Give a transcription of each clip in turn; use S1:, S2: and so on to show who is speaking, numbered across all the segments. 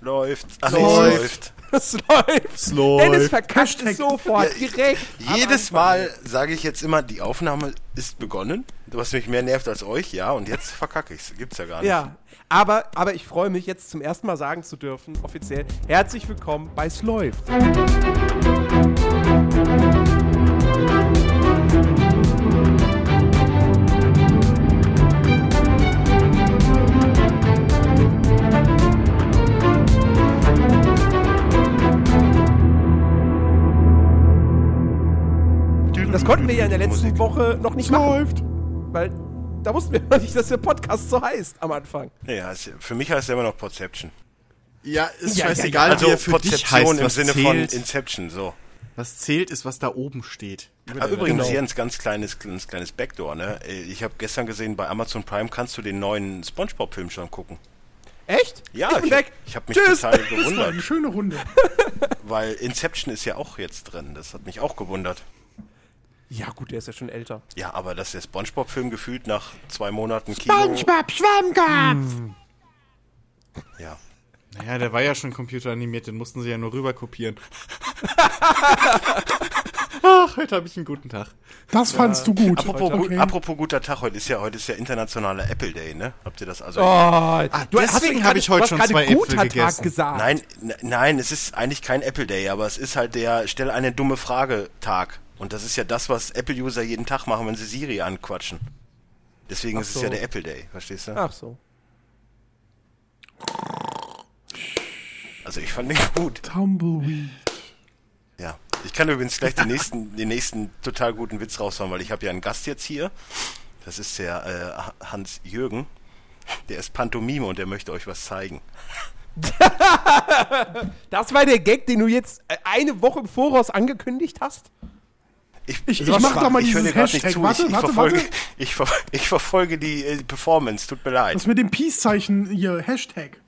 S1: Läuft. Ach,
S2: Läuft.
S1: läuft.
S3: Es läuft.
S2: Es läuft.
S3: Dennis verkackt
S2: Hashtag.
S3: es sofort,
S1: Ja,
S3: direkt. am
S1: Jedes
S3: Anfang.
S1: Mal sage ich jetzt immer, die Aufnahme ist begonnen, was mich mehr nervt als euch, ja, und jetzt verkacke ich's. Gibt's ja gar nicht.
S3: Ja, aber, aber ich freue mich jetzt zum ersten Mal sagen zu dürfen, offiziell, herzlich willkommen bei Es läuft. Das konnten wir ja in der letzten
S1: Musik.
S3: Woche noch nicht machen. läuft. Weil da wussten wir noch nicht, dass der Podcast so heißt am Anfang.
S1: Ja, es- für mich heißt er immer noch Perception.
S2: Ja, ist
S3: Ja,
S2: scheißegal,
S1: Also
S2: wie er für dich heißt.
S1: Prozeption im
S2: was
S1: Sinne
S2: zählt,
S1: von Inception, so.
S2: Was zählt, ist, was da oben steht. Über
S1: Ah,
S2: der
S1: übrigens,
S3: genau.
S2: Welt.
S1: Jens, ganz kleines, ganz kleines Backdoor, ne? Ich habe gestern gesehen, bei Amazon Prime kannst du den neuen Spongebob-Film schon gucken.
S3: Echt?
S1: Ja,
S3: ich bin
S1: ich,
S3: weg.
S1: ich habe mich
S3: Tschüss.
S1: total
S4: Das war eine
S1: gewundert,
S4: schöne Runde.
S1: weil Inception ist ja auch jetzt drin. Das hat mich auch gewundert.
S3: Ja, gut, der ist ja schon älter.
S1: Ja, aber dass der Spongebob-Film gefühlt nach zwei Monaten Kino...
S5: SpongeBob Schwammkopf!
S1: Ja.
S2: Naja, der war ja schon computeranimiert, den mussten sie ja nur rüber kopieren. Ach, heute habe ich einen guten Tag.
S4: Das fandst du gut.
S1: Apropos,
S4: Okay.
S1: gut, apropos guter Tag, heute ist ja heute ist ja internationaler Apple Day, ne? Habt ihr das also?
S3: Oh, du,
S2: deswegen
S3: hast du
S2: hab
S3: gerade-
S2: ich heute
S3: du hast
S2: schon
S3: gerade
S2: zwei Äpfel
S3: guter Tag
S2: gegessen.
S3: gesagt.
S1: Nein, n- nein, es ist eigentlich kein Apple Day, aber es ist halt der Stell eine dumme Frage Tag. Und das ist ja das, was Apple-User jeden Tag machen, wenn sie Siri anquatschen. Deswegen ist es
S3: so. Ah.
S1: ja der Apple Day, verstehst du?
S3: Ach so.
S1: Also ich fand den gut.
S4: Tumbleweed.
S1: Ja. Ich kann übrigens gleich den nächsten, den nächsten total guten Witz raushauen, weil ich habe ja einen Gast jetzt hier. Das ist der äh, Hans Jürgen. Der ist Pantomime und der möchte euch was zeigen.
S3: Das war der Gag, den du jetzt äh, eine Woche im Voraus angekündigt hast?
S4: Ich, ich
S3: war
S4: mach
S3: schwach.
S4: doch mal
S1: Ich höre dir
S4: dieses
S1: gerade nicht
S4: Hashtag.
S1: zu.
S4: Warte,
S1: ich, ich,
S4: warte,
S1: verfolge,
S4: warte.
S1: Ich, ver ich verfolge die äh, Performance. Tut mir leid.
S4: Das mit dem Peace-Zeichen hier. Hashtag.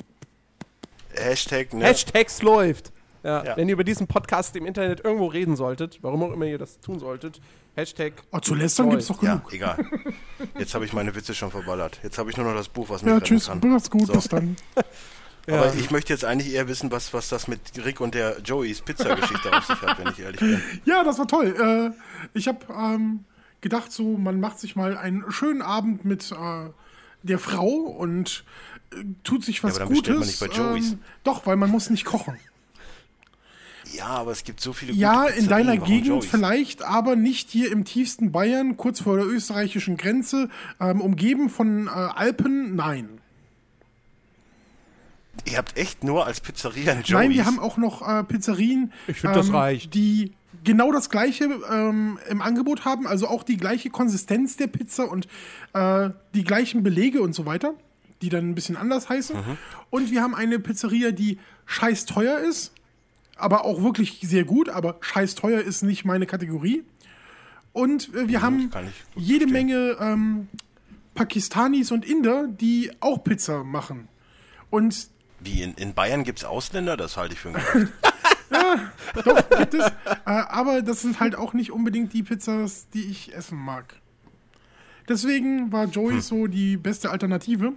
S1: Hashtag, ne?
S3: Hashtags läuft. Ja,
S1: Ja.
S3: Wenn ihr über diesen Podcast im Internet irgendwo reden solltet, warum auch immer ihr das tun solltet, Hashtag.
S4: Oh, zu lästern gibt's doch
S1: ja,
S4: genug.
S1: egal. Jetzt habe ich meine Witze schon verballert. Jetzt habe ich nur noch das Buch, was mich
S4: Ja,
S1: retten
S4: tschüss.
S1: kann.
S4: Mach's gut.
S1: So.
S4: Bis dann.
S1: Aber ich möchte jetzt eigentlich eher wissen, was, was das mit Rick und der Joeys Pizza-Geschichte auf sich hat, wenn ich ehrlich bin.
S4: Ja, das war toll. Äh, ich habe ähm, gedacht, so man macht sich mal einen schönen Abend mit äh, der Frau und äh, tut sich was
S1: aber dann bestellt man
S4: Gutes.
S1: nicht bei Joey's.
S4: ähm, doch, weil man muss nicht kochen.
S1: Ja, aber es gibt so viele
S4: Ja,
S1: gute
S4: in
S1: Pizzerien,
S4: deiner
S1: eh warum
S4: Gegend
S1: Joeys?
S4: vielleicht, aber nicht hier im tiefsten Bayern, kurz vor der österreichischen Grenze, ähm, umgeben von äh, Alpen. Nein.
S1: Ihr habt echt nur als Pizzeria ein Joeys.
S4: Nein, wir haben auch noch äh, Pizzerien, ähm,
S3: Ich find, das reicht.
S4: die genau das gleiche ähm, im Angebot haben, also auch die gleiche Konsistenz der Pizza und äh, die gleichen Belege und so weiter, die dann ein bisschen anders heißen.
S1: Mhm.
S4: Und wir haben eine Pizzeria, die scheiß teuer ist, aber auch wirklich sehr gut, aber scheiß teuer ist nicht meine Kategorie. Und äh, wir haben
S1: kann ich gut
S4: jede
S1: verstehen.
S4: Menge ähm, Pakistanis und Inder, die auch Pizza machen. Und
S1: Wie, in, in Bayern gibt's Ausländer? Das halte ich für ein Gerücht.
S4: Doch, gibt es. Äh, aber das sind halt auch nicht unbedingt die Pizzas, die ich essen mag. Deswegen war Joey so die beste Alternative.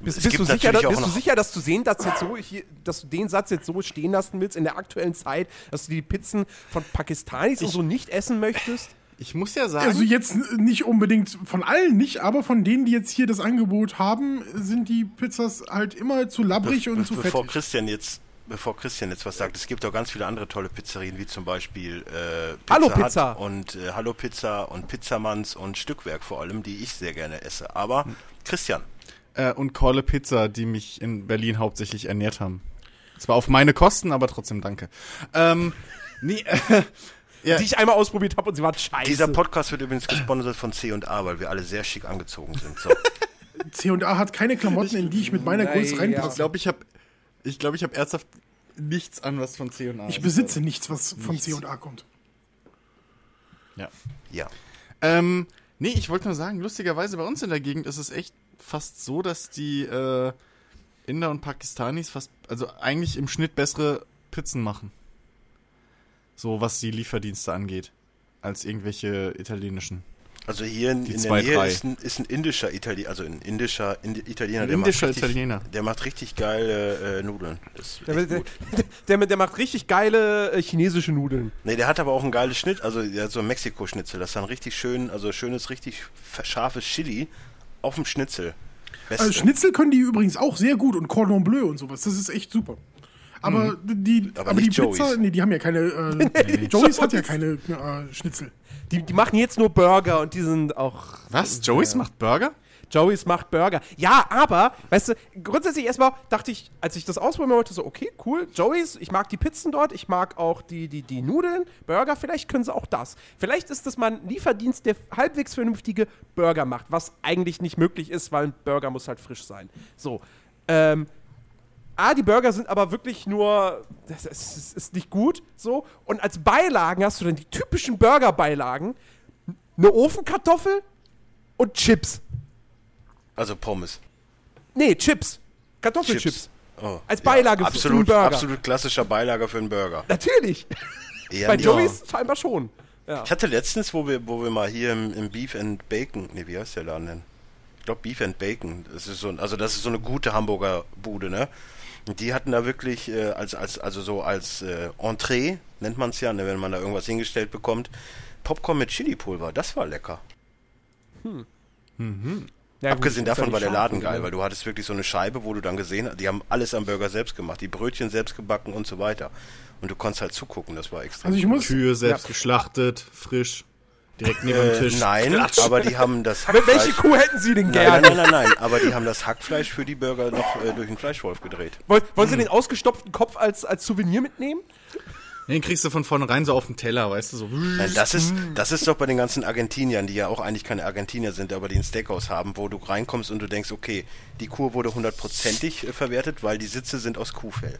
S3: Bist,
S1: Es
S3: bist, du,
S1: gibt
S3: sicher,
S1: natürlich
S3: dass,
S1: auch
S3: bist du
S1: noch-
S3: sicher, dass du, sehen, dass, jetzt so hier, dass du den Satz jetzt so stehen lassen willst in der aktuellen Zeit, dass du die Pizzen von Pakistanis und so nicht essen möchtest?
S2: Ich muss ja sagen,
S4: Also jetzt n- nicht unbedingt von allen nicht, aber von denen, die jetzt hier das Angebot haben, sind die Pizzas halt immer zu labbrig und zu
S1: bevor
S4: fettig.
S1: Christian jetzt bevor Christian jetzt was sagt, es gibt auch ganz viele andere tolle Pizzerien, wie zum Beispiel äh, Pizza
S3: Hallo
S1: Hut
S3: Pizza.
S1: und äh, Hallo Pizza und Pizzamanns und Stückwerk vor allem, die ich sehr gerne esse. Aber
S4: Hm.
S1: Christian,
S2: äh, und Corle Pizza, die mich in Berlin hauptsächlich ernährt haben. Zwar auf meine Kosten, aber trotzdem danke. Ähm, nee, äh,
S3: Die ich einmal ausprobiert habe und sie waren scheiße.
S1: dieser Podcast wird übrigens gesponsert von C&A, weil wir alle sehr schick angezogen sind. So.
S4: C&A hat keine Klamotten, in die ich mit meiner Größe
S2: ich
S4: reinpasse.
S2: glaube, ich habe ich glaub, ich hab ernsthaft nichts an, was von C&A
S4: Ich
S2: ist.
S4: besitze nichts, was von C&A kommt.
S2: Ja.
S1: Ja.
S2: Ähm, nee, ich wollte nur sagen, lustigerweise bei uns in der Gegend ist es echt fast so, dass die äh, Inder und Pakistanis fast, also eigentlich im Schnitt bessere Pizzen machen. So was die Lieferdienste angeht. Als irgendwelche italienischen.
S1: Also hier in,
S2: Die
S1: in
S2: zwei,
S1: der Nähe
S2: drei.
S1: ist ein, ist ein indischer Italiener, also ein indischer Indi Italiener,
S2: Ein
S1: der,
S2: indischer
S1: macht richtig,
S2: Italiener.
S1: der macht richtig geile äh, Nudeln. Das ist
S3: Der,
S1: echt
S3: der,
S1: gut.
S3: der, der macht richtig geile äh, chinesische Nudeln.
S1: Nee, der hat aber auch einen geilen Schnitt, also der hat so einen Mexiko-Schnitzel, das ist dann richtig schön, also schönes, richtig f- scharfes Chili auf dem Schnitzel. Beste.
S4: Also Schnitzel können die übrigens auch sehr gut und Cordon Bleu und sowas. Das ist echt super. Aber die,
S1: Aber
S4: aber die
S1: nicht Joey's.
S4: Pizza, nee, die haben ja keine. Äh, Joey's hat ja keine äh, Schnitzel.
S3: Die, die machen jetzt nur Burger und die sind auch.
S2: Was? Joey's macht Burger?
S3: Joey's macht Burger. Ja, aber, weißt du, grundsätzlich erstmal dachte ich, als ich das ausprobieren wollte, so, okay, cool, Joey's, ich mag die Pizzen dort, ich mag auch die, die, die Nudeln, Burger, vielleicht können sie auch das. Vielleicht ist das mal ein Lieferdienst, der halbwegs vernünftige Burger macht, was eigentlich nicht möglich ist, weil ein Burger muss halt frisch sein. So, ähm, Ah, die Burger sind aber wirklich nur, das ist, ist, ist nicht gut, so. Und als Beilagen hast du dann die typischen Burger-Beilagen, eine Ofenkartoffel und Chips.
S1: Also Pommes.
S3: Nee, Chips. Kartoffelchips.
S1: Oh,
S3: Als Beilage für- für
S1: absolut,
S3: einen Burger.
S1: Absolut klassischer Beilager für einen Burger.
S3: Natürlich.
S1: Eher
S3: Bei
S1: nicht.
S3: Joey's scheinbar schon. Ja.
S1: Ich hatte letztens, wo wir, wo wir mal hier im, im Beef and Bacon, nee, wie heißt der Laden denn? Ich glaube Beef and Bacon. Das ist so, ein, also das ist so eine gute Hamburger Bude, ne? Und die hatten da wirklich äh, als, als, also so als äh, Entree nennt man es ja, ne, wenn man da irgendwas hingestellt bekommt, Popcorn mit Chili-Pulver. Das war lecker.
S3: Ja, gut,
S1: Abgesehen
S3: ist ja
S1: davon
S3: nicht
S1: war der
S3: scharf,
S1: Laden geil,
S3: genau.
S1: weil du hattest wirklich so eine Scheibe, wo du dann gesehen hast, die haben alles am Burger selbst gemacht, die Brötchen selbst gebacken und so weiter. Und du konntest halt zugucken, das war extrem.
S4: Also ich muss.
S2: Kühe selbst geschlachtet, frisch, direkt neben dem
S1: äh,
S2: Tisch.
S1: nein, aber die haben das
S3: Wel- Welche
S1: Hackfleisch-
S3: Kuh hätten Sie denn
S1: Nein,
S3: gerne?
S1: nein, nein, nein, aber die haben das Hackfleisch für die Burger noch äh, durch den Fleischwolf gedreht.
S3: Wollen, wollen Sie den ausgestopften Kopf als, als Souvenir mitnehmen?
S2: Den kriegst du von vornherein so auf den Teller, weißt du, so.
S3: Mhm.
S1: Nein, Äh, das ist, das ist doch bei den ganzen Argentiniern, die ja auch eigentlich keine Argentinier sind, aber die ein Steakhouse haben, wo du reinkommst und du denkst, okay, die Kur wurde hundertprozentig äh, verwertet, weil die Sitze sind aus Kuhfell.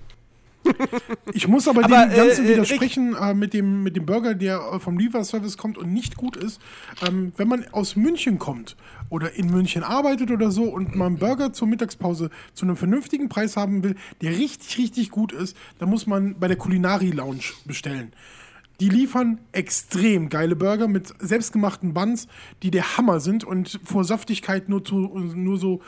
S4: Ich muss aber,
S3: Aber,
S4: dem Ganzen
S3: äh, äh,
S4: widersprechen äh, mit, dem, mit dem Burger, der äh, vom Lieferservice kommt und nicht gut ist. Ähm, wenn man aus München kommt oder in München arbeitet oder so und mal einen Burger zur Mittagspause zu einem vernünftigen Preis haben will, der richtig, richtig gut ist, dann muss man bei der Kulinari Lounge bestellen. Die liefern extrem geile Burger mit selbstgemachten Buns, die der Hammer sind und vor Saftigkeit nur, zu, nur so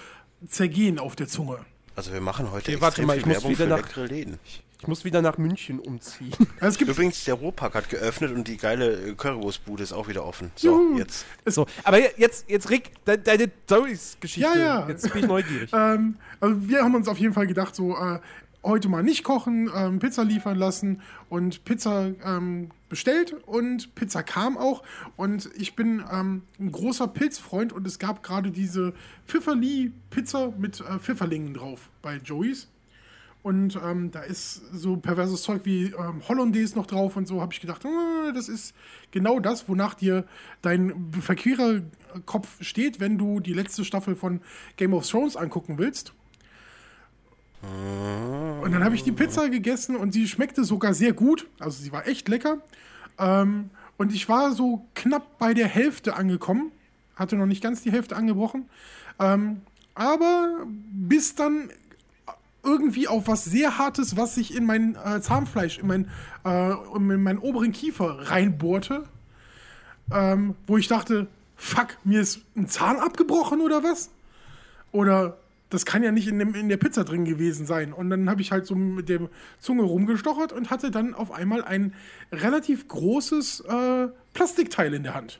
S4: zergehen auf der Zunge.
S1: Also wir machen heute
S3: Okay,
S1: okay,
S3: warte
S1: extrem
S3: mal,
S1: viel
S3: ich muss
S1: Werbung
S3: wieder
S1: für
S3: nach-
S1: leckere Läden.
S3: Ich muss wieder nach München umziehen.
S4: Also es gibt
S1: Übrigens, der Ruhrpark hat geöffnet und die geile äh, Currywurstbude ist auch wieder offen. So, jetzt.
S3: so, aber je- jetzt, jetzt Rick, de, deine Joey's-Geschichte.
S4: Ja, ja.
S3: Jetzt bin ich neugierig.
S4: Ähm, also wir haben uns auf jeden Fall gedacht, so äh, heute mal nicht kochen, ähm, Pizza liefern lassen und Pizza ähm, bestellt und Pizza kam auch. Und ich bin ähm, ein großer Pilzfreund und es gab gerade diese Pfifferli-Pizza mit äh, Pfifferlingen drauf bei Joey's. Und ähm, da ist so perverses Zeug wie ähm, Hollandaise noch drauf und so, habe ich gedacht, "Ah, das ist genau das, wonach dir dein Verquererkopf steht, wenn du die letzte Staffel von Game of Thrones angucken willst. Und dann habe ich die Pizza gegessen und sie schmeckte sogar sehr gut. Also sie war echt lecker. Ähm, und ich war so knapp bei der Hälfte angekommen. Hatte noch nicht ganz die Hälfte angebrochen. Ähm, aber bis dann irgendwie auf was sehr Hartes, was sich in mein äh, Zahnfleisch, in, mein, äh, in meinen oberen Kiefer reinbohrte. Ähm, wo ich dachte, fuck, mir ist ein Zahn abgebrochen oder was? Oder das kann ja nicht in, dem, in der Pizza drin gewesen sein. Und dann habe ich halt so mit der Zunge rumgestochert und hatte dann auf einmal ein relativ großes äh, Plastikteil in der Hand.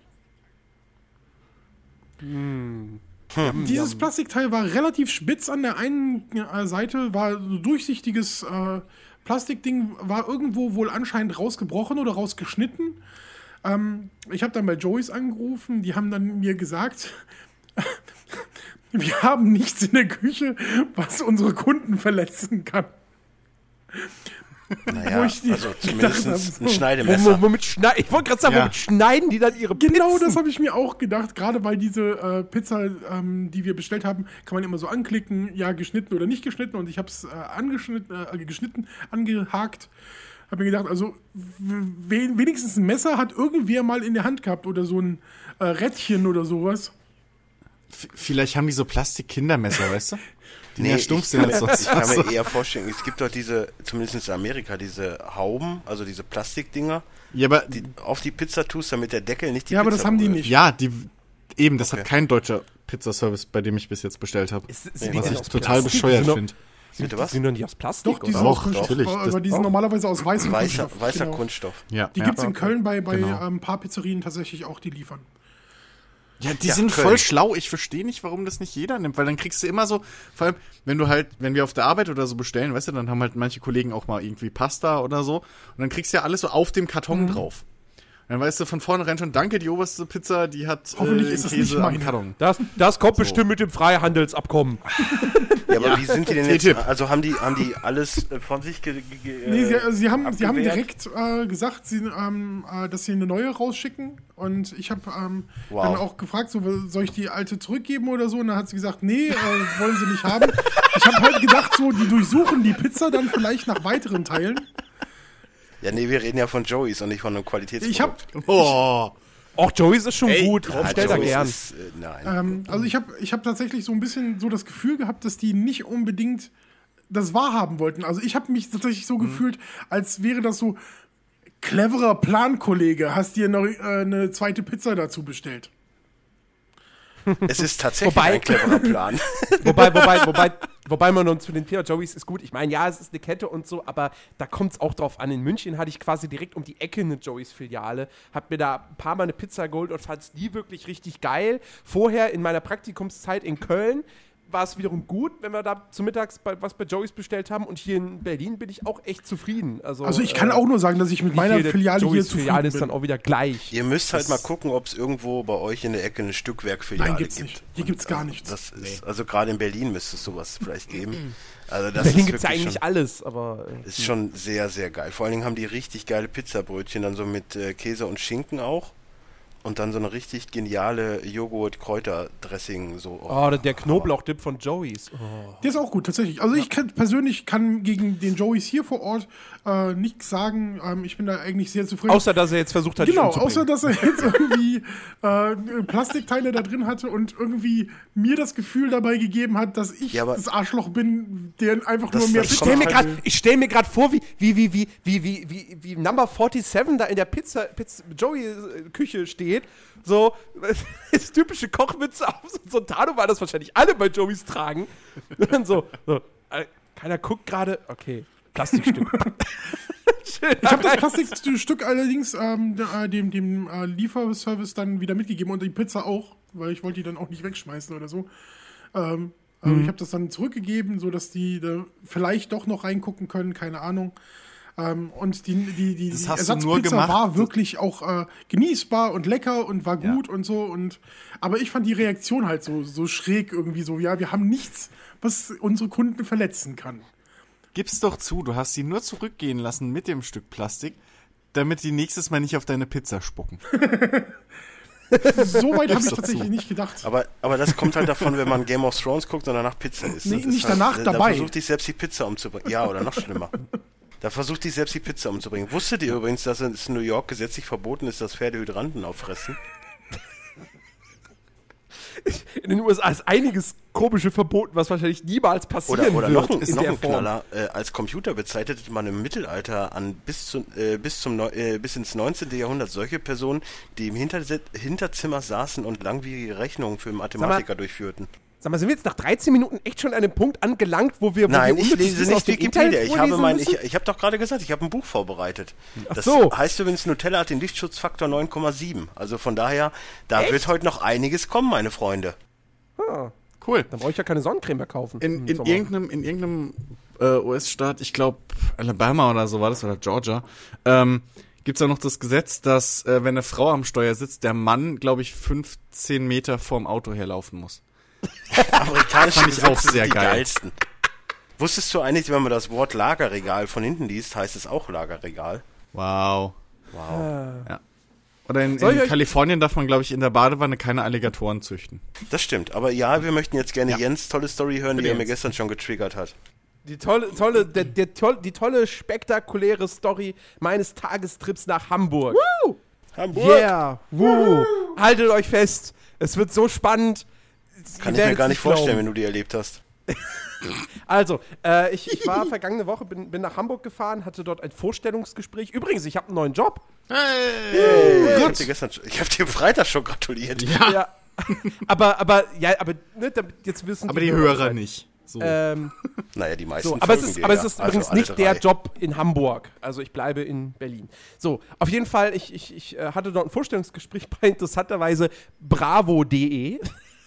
S4: Dieses Plastikteil war relativ spitz an der einen äh, Seite, war so durchsichtiges äh, Plastikding, war irgendwo wohl anscheinend rausgebrochen oder rausgeschnitten. Ähm, ich habe dann bei Joyce angerufen, die haben dann mir gesagt, wir haben nichts in der Küche, was unsere Kunden verletzen kann.
S1: Naja,
S4: Wo ich die-
S1: also
S4: gedacht hab,
S1: zumindest
S4: so.
S1: ein Schneidemesser.
S3: Womit, womit schneid, ich wollte gerade sagen,
S2: Ja.
S3: womit schneiden die dann ihre
S4: Genau
S3: Pizzen?
S4: das habe ich mir auch gedacht, gerade weil diese äh, Pizza, ähm, die wir bestellt haben, kann man immer so anklicken, ja, geschnitten oder nicht geschnitten. Und ich habe es äh, angeschnitten, äh, geschnitten, angehakt. Habe mir gedacht, also w- we- wenigstens ein Messer hat irgendwer mal in der Hand gehabt oder so ein äh, Rädchen oder sowas.
S2: V- Vielleicht haben die so Plastik-Kindermesser, weißt du? Die
S1: Nee,
S2: mehr
S1: ich
S2: stumpf
S1: kann
S2: sind als
S1: mir-
S2: sonst.
S1: Ich kann
S2: was.
S1: mir eher vorstellen, es gibt doch diese, zumindest in Amerika, diese Hauben, also diese Plastikdinger,
S2: ja, aber
S1: die auf die Pizza tust, damit der Deckel nicht die
S4: ja, aber
S1: Pizza
S4: das haben die
S1: berührt.
S4: nicht.
S2: ja, die, Eben, das hat kein deutscher Pizzaservice, bei dem ich bis jetzt bestellt habe.
S3: Ist-
S1: Nee,
S3: die
S2: Was
S3: denn
S2: ich
S3: aus
S2: total
S3: Plastik?
S2: bescheuert
S3: Sind doch-
S2: finde.
S3: Sind,
S1: Bitte
S3: die-
S1: was?
S3: sind doch nicht aus Plastik,
S4: Doch, die sind
S3: oder?
S2: Doch,
S4: aus Kunststoff,
S2: natürlich,
S4: aber
S2: das-
S4: die sind normalerweise aus weißem
S1: Weißer,
S4: Kunststoff.
S1: weißer
S4: genau.
S1: Kunststoff.
S2: Ja,
S4: Die
S2: ja.
S4: gibt's in Köln bei, bei
S2: Genau.
S4: ähm, ein paar Pizzerien tatsächlich auch, die liefern.
S2: Ja, die
S1: Ja,
S2: sind
S1: Köln.
S2: voll schlau. Ich verstehe nicht, warum das nicht jeder nimmt, weil dann kriegst du immer so, vor allem, wenn du halt, wenn wir auf der Arbeit oder so bestellen, weißt du, dann haben halt manche Kollegen auch mal irgendwie Pasta oder so. Und dann kriegst du ja alles so auf dem
S3: Mhm.
S2: Karton drauf. Und dann weißt du von vornherein schon, danke, die oberste Pizza, die hat
S4: Hoffentlich
S2: äh,
S4: ist es
S2: Käse
S4: nicht
S2: am
S4: meine.
S2: Karton.
S3: Das, das kommt bestimmt mit dem Freihandelsabkommen.
S1: Ja, aber wie sind die denn jetzt?
S2: TTIP.
S1: Also haben die, haben die alles äh, von sich ge, ge,
S4: Nee, sie,
S1: äh,
S4: also sie, haben, sie haben
S1: abgewehrt?
S4: direkt äh, gesagt, sie, ähm, äh, dass sie eine neue rausschicken. Und ich habe ähm,
S1: Wow.
S4: dann auch gefragt, so, soll ich die alte zurückgeben oder so? Und dann hat sie gesagt, nee, äh, wollen sie nicht haben. Ich habe halt gedacht, so, die durchsuchen die Pizza dann vielleicht nach weiteren Teilen.
S1: Ja, nee, wir reden ja von Joeys und nicht von einem Qualitätsprodukt.
S4: Ich habe
S2: Oh,
S3: Och, Joey's ist schon
S2: Ey,
S3: gut.
S1: Ja,
S3: Stell da
S1: Joeys
S3: gern.
S1: Ist, äh, nein.
S4: Ähm, also ich habe ich hab tatsächlich so ein bisschen so das Gefühl gehabt, dass die nicht unbedingt das wahrhaben wollten. Also ich habe mich tatsächlich
S1: Mhm.
S4: so gefühlt, als wäre das so cleverer Plankollege, hast dir noch äh, eine zweite Pizza dazu bestellt.
S1: es ist tatsächlich
S3: Wobei-
S1: ein cleverer Plan.
S3: wobei, wobei, wobei, wobei man uns zu den Thema Joeys ist gut. Ich meine, ja, es ist eine Kette und so, aber da kommt es auch drauf an. In München hatte ich quasi direkt um die Ecke eine Joeys-Filiale, hab mir da ein paar Mal eine Pizza geholt und fand es nie wirklich richtig geil. Vorher in meiner Praktikumszeit in Köln war es wiederum gut, wenn wir da zu Mittags bei, was bei Joeys bestellt haben. Und hier in Berlin bin ich auch echt zufrieden. Also,
S4: Also ich kann auch nur sagen, dass ich mit meiner Filiale hier
S3: Joeys
S4: zufrieden
S3: Filiale ist
S4: bin.
S3: dann auch wieder gleich.
S1: Ihr müsst halt mal gucken, ob es irgendwo bei euch in der Ecke eine Stückwerkfiliale
S4: Nein, gibt's
S1: gibt.
S4: nicht. Hier gibt's gar nichts.
S1: Das ist, also gerade in Berlin müsste es sowas vielleicht geben. Also das
S3: Berlin
S1: ist
S3: gibt es ja
S1: wirklich
S3: eigentlich
S1: schon,
S3: alles, aber äh,
S1: ist schon sehr, sehr geil. Vor allen Dingen haben die richtig geile Pizzabrötchen, dann so mit äh, Käse und Schinken auch. Und dann so eine richtig geniale Joghurt-Kräuter-Dressing. So.
S4: Ah.
S3: oh, der- der Knoblauchdip von Joeys. Oh.
S4: Der ist auch gut, tatsächlich. Also ich kann, persönlich kann gegen den Joeys hier vor Ort äh, nichts sagen. Ähm, ich bin da eigentlich sehr zufrieden.
S3: Außer, dass er jetzt versucht hat, dich
S4: Genau,
S3: umzubringen.
S4: außer dass er jetzt irgendwie äh, Plastikteile da drin hatte und irgendwie mir das Gefühl dabei gegeben hat, dass ich
S1: Ja, aber-
S4: das Arschloch bin, der einfach
S1: Das-
S4: nur mehr
S1: das
S3: Ich
S1: kommt
S3: stell mir
S1: Komm,
S4: haben
S3: grad,
S4: will.
S3: ich stell mir gerade vor, wie, wie, wie, wie, wie, wie, wie, wie Number 47 da in der Pizza, Pizza Joey-Küche steht. So, ist typische Kochmütze auf so- so ein Tano, weil das wahrscheinlich alle bei Joeys tragen. Und dann so, so äh, keiner guckt gerade, okay, Plastikstück.
S4: Ich habe das Plastikstück allerdings ähm, da- äh, dem, dem äh, Lieferservice dann wieder mitgegeben und die Pizza auch, weil ich wollte die dann auch nicht wegschmeißen oder so. Ähm, also
S2: Mhm.
S4: ich habe das dann zurückgegeben, sodass die da vielleicht doch noch reingucken können, keine Ahnung. Ähm, und die, die, die,
S2: Das
S4: die
S2: hast du nur
S4: Ersatzpizza
S2: gemacht.
S4: war wirklich auch äh, genießbar und lecker und war gut und so. Und, aber ich fand die Reaktion halt so, so schräg irgendwie so, ja, wir haben nichts, was unsere Kunden verletzen kann.
S2: gib's doch zu, du hast sie nur zurückgehen lassen mit dem Stück Plastik, damit die nächstes Mal nicht auf deine Pizza spucken.
S4: So weit habe ich
S2: doch zu.
S4: tatsächlich nicht gedacht.
S1: Aber, aber das kommt halt davon, wenn man Game of Thrones guckt und danach Pizza isst.
S4: Nee,
S1: Das
S4: nicht
S1: ist halt,
S4: danach,
S1: da, Da
S4: dabei.
S1: versucht dich selbst die Pizza umzubringen. Ja, oder noch schlimmer. Da versucht dich selbst die Pizza umzubringen. Wusstet ihr übrigens, dass es in New York gesetzlich verboten ist, dass Pferde Hydranten auffressen?
S3: In den USA ist einiges komische verboten, was wahrscheinlich niemals
S1: Oder,
S3: passieren
S1: oder noch,
S3: wird.
S1: ein-
S3: in
S1: noch
S3: der
S1: ein
S3: Form.
S1: Knaller. Äh, als Computer bezeichnete man im Mittelalter an bis, zu, äh, bis, zum, Neu- äh, bis ins 19. Jahrhundert solche Personen, die im Hinterse- Hinterzimmer saßen und langwierige Rechnungen für Mathematiker durchführten.
S3: Sag mal, sind wir jetzt nach 13 Minuten echt schon an dem Punkt angelangt, wo wir. Wo
S1: Nein,
S3: wir
S1: ich
S3: unnützes
S1: lese
S3: Wissen
S1: nicht
S3: aus dem
S1: Wikipedia.
S3: Internet
S1: Ich
S3: vorlesen
S1: habe, mein, ich,
S3: müssen?
S1: ich habe doch gerade gesagt, ich habe ein Buch vorbereitet. Das
S3: so.
S1: heißt übrigens, Nutella hat den Lichtschutzfaktor 9,7. Also von daher, da wird heute noch einiges kommen, meine Freunde.
S2: Cool.
S3: Dann brauche ich ja keine Sonnencreme mehr kaufen.
S2: In,
S3: im
S2: in
S3: Sommer.
S2: irgendeinem, in irgendeinem äh, US-Staat, ich glaube Alabama oder so war das, oder Georgia, ähm, gibt es ja noch das Gesetz, dass äh, wenn eine Frau am Steuer sitzt, der Mann, glaube ich, 15 Meter vorm Auto herlaufen muss.
S1: Amerikanische
S2: Fand ich auch
S1: Gesetze sind
S2: sehr
S1: die
S2: geil.
S1: geilsten. Wusstest du eigentlich, wenn man das Wort Lagerregal von hinten liest, heißt es auch Lagerregal?
S2: Wow. Wow. Ja. Oder in,
S3: Soll ich
S2: in
S3: euch-
S2: Kalifornien darf man, glaube ich, in der Badewanne keine Alligatoren züchten.
S1: Das stimmt. Aber ja, wir möchten jetzt gerne
S2: Ja.
S1: Jens tolle Story hören, die
S2: Bitte
S1: er mir
S2: Jens.
S1: gestern schon getriggert hat.
S3: Die tolle, tolle, der, der, toll, die tolle, spektakuläre Story meines Tagestrips nach Hamburg.
S1: Hamburg!
S3: Yeah, woo. Haltet euch fest, es wird so spannend.
S1: Kann
S3: Ihr
S1: ich mir
S3: werdet's
S1: gar nicht vorstellen,
S3: glauben.
S1: wenn du die erlebt hast.
S3: Also, äh, ich, ich war vergangene Woche, bin, bin nach Hamburg gefahren, hatte dort ein Vorstellungsgespräch. Übrigens, ich habe einen neuen Job.
S1: Hey, ich hab dir gestern, schon- ich hab dir Freitag schon gratuliert.
S3: Ja. aber, aber, ja, aber, ne, damit- jetzt wissen
S2: Aber die Hörer nicht. So.
S3: Ähm,
S1: Naja, die meisten.
S3: so, aber es
S1: Folgen
S3: ist,
S1: gehen
S3: aber es
S1: ja.
S3: ist
S1: Also
S3: übrigens
S1: alle
S3: nicht der
S1: drei.
S3: Job in Hamburg. Also ich bleibe in Berlin. So, auf jeden Fall, ich, ich, ich äh, hatte dort ein Vorstellungsgespräch bei interessanterweise bravo.de.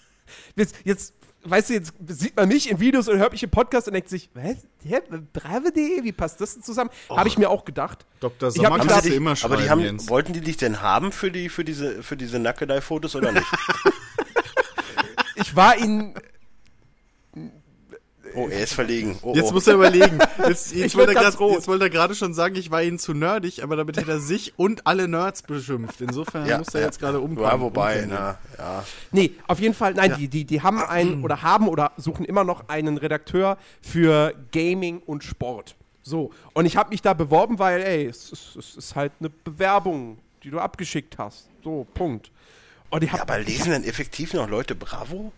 S3: jetzt, jetzt, weißt du, jetzt sieht man mich in Videos und hört mich im Podcast und denkt sich, was? Hä? Bravo.de? Wie passt das denn zusammen?
S1: Oh.
S3: Habe ich mir auch gedacht.
S2: Dr.
S3: Ich hab
S2: Sommer
S3: mich
S2: kannst
S3: da-
S2: du immer schreiben,
S1: Aber die haben,
S2: Jens.
S1: wollten die dich denn haben für die, für diese, für diese Nackedei-Fotos oder nicht?
S3: Ich war ihnen
S1: Oh, er ist verlegen. Oh,
S2: Jetzt
S1: oh.
S2: muss er überlegen. Jetzt, jetzt,
S3: Ich
S2: wollte
S3: werd
S2: er
S3: ganz
S2: grad,
S3: rot.
S2: jetzt wollte er gerade schon sagen, ich war ihnen zu nerdig, aber damit hätte er sich und alle Nerds beschimpft. Insofern
S1: Ja,
S2: muss er
S1: ja.
S2: jetzt gerade umkommen.
S1: Ja, wobei,
S2: umpendeln.
S1: na, ja.
S3: Nee, auf jeden Fall, nein, die, die, die haben einen oder haben oder suchen immer noch einen Redakteur für Gaming und Sport. So, und ich habe mich da beworben, weil, ey, es, ist- es ist halt eine Bewerbung, die du abgeschickt hast. So, Punkt. Und ich
S1: ja.
S3: hab,
S1: Aber lesen dann effektiv noch Leute Bravo?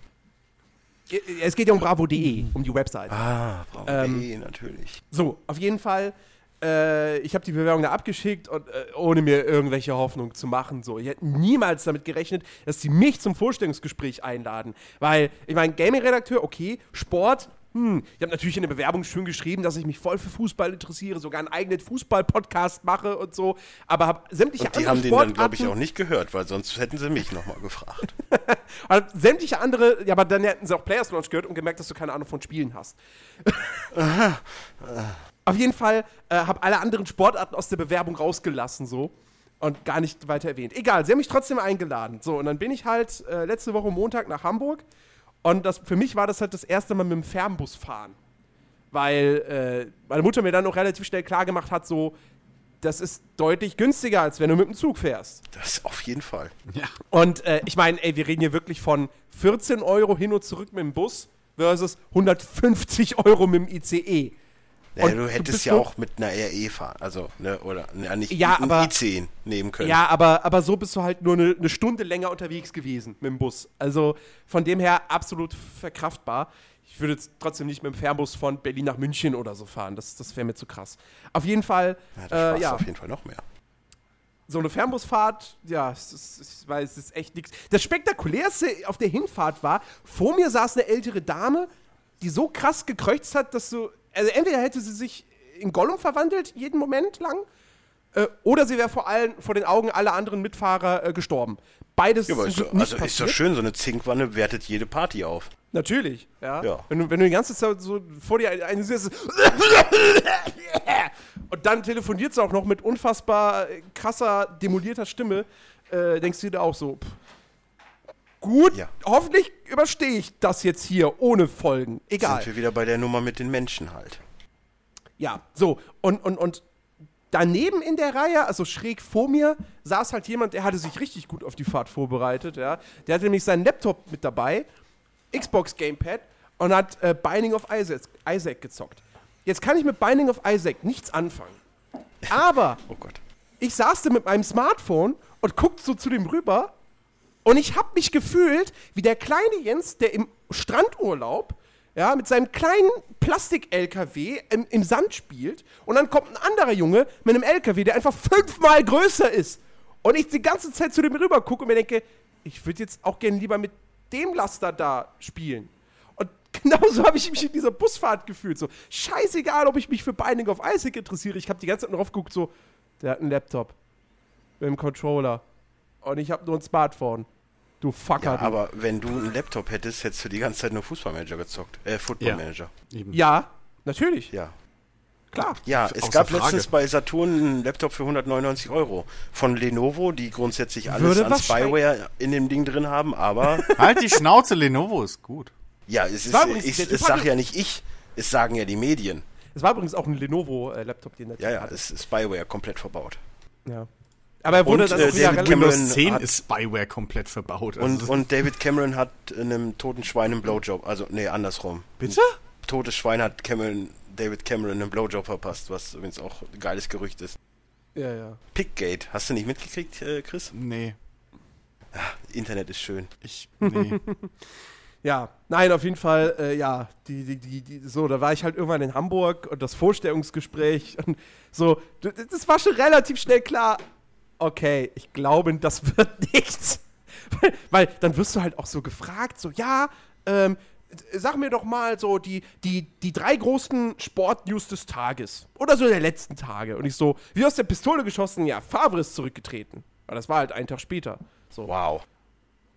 S3: es geht ja um bravo.de, um die Website.
S1: Ah, Bravo.
S3: Ähm.
S1: Nee, natürlich.
S3: So, auf jeden Fall, äh, ich habe die Bewerbung da abgeschickt und äh, ohne mir irgendwelche Hoffnung zu machen. So, ich hätte niemals damit gerechnet, dass die mich zum Vorstellungsgespräch einladen. Weil, ich meine, Gaming-Redakteur, okay, Sport. Hm, ich habe natürlich in der Bewerbung schön geschrieben, dass ich mich voll für Fußball interessiere, sogar einen eigenen Fußball-Podcast mache und so, aber habe sämtliche
S1: Und die haben den dann, glaube ich, auch nicht gehört, weil sonst hätten sie mich nochmal gefragt.
S3: Also, sämtliche andere, ja, aber dann hätten sie auch Players Launch gehört und gemerkt, dass du keine Ahnung von Spielen hast. Auf jeden Fall äh, habe alle anderen Sportarten aus der Bewerbung rausgelassen so und gar nicht weiter erwähnt. Egal, sie haben mich trotzdem eingeladen. So, und dann bin ich halt äh, letzte Woche Montag nach Hamburg und das, für mich war das halt das erste Mal mit dem Fernbus fahren. Weil äh, meine Mutter mir dann auch relativ schnell klargemacht hat, so, das ist deutlich günstiger, als wenn du mit dem Zug fährst.
S1: Das auf jeden Fall.
S3: Und äh, ich meine, ey, wir reden hier wirklich von 14 Euro hin und zurück mit dem Bus versus 150 Euro mit dem E. ICE.
S1: Naja,
S3: Und
S1: du
S3: du
S1: hättest
S3: bist
S1: ja
S3: nur-
S1: auch mit einer RE fahren, also, ne, oder, ne, nicht
S3: Ja,
S1: einen
S3: aber-
S1: i10 nehmen können.
S3: Ja, aber, aber so bist du halt nur eine, eine Stunde länger unterwegs gewesen mit dem Bus. Also von dem her absolut verkraftbar. Ich würde jetzt trotzdem nicht mit dem Fernbus von Berlin nach München oder so fahren. Das, das wäre mir zu krass. Auf jeden Fall,
S1: Ja, das
S3: ja, äh,
S1: sparst du
S3: ja
S1: auf jeden Fall noch mehr.
S3: so eine Fernbusfahrt, ja, es ist, ich weiß, es ist echt nichts. Das Spektakulärste auf der Hinfahrt war, vor mir saß eine ältere Dame, die so krass gekreuzt hat, dass du, also entweder hätte sie sich in Gollum verwandelt, jeden Moment lang, äh, oder sie wäre vor allen, vor den Augen aller anderen Mitfahrer äh, gestorben. Beides
S1: Ja, aber
S3: zum
S1: ist,
S3: Glück
S1: doch-
S3: nicht
S1: also ist doch
S3: passiert.
S1: schön, so eine Zinkwanne wertet jede Party auf.
S3: Natürlich, ja.
S1: Ja.
S3: Wenn, du, wenn du die ganze Zeit so vor dir eine siehst, und dann telefoniert sie auch noch mit unfassbar äh, krasser, demolierter Stimme, äh, denkst du dir auch so, pff, gut,
S1: Ja.
S3: hoffentlich überstehe ich das jetzt hier ohne Folgen. Egal.
S1: Sind wir wieder bei der Nummer mit den Menschen halt.
S3: Ja, so. Und, und, und daneben in der Reihe, also schräg vor mir, saß halt jemand, der hatte sich richtig gut auf die Fahrt vorbereitet. Ja. Der hatte nämlich seinen Laptop mit dabei, Xbox Gamepad und hat äh, Binding of Isaac, Isaac gezockt. Jetzt kann ich mit Binding of Isaac nichts anfangen. Aber
S1: Oh Gott.
S3: ich saß da mit meinem Smartphone und guckte so zu dem rüber und ich habe mich gefühlt wie der kleine Jens, der im Strandurlaub ja, mit seinem kleinen Plastik-LKW im, im Sand spielt und dann kommt ein anderer Junge mit einem LKW, der einfach fünfmal größer ist und ich die ganze Zeit zu dem rüber gucke und mir denke, ich würde jetzt auch gerne lieber mit dem Laster da spielen. Und genauso habe ich mich in dieser Busfahrt gefühlt. So, scheißegal, ob ich mich für Binding of Isaac interessiere. Ich habe die ganze Zeit drauf geguckt, so, der hat einen Laptop mit einem Controller. Und ich habe nur ein Smartphone. Du Fucker.
S1: Ja,
S3: du.
S1: aber wenn du einen Laptop hättest, hättest du die ganze Zeit nur Fußballmanager gezockt. Äh, Footballmanager.
S2: Eben.
S3: ja natürlich.
S1: Ja.
S3: Klar.
S1: Ja,
S2: Außer
S1: es gab
S2: Frage.
S1: letztens bei Saturn einen Laptop für 199 Euro von Lenovo, die grundsätzlich alles
S3: Würde
S1: an
S3: was
S1: Spyware in dem Ding drin haben, aber
S2: Halt die Schnauze, Lenovo ist gut.
S1: ja, es ist,
S3: War übrigens
S1: ich,
S3: der Typ
S1: es
S3: hat
S1: sag
S3: ge-
S1: ja nicht ich, es sagen ja die Medien.
S3: Es war übrigens auch ein Lenovo-Laptop, den der
S1: Ja,
S3: Typ
S1: ja,
S3: hatte.
S1: es ist Spyware komplett verbaut.
S3: Ja. Aber er wurde
S1: Und,
S3: dann
S1: äh,
S3: auch wieder
S1: David
S3: relativ-
S1: Cameron
S2: Windows 10
S1: hat-
S2: ist Spyware komplett verbaut. Also
S1: Und,
S2: das-
S1: und David Cameron hat einem toten Schwein einen Blowjob, also nee, andersrum.
S2: bitte?
S1: Ein totes Schwein hat Cameron, David Cameron einen Blowjob verpasst, was übrigens auch ein geiles Gerücht ist.
S3: Ja, ja.
S1: Pickgate, hast du nicht mitgekriegt, äh, Chris?
S2: Nee,
S1: Internet ist schön.
S2: ich nee.
S3: Ja, nein, auf jeden Fall, äh, ja, die, die, die, die, so, da war ich halt irgendwann in Hamburg und das Vorstellungsgespräch und so, d- d- das war schon relativ schnell klar, okay, ich glaube, das wird nichts. weil, weil dann wirst du halt auch so gefragt, so, ja, ähm, sag mir doch mal so die, die, die drei großen Sportnews des Tages. Oder so der letzten Tage. Und ich so, wie aus der Pistole geschossen, ja, Favre ist zurückgetreten. Weil das war halt einen Tag später. So.
S1: Wow.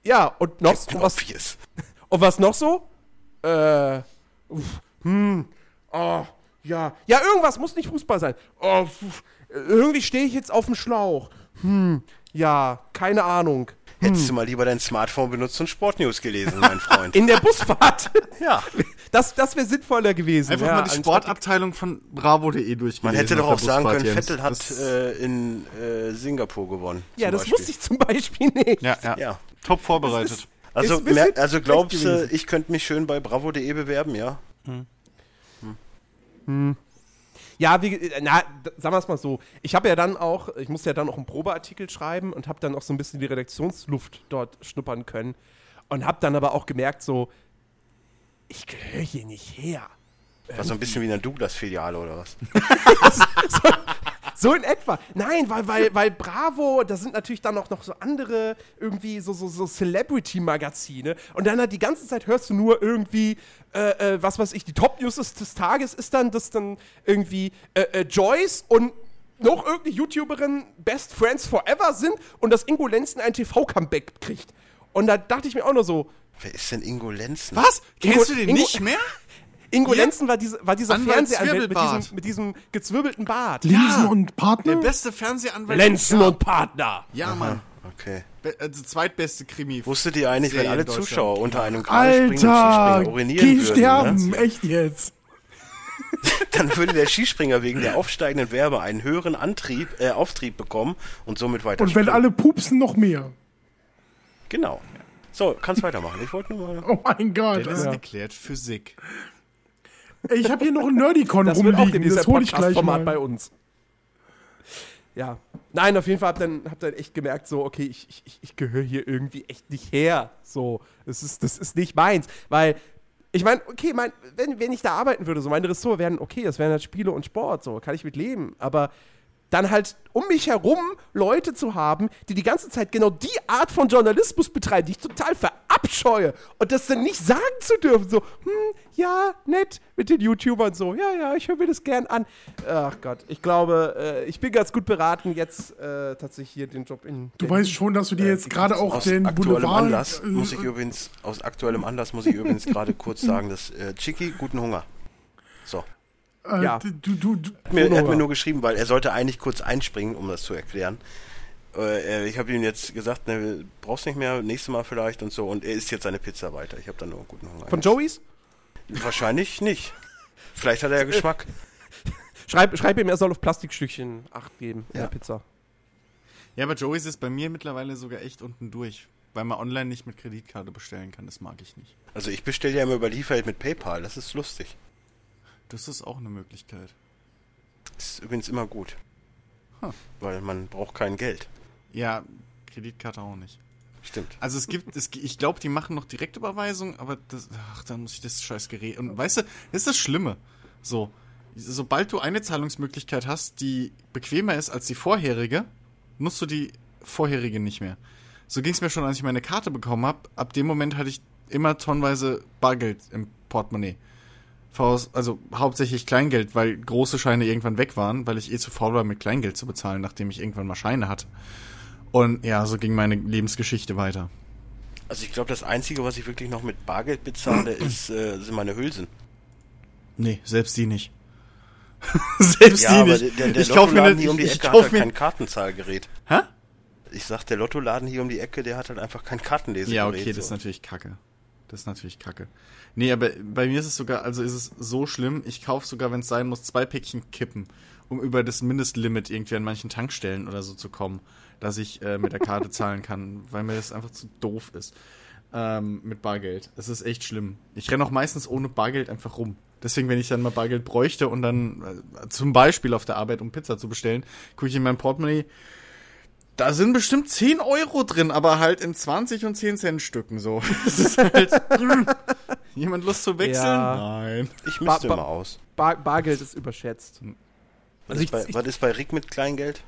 S3: Ja, und noch, und was,
S1: Obvious.
S3: und was noch so? Äh, uff, hm, oh, ja, ja, irgendwas muss nicht Fußball sein. Oh, pf, irgendwie stehe ich jetzt auf dem Schlauch. Hm, ja, keine Ahnung.
S1: Hättest du mal lieber dein Smartphone benutzt und Sportnews gelesen, mein Freund.
S3: In der Busfahrt.
S1: ja.
S3: Das, das wäre sinnvoller gewesen.
S2: Einfach
S3: ja,
S2: mal die
S3: anstatt-
S2: Sportabteilung von bravo.de durchgelesen.
S1: Man hätte doch
S2: auf
S1: auch
S2: der
S1: sagen
S2: Busfahrt,
S1: können,
S2: Jens.
S1: Vettel hat
S2: Das-
S1: äh, in äh, Singapur gewonnen.
S3: Ja,
S1: zum
S3: das
S1: Beispiel.
S3: wusste ich zum Beispiel nicht.
S2: ja, ja,
S1: Ja.
S2: Top vorbereitet.
S1: Also,
S3: Ist ein bisschen
S1: mer- also
S3: schlecht
S1: glaubst du,
S3: gewesen.
S1: ich könnte mich schön bei bravo.de bewerben, ja?
S3: Ja, wie, ge- na, d- sagen wir es mal so. Ich habe ja dann auch, ich musste ja dann auch einen Probeartikel schreiben und habe dann auch so ein bisschen die Redaktionsluft dort schnuppern können und habe dann aber auch gemerkt, so, ich gehöre hier nicht her.
S1: War so Also ein bisschen wie in der Douglas-Filiale oder was?
S3: So in etwa. Nein, weil, weil, weil Bravo, da sind natürlich dann auch noch so andere, irgendwie so, so, so Celebrity-Magazine. Und dann halt die ganze Zeit hörst du nur irgendwie, äh, äh, was weiß ich, die Top-News des, des Tages ist dann, dass dann irgendwie äh, äh, Joyce und noch irgendeine YouTuberin Best Friends Forever sind und dass Ingo Lenzen ein TV-Comeback kriegt. Und da dachte ich mir auch nur so,
S1: Wer ist denn Ingo Lenzen?
S2: Was? Kennst
S3: Ingo-
S2: du den
S3: Ingo-
S2: nicht mehr?
S3: Ingo
S2: Ja.
S3: Lenzen war, diese, war dieser
S2: Anwalt
S3: Fernsehanwalt mit
S2: Zwirbelbart.
S3: diesem, mit diesem gezwirbelten Bart.
S4: Linsen und Partner?
S2: Der beste Fernsehanwalt.
S3: Lenzen und Partner.
S2: Ja, Mann.
S1: Okay.
S2: Be also zweitbeste Krimi.
S1: Wusstet ihr eigentlich, wenn
S2: Serie
S1: alle
S2: in Deutschland.
S1: Zuschauer unter einem Kran springen und
S4: Alter,
S1: Skispringer urinieren
S4: geh
S1: würden,
S4: sterben,
S1: ne?
S4: echt jetzt.
S1: dann würde der Skispringer wegen der aufsteigenden Werbe einen höheren Antrieb, äh, Auftrieb bekommen und somit weiter
S4: Und wenn
S1: springen.
S4: alle pupsen, noch mehr.
S1: Genau. So, kannst weitermachen. Ich wollte nur mal...
S4: Oh mein Gott.
S2: Dennis
S4: Alter.
S2: erklärt Physik.
S4: Ey, Ich habe hier noch ein Nerdicon
S3: Das wird auch
S4: rumliegen,
S3: demnächst
S4: das
S3: ein
S4: hole ich gleich
S3: Podcast-Format
S4: mal.
S3: bei uns. Ja. Nein, auf jeden Fall hab dann, hab dann echt gemerkt, so, okay, ich, ich- ich, ich gehöre hier irgendwie echt nicht her. So, das ist, das ist nicht meins. Weil, ich meine, okay, mein, wenn, wenn ich da arbeiten würde, so meine Ressort wären, okay, das wären halt Spiele und Sport, so, kann ich mit leben. Aber dann halt um mich herum Leute zu haben, die die ganze Zeit genau die Art von Journalismus betreiben, die ich total verabscheue und das dann nicht sagen zu dürfen, so, hm, ja, nett mit den YouTubern so, ja, ja, ich höre mir das gern an. Ach Gott, ich glaube, äh, ich bin ganz gut beraten, jetzt äh, tatsächlich hier den Job in.
S4: Du weißt schon, dass du dir jetzt gerade auch
S1: Äh, Aus
S4: den
S1: aktuellem
S4: Boulevard...
S1: Anlass
S4: äh,
S1: muss ich übrigens, aus aktuellem Anlass muss ich übrigens gerade kurz sagen, dass äh, Chicky guten Hunger. So.
S4: äh,
S3: ja.
S4: du, du, du,
S1: Hat mir, hat
S3: Hunger.
S1: mir nur geschrieben, weil er sollte eigentlich kurz einspringen, um das zu erklären. Äh, äh, ich habe ihm jetzt gesagt, ne, brauchst nicht mehr, nächstes Mal vielleicht und so. Und er isst jetzt seine Pizza weiter. Ich habe dann nur einen guten Hunger.
S3: Von Joeys?
S1: Wahrscheinlich nicht. Vielleicht hat er ja Geschmack.
S3: Schreib, schreib ihm, er soll auf Plastikstückchen Acht geben in
S1: Ja.
S3: der Pizza.
S2: Ja, aber Joey's ist bei mir mittlerweile sogar echt unten durch. Weil man online nicht mit Kreditkarte bestellen kann. Das mag ich nicht.
S1: Also ich bestelle ja immer über Lieferheld mit PayPal. Das ist lustig.
S2: Das ist auch eine Möglichkeit.
S1: Ist übrigens immer gut.
S2: Huh.
S1: Weil man braucht kein Geld.
S2: Ja, Kreditkarte auch nicht.
S1: Stimmt.
S2: Also es gibt, es, ich glaube, die machen noch Direktüberweisung, aber das, ach, dann muss ich das scheiß Gerät. Und weißt du, das ist das Schlimme. So, sobald du eine Zahlungsmöglichkeit hast, die bequemer ist als die vorherige, nutzt du die vorherige nicht mehr. So ging es mir schon, als ich meine Karte bekommen hab. Ab dem Moment hatte ich immer tonnenweise Bargeld im Portemonnaie. Voraus, also hauptsächlich Kleingeld, weil große Scheine irgendwann weg waren, weil ich eh zu faul war, mit Kleingeld zu bezahlen, nachdem ich irgendwann mal Scheine hatte. Und ja, so ging meine Lebensgeschichte weiter.
S1: Also ich glaube, das Einzige, was ich wirklich noch mit Bargeld bezahle, ist, äh, sind meine Hülsen.
S2: Nee, selbst die nicht. selbst
S1: Ja,
S2: die
S1: aber
S2: nicht.
S1: der, der
S2: ich kaufe mir
S1: Lottoladen
S2: eine,
S1: hier um die
S2: ich, ich
S1: Ecke hat
S2: kauf
S1: halt
S2: mir,
S1: kein Kartenzahlgerät.
S2: Hä?
S1: Ich sag, der Lottoladen hier um die Ecke, der hat halt einfach kein Kartenlesegerät.
S2: Ja, okay, das ist
S1: so.
S2: natürlich kacke. Das ist natürlich kacke. Nee, aber bei mir ist es sogar, also ist es so schlimm, ich kaufe sogar, wenn es sein muss, zwei Päckchen Kippen, um über das Mindestlimit irgendwie an manchen Tankstellen oder so zu kommen, dass ich äh, mit der Karte zahlen kann, weil mir das einfach zu doof ist. Ähm, mit Bargeld. Es ist echt schlimm. Ich renne auch meistens ohne Bargeld einfach rum. Deswegen, wenn ich dann mal Bargeld bräuchte und dann äh, zum Beispiel auf der Arbeit, um Pizza zu bestellen, gucke ich in mein Portemonnaie, da sind bestimmt 10 Euro drin, aber halt in 20 und 10 Cent Stücken so. Das ist halt. mm. Jemand Lust zu wechseln?
S3: Ja.
S2: Nein.
S1: Ich müsste
S3: Ba- ba-
S1: mal aus.
S3: Bar, Bargeld ist überschätzt.
S1: Was,
S3: Also
S1: ist,
S3: ich-
S1: bei,
S3: ich-
S1: was ist bei Rick mit Kleingeld?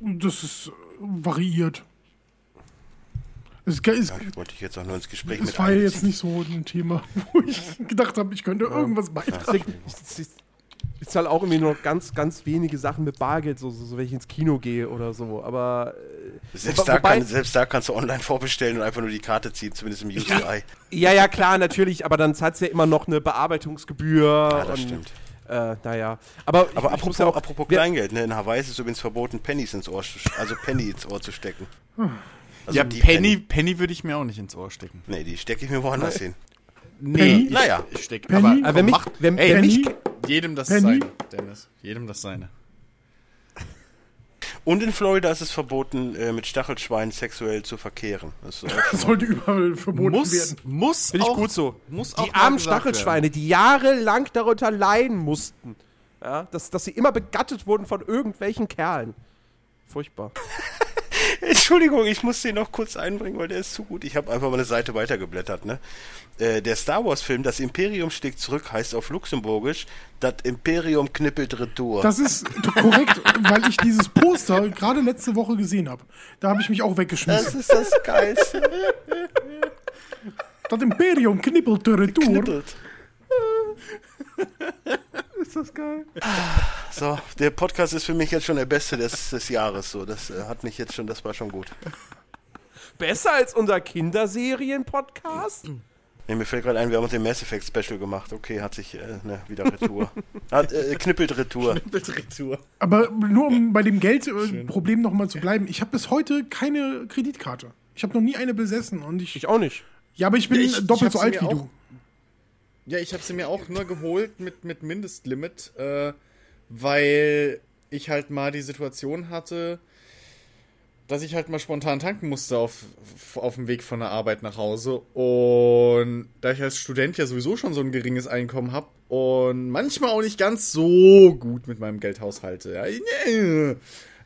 S4: das ist äh, variiert. Es ge- es-
S1: Wollte ich jetzt auch nur ins Gespräch
S4: es
S1: mit
S4: war ja jetzt
S1: einbeziehen.
S4: nicht so ein Thema, wo ich gedacht habe, ich könnte irgendwas beitragen.
S3: Ich, ich, ich zahle auch irgendwie nur noch ganz, ganz wenige Sachen mit Bargeld, so, so, so wenn ich ins Kino gehe oder so. Aber
S1: Selbst,
S3: Wo-
S1: da
S3: wobei-
S1: kann, selbst da kannst du online vorbestellen und einfach nur die Karte ziehen, zumindest im UCI.
S3: Ja, ja, klar, natürlich, aber dann zahlst du ja immer noch eine Bearbeitungsgebühr. Ja,
S1: das stimmt.
S3: Äh, naja. Aber,
S1: Aber
S3: ich- ich muss
S1: apropos,
S3: ja auch-
S1: apropos
S3: wir-
S1: Kleingeld, ne? in Hawaii ist es übrigens verboten, Pennies ins Ohr, zu, also Penny ins Ohr zu stecken. Also
S2: ja,
S1: die
S2: Penny, Penny würde ich mir auch nicht ins Ohr stecken.
S1: Nee, die stecke ich mir woanders hin.
S2: Nee, ich,
S1: Naja.
S2: ich stecke.
S4: Penny?
S2: Aber,
S3: Aber wenn mich,
S2: macht,
S3: wenn,
S2: ey,
S3: wenn mich,
S4: Penny?
S2: jedem das
S4: Penny?
S2: seine, Dennis. Jedem das seine.
S1: Und in Florida ist es verboten, äh, mit Stachelschweinen sexuell zu verkehren. Das ist auch
S4: Das sollte überall verboten
S2: Muss,
S4: werden.
S2: muss
S3: Finde ich
S2: auch,
S3: gut so.
S2: Muss auch
S3: die
S2: mal
S3: armen
S2: gesagt werden.
S3: Stachelschweine, die jahrelang darunter leiden mussten, ja, dass, dass sie immer begattet wurden von irgendwelchen Kerlen. Furchtbar.
S1: Entschuldigung, ich muss den noch kurz einbringen, weil der ist zu gut. Ich habe einfach mal eine Seite weitergeblättert, ne? Äh, der Star Wars-Film Das Imperium schlägt zurück heißt auf Luxemburgisch Das Imperium knippelt Retour.
S4: Das ist korrekt, weil ich dieses Poster gerade letzte Woche gesehen habe. Da habe ich mich auch
S1: Das
S4: weggeschmissen.
S1: ist das Geilste.
S4: Das Imperium knippelt de Retour.
S1: Knippelt. Ist das geil? So, der Podcast ist für mich jetzt schon der beste des, des Jahres. So, das äh, hat mich jetzt schon, das war schon gut.
S3: Besser als unser Kinderserien-Podcast?
S1: Nee, mir fällt gerade ein, wir haben uns den Mass Effect Special gemacht. Okay, hat sich äh, ne, wieder Retour. hat, äh, knippelt Retour.
S2: Retour.
S4: Aber nur um bei dem Geldproblem nochmal zu bleiben. Ich habe bis heute keine Kreditkarte. Ich habe noch nie eine besessen. Und ich,
S3: Ich auch nicht.
S4: ja, aber ich bin
S2: Ich- ich
S4: doppelt
S2: hab
S4: so
S2: sie
S4: alt wie
S2: mir
S4: du.
S2: Ja, ich habe sie mir auch nur geholt mit, mit Mindestlimit, äh, weil ich halt mal die Situation hatte, dass ich halt mal spontan tanken musste auf, auf dem Weg von der Arbeit nach Hause. Und da ich als Student ja sowieso schon so ein geringes Einkommen habe und manchmal auch nicht ganz so gut mit meinem Geld haushalte, ja, äh,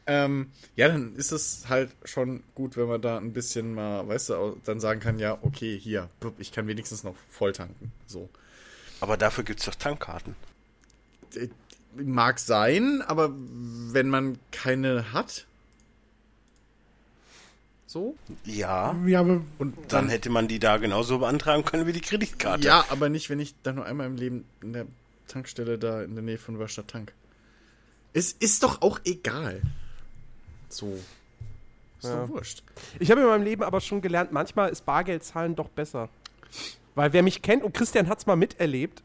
S2: ähm, ja, dann ist es halt schon gut, wenn man da ein bisschen mal, weißt du, au- dann sagen kann, ja, okay, hier, blub, ich kann wenigstens noch voll tanken. So.
S1: Aber dafür gibt's doch Tankkarten.
S2: Äh, Mag sein, aber wenn man keine hat, so?
S1: Ja.
S4: Ja, aber
S2: Und
S1: Dann hätte man die da genauso beantragen können wie die Kreditkarte.
S2: Ja, aber nicht, wenn ich da nur einmal im Leben in der Tankstelle da in der Nähe von Warstadt Tank. Es ist doch auch egal. So. Ist
S3: Ja.
S2: doch wurscht.
S3: Ich habe in meinem Leben aber schon gelernt, manchmal ist Bargeld zahlen doch besser. Weil wer mich kennt, und Christian hat es mal miterlebt,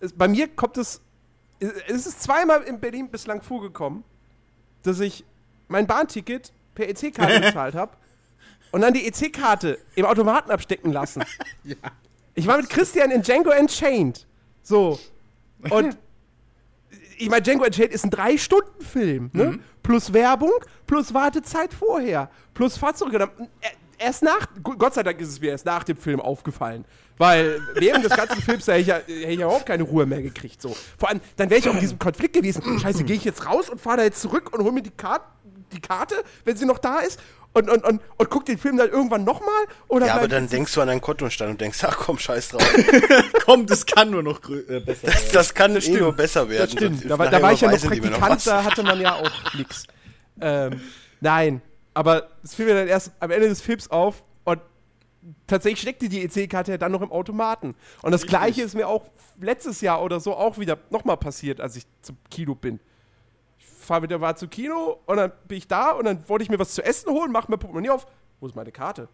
S3: ist, bei mir kommt es, es ist zweimal in Berlin bislang vorgekommen, dass ich mein Bahnticket per EC-Karte bezahlt habe und dann die EC-Karte im Automaten abstecken lassen. Ich war mit Christian in Django Unchained. So. Und ich meine, Django Unchained ist ein Drei-Stunden-Film, ne?
S1: Mhm.
S3: Plus Werbung, plus Wartezeit vorher, plus Fahrzeug. äh, Erst nach, Gott sei Dank ist es mir erst nach dem Film aufgefallen. Weil während des ganzen Films da hätte ich, ja, hätte ich ja überhaupt keine Ruhe mehr gekriegt. So. Vor allem, dann wäre ich auch in diesem Konflikt gewesen. Scheiße, gehe ich jetzt raus und fahre da jetzt zurück und hole mir die, Kart die Karte, wenn sie noch da ist? Und, und, und, und guck den Film dann irgendwann nochmal? Oder
S1: Ja, aber
S3: bleib-
S1: dann denkst du an deinen Kontostand und denkst, ach komm, scheiß drauf.
S2: Komm, das kann nur noch grö- äh, besser werden.
S1: Das kann eh nur besser werden.
S3: Das stimmt.
S1: sonst-
S3: Da, war- da
S1: nachher
S3: war ich ja noch
S1: überweisen die mir
S3: Praktikant,
S1: was.
S3: da hatte man ja auch nix. Ähm, nein, aber es fiel mir dann erst am Ende des Films auf und tatsächlich steckte die EC-Karte ja dann noch im Automaten. Und das Gleiche ist mir auch letztes Jahr oder so auch wieder nochmal passiert, als ich zum Kino bin. Ich fahre mit der Wahl zum Kino und dann bin ich da und dann wollte ich mir was zu essen holen, mache mir Portemonnaie auf. Wo ist meine Karte?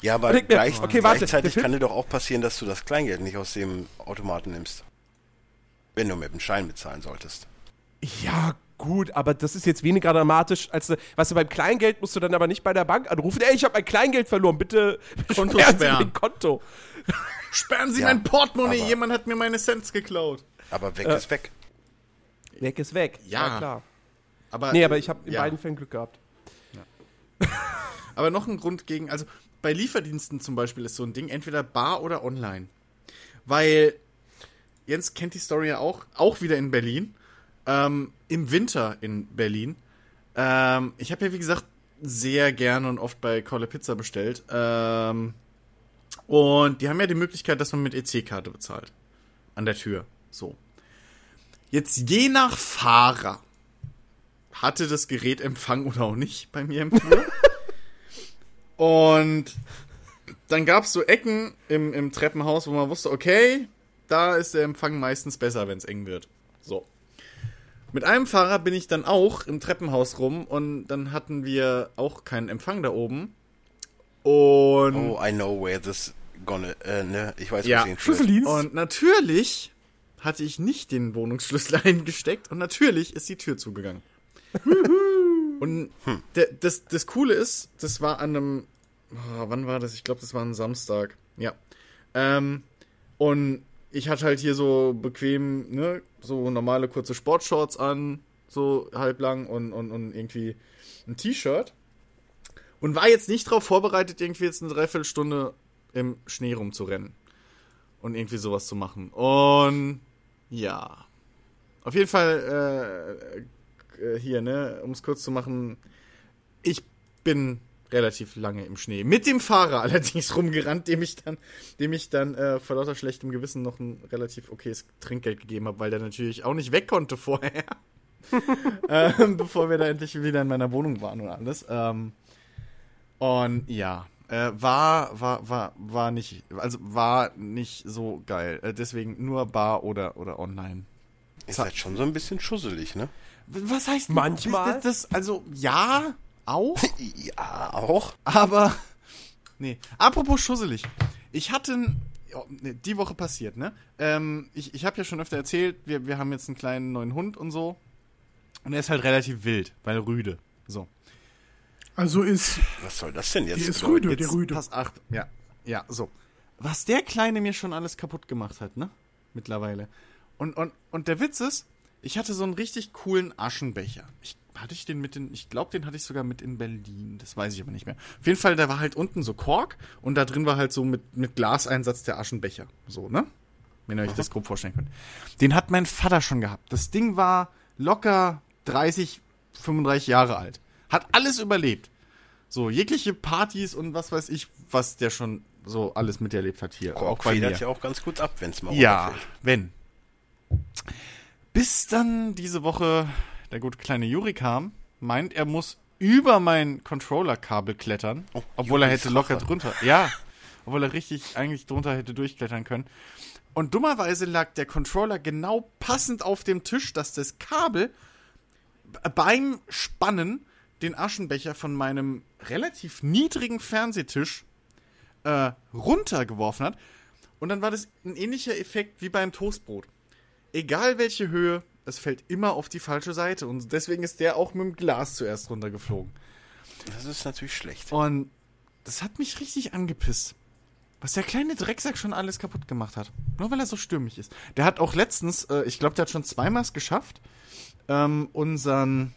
S1: Ja, aber
S3: Überleg mir.
S1: gleich,
S3: Okay, warte. Der
S1: gleichzeitig
S3: Film-
S1: kann dir doch auch passieren, dass du das Kleingeld nicht aus dem Automaten nimmst. Wenn du mit dem Schein bezahlen solltest.
S3: Ja, gut, aber das ist jetzt weniger dramatisch als, äh, weißt du, beim Kleingeld musst du dann aber nicht bei der Bank anrufen. Ey, ich habe mein Kleingeld verloren, bitte
S2: Konto
S3: sperren Sie
S2: sperren.
S3: mein Konto.
S2: Sperren Sie
S1: Ja,
S2: mein Portemonnaie,
S1: aber-
S2: jemand hat mir meine Cents geklaut.
S1: Aber
S3: Äh.
S1: weg ist weg.
S3: Weg ist weg.
S2: Ja.
S3: klar.
S2: Aber,
S3: Nee, aber ich habe in
S2: ja.
S3: beiden Fällen Glück gehabt.
S2: Aber noch ein Grund gegen, also bei Lieferdiensten zum Beispiel ist so ein Ding, entweder bar oder online. Weil, Jens kennt die Story ja auch, auch wieder in Berlin, ähm, im Winter in Berlin. Ähm, ich habe ja, wie gesagt, sehr gerne und oft bei Call a Pizza bestellt. Ähm, und die haben ja die Möglichkeit, dass man mit EC-Karte bezahlt. An der Tür. So. Jetzt je nach Fahrer hatte das Gerät Empfang oder auch nicht bei mir im Flur. Und dann gab es so Ecken im, im Treppenhaus, wo man wusste, okay, da ist der Empfang meistens besser, wenn es eng wird. So. Mit einem Fahrer bin ich dann auch im Treppenhaus rum und dann hatten wir auch keinen Empfang da oben. Und,
S1: Oh, I know where this gonna. Äh, ne, ich weiß,
S2: Ja.
S1: wo sie hinführt.
S4: Schlüsseldienst.
S2: und natürlich hatte ich nicht den Wohnungsschlüssel eingesteckt und natürlich ist die Tür zugegangen. und der, das, das Coole ist, das war an einem. Oh, wann war das? Ich glaube, das war ein Samstag. Ja. Ähm, und ich hatte halt hier so bequem, ne, so normale kurze Sportshorts an, so halblang und, und, und irgendwie ein T-Shirt. Und war jetzt nicht darauf vorbereitet, irgendwie jetzt eine Dreiviertelstunde im Schnee rumzurennen und irgendwie sowas zu machen. Und ja. Auf jeden Fall äh, äh, hier, ne, um es kurz zu machen, ich bin relativ lange im Schnee. Mit dem Fahrer allerdings rumgerannt, dem ich dann, dem ich dann äh, vor lauter schlechtem Gewissen noch ein relativ okayes Trinkgeld gegeben habe, weil der natürlich auch nicht weg konnte vorher. ähm, bevor wir da endlich wieder in meiner Wohnung waren und alles. Ähm, und ja, äh, war, war, war, war nicht, also war nicht so geil. Äh, deswegen nur bar oder, oder online.
S1: Ihr seid halt schon so ein bisschen schusselig, ne?
S2: Was heißt
S3: Manchmal.
S2: Das, das, also ja, auch,
S1: Ja, auch.
S2: aber nee. Apropos schusselig. Ich hatte n- ja, nee, die Woche passiert, ne? Ähm, ich ich habe ja schon öfter erzählt, wir, wir haben jetzt einen kleinen neuen Hund und so. Und er ist halt relativ wild, weil rüde. So.
S4: Also ist,
S1: Was soll das denn jetzt?
S4: die ist
S1: bedeuten?
S4: Rüde, der
S2: Jetzt
S4: Rüde.
S2: Pass acht. Ja, ja, so. Was der Kleine mir schon alles kaputt gemacht hat, ne? Mittlerweile. Und, und, und der Witz ist, ich hatte so einen richtig coolen Aschenbecher. Ich, hatte ich den mit in, ich glaube, den hatte ich sogar mit in Berlin. Das weiß ich aber nicht mehr. Auf jeden Fall, da war halt unten so Kork und da drin war halt so mit, mit Glaseinsatz der Aschenbecher. So, ne? Wenn ihr euch das grob vorstellen könnt. Den hat mein Vater schon gehabt. Das Ding war locker 30, 35 Jahre alt. Hat alles überlebt. So, jegliche Partys und was weiß ich, was der schon so alles miterlebt hat hier.
S1: Kork federt ja auch ganz gut ab, wenn's mal
S2: Ja,
S1: runterfällt.
S2: wenn. Bis dann diese Woche der gute kleine Juri kam, meint, er muss über mein Controller-Kabel klettern, obwohl er hätte locker drunter. Ja, obwohl er richtig eigentlich drunter hätte durchklettern können. Und dummerweise lag der Controller genau passend auf dem Tisch, dass das Kabel b- beim Spannen den Aschenbecher von meinem relativ niedrigen Fernsehtisch äh, runtergeworfen hat. Und dann war das ein ähnlicher Effekt wie beim Toastbrot. Egal welche Höhe, es fällt immer auf die falsche Seite. Und deswegen ist der auch mit dem Glas zuerst runtergeflogen.
S1: Das ist natürlich schlecht.
S2: Und das hat mich richtig angepisst. Was der kleine Drecksack schon alles kaputt gemacht hat. Nur weil er so stürmig ist. Der hat auch letztens, äh, ich glaube, der hat schon zweimal es geschafft, ähm, unseren,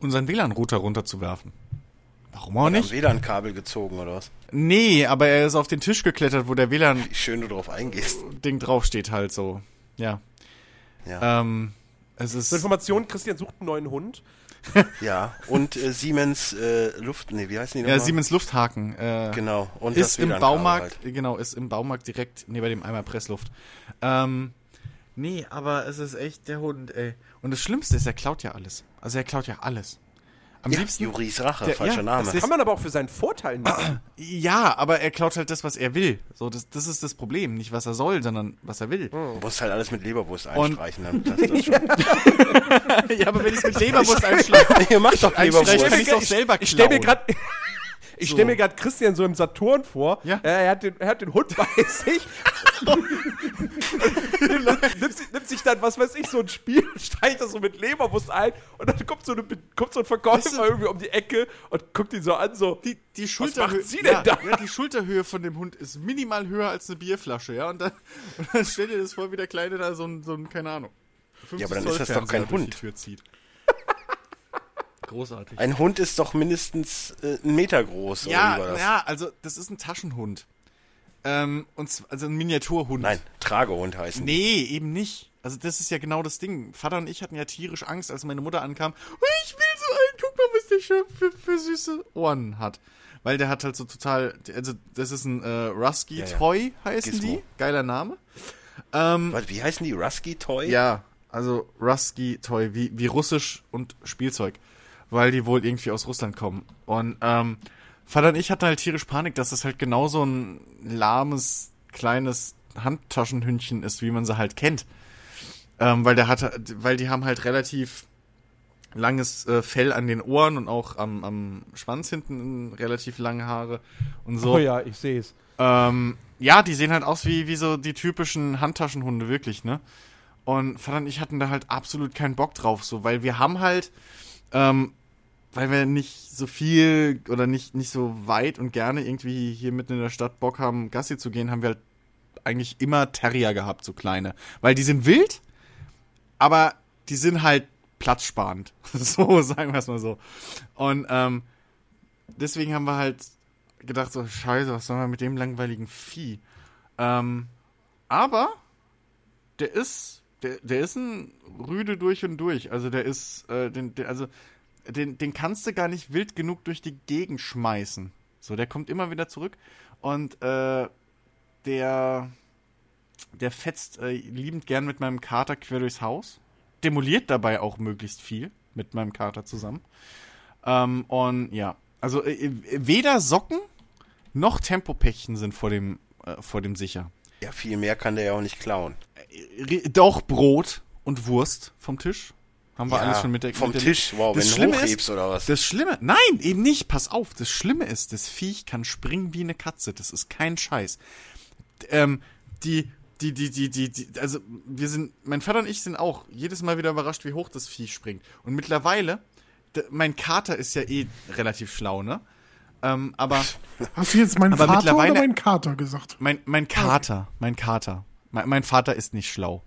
S2: unseren WLAN-Router runterzuwerfen. Warum auch
S1: Haben
S2: nicht?
S1: WLAN-Kabel gezogen oder was?
S2: Nee, aber er ist auf den Tisch geklettert, wo der WLAN
S1: Wie schön du drauf eingehst.
S2: Ding draufsteht halt so. Ja.
S1: Ja.
S2: Ähm, es ist.
S3: Zur Information, Christian sucht einen neuen Hund.
S1: Ja. Und äh, Siemens äh, Luft, nee, wie heißen die
S2: ja,
S1: nochmal?
S2: Siemens Lufthaken. Äh,
S1: Genau. Und das
S2: ist im
S1: WLAN-Kabel
S2: Baumarkt,
S1: halt.
S2: genau, ist im Baumarkt direkt neben dem Eimer Pressluft. Ähm, nee, aber es ist echt der Hund, ey. Und das Schlimmste ist, er klaut ja alles. Also er klaut ja alles. Am
S1: Ja,
S2: liebsten.
S1: Juris Rache,
S2: Der-
S1: falscher
S2: ja,
S1: Name.
S2: das ist-
S3: Kann man aber auch für seinen Vorteil nutzen.
S2: Ja, aber er klaut halt das, was er will. So, das, das ist das Problem. Nicht, was er soll, sondern was er will.
S1: Du musst halt alles mit Leberwurst einstreichen, dann passt das schon.
S2: ja, aber wenn ich mit Leberwurst einschlage,
S1: Ihr macht doch
S2: einstreiche,
S1: Leberwurst.
S2: kann ich doch selber klauen.
S3: Ich stelle mir gerade. Ich stelle mir gerade Christian so im Saturn vor.
S2: Ja.
S3: Äh, Er, hat den, er hat den Hund bei sich. nimmt, sich- nimmt sich dann, was weiß ich, so ein Spiel, steigt das so mit Leberwurst ein und dann kommt so, eine, Be- kommt so ein Verkäufer
S2: Weißt du-
S3: irgendwie um die Ecke und guckt ihn so an, so.
S2: die, die Schulterhöhe.
S3: macht sie denn
S2: ja,
S3: da?
S2: Ja, die Schulterhöhe von dem Hund ist minimal höher als eine Bierflasche, ja. Und dann, und dann stell dir das vor, wie der Kleine da so ein, so ein keine Ahnung. 50
S1: Ja, aber dann ist das doch
S2: Fernseher
S1: kein
S2: durch
S1: Hund.
S2: Die Tür zieht. Großartig.
S1: Ein Hund ist doch mindestens äh, einen Meter groß. oder wie war
S2: Ja,
S1: das?
S2: ja, also das ist ein Taschenhund. Ähm, und zw- also ein Miniaturhund.
S1: Nein, Tragehund heißen. die.
S2: Nee, eben nicht. Also das ist ja genau das Ding. Vater und ich hatten ja tierisch Angst, als meine Mutter ankam. "Oh, Ich will so einen, guck mal, was der schon für, für süße Ohren hat. Weil der hat halt so total, also das ist ein äh, Rusky
S1: Ja, ja.
S2: Toy heißen
S1: Gizmo.
S2: die. Geiler Name. Ähm,
S1: Was, wie heißen die? Rusky Toy?
S2: Ja, also Rusky Toy, wie, wie Russisch und Spielzeug. Weil die wohl irgendwie aus Russland kommen. Und ähm, Vater und ich hatten halt tierisch Panik, dass das halt genau so ein lahmes, kleines Handtaschenhündchen ist, wie man sie halt kennt. Ähm, weil der hatte, weil die haben halt relativ langes äh, Fell an den Ohren und auch am, am Schwanz hinten relativ lange Haare und so.
S3: Oh ja, ich sehe es.
S2: Ähm, ja, die sehen halt aus wie, wie so die typischen Handtaschenhunde, wirklich, ne? Und Vater und ich hatten da halt absolut keinen Bock drauf, so, weil wir haben halt, ähm, weil wir nicht so viel oder nicht, nicht so weit und gerne irgendwie hier mitten in der Stadt Bock haben, Gassi zu gehen, haben wir halt eigentlich immer Terrier gehabt, so kleine. Weil die sind wild, aber die sind halt platzsparend. So, sagen wir es mal so. Und ähm, deswegen haben wir halt gedacht, so, scheiße, was sollen wir mit dem langweiligen Vieh? Ähm, aber der ist, der, der ist ein Rüde durch und durch. Also der ist, äh, den, der, also den, den kannst du gar nicht wild genug durch die Gegend schmeißen. So, der kommt immer wieder zurück und äh, der, der fetzt äh, liebend gern mit meinem Kater quer durchs Haus. Demoliert dabei auch möglichst viel mit meinem Kater zusammen. Ähm, und ja, also äh, weder Socken noch Tempopäckchen sind vor dem, äh, vor dem sicher.
S1: Ja, viel mehr kann der ja auch nicht klauen.
S2: Äh, Doch Brot und Wurst vom Tisch. Haben wir
S1: Ja,
S2: alles schon mit der
S1: vom
S2: mit der-
S1: Tisch, wow, wenn du hochhebst
S2: ist,
S1: oder was?
S2: Das Schlimme, nein, eben nicht, pass auf. Das Schlimme ist, das Viech kann springen wie eine Katze. Das ist kein Scheiß. Ähm, die, die, die, die, die, die, also wir sind, mein Vater und ich sind auch jedes Mal wieder überrascht, wie hoch das Vieh springt. Und mittlerweile, d- mein Kater ist ja eh relativ schlau, ne? Ähm, aber
S4: Hast du jetzt meinen
S2: Aber
S4: Vater oder
S2: mittlerweile-
S4: meinen Kater gesagt?
S2: mein, mein Kater, mein Kater. Mein, mein Vater ist nicht schlau.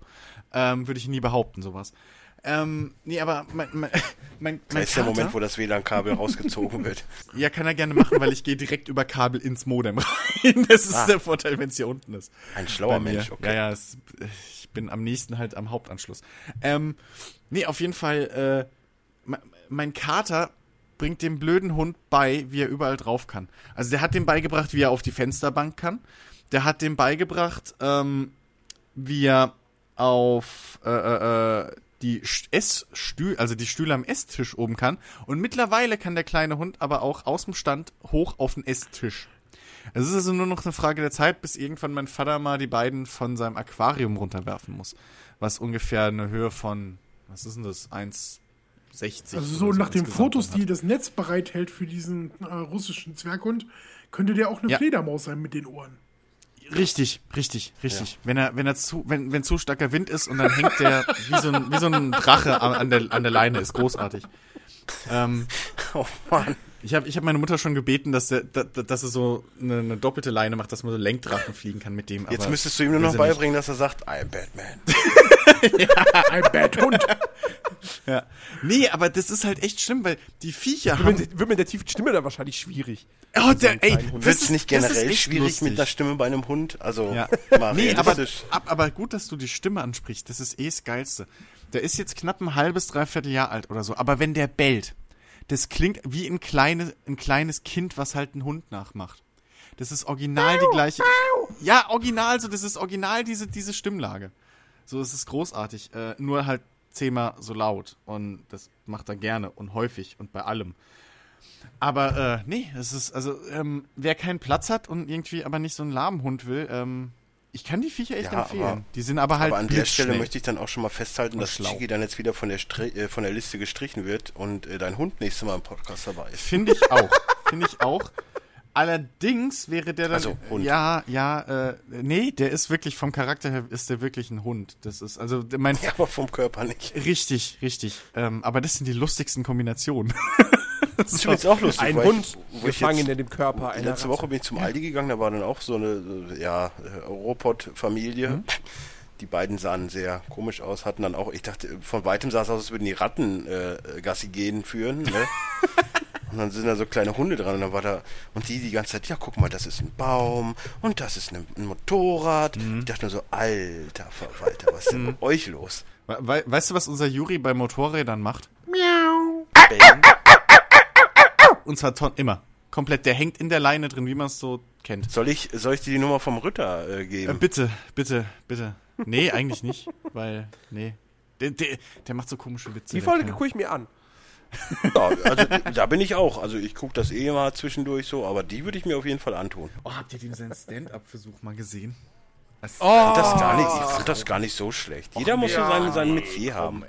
S2: Ähm, Würde ich nie behaupten, sowas. Ähm, nee, aber mein, mein, mein,
S1: Da
S2: mein
S1: ist der
S2: Kater-
S1: Moment, wo das WLAN-Kabel rausgezogen wird.
S2: Ja, kann er gerne machen, weil ich gehe direkt über Kabel ins Modem rein. Das ist der Vorteil, wenn es hier unten ist.
S1: Ein schlauer
S2: Bei mir.
S1: Ah. Mensch, okay.
S2: Ja, ja, es, ich bin am nächsten halt am Hauptanschluss. Ähm, nee, auf jeden Fall, äh, me- mein Kater bringt dem blöden Hund bei, wie er überall drauf kann. Also der hat dem beigebracht, wie er auf die Fensterbank kann. Der hat dem beigebracht, ähm, wie er auf äh, äh, äh, die Sch- Essstühle, also die Stühle am Esstisch oben kann. Und mittlerweile kann der kleine Hund aber auch aus dem Stand hoch auf den Esstisch. Es ist also nur noch eine Frage der Zeit, bis irgendwann mein Vater mal die beiden von seinem Aquarium runterwerfen muss. Was ungefähr eine Höhe von, was ist denn das, 1,60?
S4: Also so
S2: oder
S4: nach dem
S2: insgesamt
S4: Fotos,
S2: dann
S4: die
S2: hat.
S4: das Netz bereithält für diesen äh, russischen Zwerghund, könnte der auch eine
S2: Ja.
S4: Fledermaus sein mit den Ohren.
S2: Richtig, richtig, richtig. Wenn er, wenn er zu, wenn, wenn zu starker Wind ist und dann hängt der wie so ein, wie so ein Drache an, an, der, an der Leine, ist großartig. Ähm,
S1: Oh Mann.
S2: Ich habe ich hab meine Mutter schon gebeten, dass er, da- da- dass er so eine, eine doppelte Leine macht, dass man so Lenkdrachen fliegen kann mit dem.
S1: Jetzt
S2: aber
S1: müsstest du ihm nur
S2: will
S1: noch
S2: sie nicht.
S1: beibringen, dass er sagt, I'm Batman.
S4: Ein Bad Hund.
S2: Ja. Nee, aber das ist halt echt schlimm, weil die Viecher
S3: Wird
S2: haben.
S3: mit, wird mit der tiefen Stimme dann wahrscheinlich schwierig.
S2: Oh, der, ey,
S3: kleinen Hund.
S1: Wird es nicht
S2: das ist
S1: generell
S2: echt
S1: schwierig mit
S2: lustig.
S1: einer Stimme bei einem Hund? Also,
S2: Ja.
S1: mal
S2: Nee, aber, halt
S1: realistisch.
S2: ab, aber gut, dass du die Stimme ansprichst. Das ist eh das Geilste. Der ist jetzt knapp ein halbes, dreiviertel Jahr alt oder so. Aber wenn der bellt, das klingt wie ein, kleine, ein kleines Kind, was halt einen Hund nachmacht. Das ist original die gleiche. Ja, original, so, das ist original diese, diese Stimmlage. So, es ist großartig. Äh, nur halt zehnmal so laut. Und das macht er gerne und häufig und bei allem. Aber äh, nee, es ist, also, ähm, wer keinen Platz hat und irgendwie aber nicht so einen lahmen Hund will, ähm, ich kann die Viecher echt
S1: Ja,
S2: empfehlen.
S1: aber-
S2: die sind aber halt.
S1: Aber an der Stelle
S2: blitzschnell.
S1: möchte ich dann auch schon mal festhalten, dass
S2: schlau.
S1: Chiki dann jetzt wieder von der, Stri äh, von der Liste gestrichen wird und äh, dein Hund nächstes Mal im Podcast dabei ist.
S2: Finde ich auch. Finde ich auch. Allerdings wäre der dann.
S1: Also, Hund.
S2: Ja, ja, äh, nee, der ist wirklich, vom Charakter her ist der wirklich ein Hund. Das ist, also, der- mein.
S1: Ja, aber vom Körper nicht.
S2: Richtig, richtig. Ähm, aber das sind die lustigsten Kombinationen.
S1: Das ist übrigens auch lustig.
S3: Ein
S1: weil
S3: Hund
S1: ich, wo ich
S3: gefangen
S1: jetzt,
S3: in dem Körper einer
S1: Letzte Woche bin ich zum Aldi gegangen, da war dann auch so eine äh, ja, äh, Robot-Familie. Die beiden sahen sehr komisch aus, hatten dann auch, ich dachte, von weitem sah es aus, als würden die Ratten äh, Gassi gehen führen. Ne? und dann sind da so kleine Hunde dran und dann war da, und die die ganze Zeit, ja guck mal, das ist ein Baum und das ist eine, ein Motorrad. Ich dachte nur so, alter Verwalter, was ist denn mit euch los?
S2: We we weißt du, was unser Juri bei Motorrädern macht?
S5: Miau.
S2: Und zwar ton immer. Komplett. Der hängt in der Leine drin, wie man es so kennt.
S1: Soll ich, soll ich dir die Nummer vom Ritter äh,
S2: Äh,
S1: geben?
S2: bitte, bitte, bitte. Nee, eigentlich nicht, weil, nee. Der, der, der macht so komische Witze.
S3: Die
S2: der
S3: Folge
S2: Kerl.
S3: gucke ich mir an.
S1: Ja, also da bin ich auch. Also ich gucke das eh mal zwischendurch so, aber die würde ich mir auf jeden Fall antun.
S2: Oh, habt ihr den seinen Stand-Up-Versuch mal gesehen?
S1: Das ist gar nicht, ich fand das gar nicht so schlecht. Jeder muss so sein, sein Metier haben.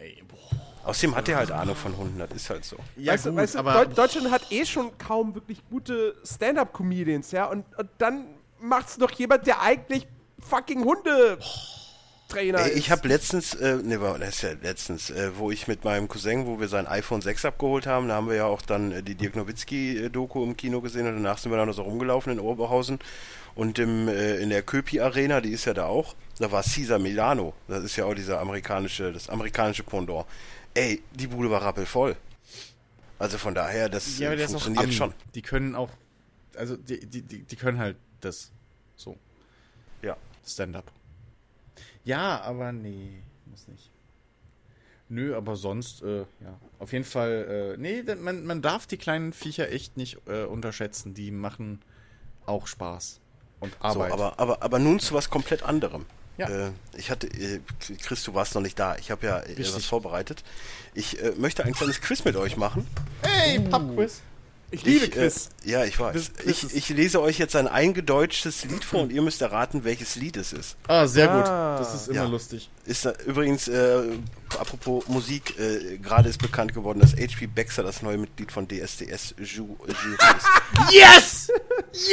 S1: Außerdem hat er halt Ahnung von Hunden, das ist halt so.
S2: Ja,
S3: weißt du,
S2: gut,
S3: weißt du,
S2: aber
S3: Deu- Deutschland hat eh schon kaum wirklich gute Stand-up-Comedians, ja, und, und dann macht's noch jemand, der eigentlich fucking Hunde-Trainer
S1: Ey,
S3: ist.
S1: ich habe letztens, äh, ne, das ist ja letztens, äh, wo ich mit meinem Cousin, wo wir sein iPhone 6 abgeholt haben, da haben wir ja auch dann äh, die Dirk Nowitzki-Doku im Kino gesehen und danach sind wir dann so rumgelaufen in Oberhausen und im, äh, in der Köpi-Arena, die ist ja da auch, da war Cesar Milano, das ist ja auch dieser amerikanische, das amerikanische Pendant. Ey, die Bude war rappelvoll. Also von daher, das
S2: Ja, aber
S1: äh,
S2: der ist auch
S1: funktioniert
S2: am,
S1: schon.
S2: Die können auch, also die, die, die, die können halt das so,
S1: Ja.
S2: Stand-up. Ja, aber nee, muss nicht. Nö, aber sonst, äh, ja. Auf jeden Fall, äh, nee, denn man, man darf die kleinen Viecher echt nicht äh, unterschätzen. Die machen auch Spaß und
S1: So,
S2: Arbeit.
S1: aber, aber, aber nun zu was komplett anderem.
S2: Ja.
S1: Äh, ich hatte, äh, Chris, du warst noch nicht da. Ich habe ja äh,
S2: Richtig.
S1: was vorbereitet. Ich äh, möchte ein kleines Quiz mit euch machen.
S2: hey, Pappquiz!
S3: ich liebe
S1: ich,
S3: Quiz.
S1: Äh, ja, ich weiß.
S3: Quiz- Quiz
S1: Ich, ich lese euch jetzt ein eingedeutschtes Lied vor und ihr müsst erraten, welches Lied es ist.
S2: Ah, sehr gut.
S3: Ah.
S2: Das ist immer
S1: Ja.
S2: lustig.
S1: Ist da, übrigens, äh, apropos Musik, äh, gerade ist bekannt geworden, dass HP Baxter das neue Mitglied von DSDS Ju, Jury ist.
S2: Yes!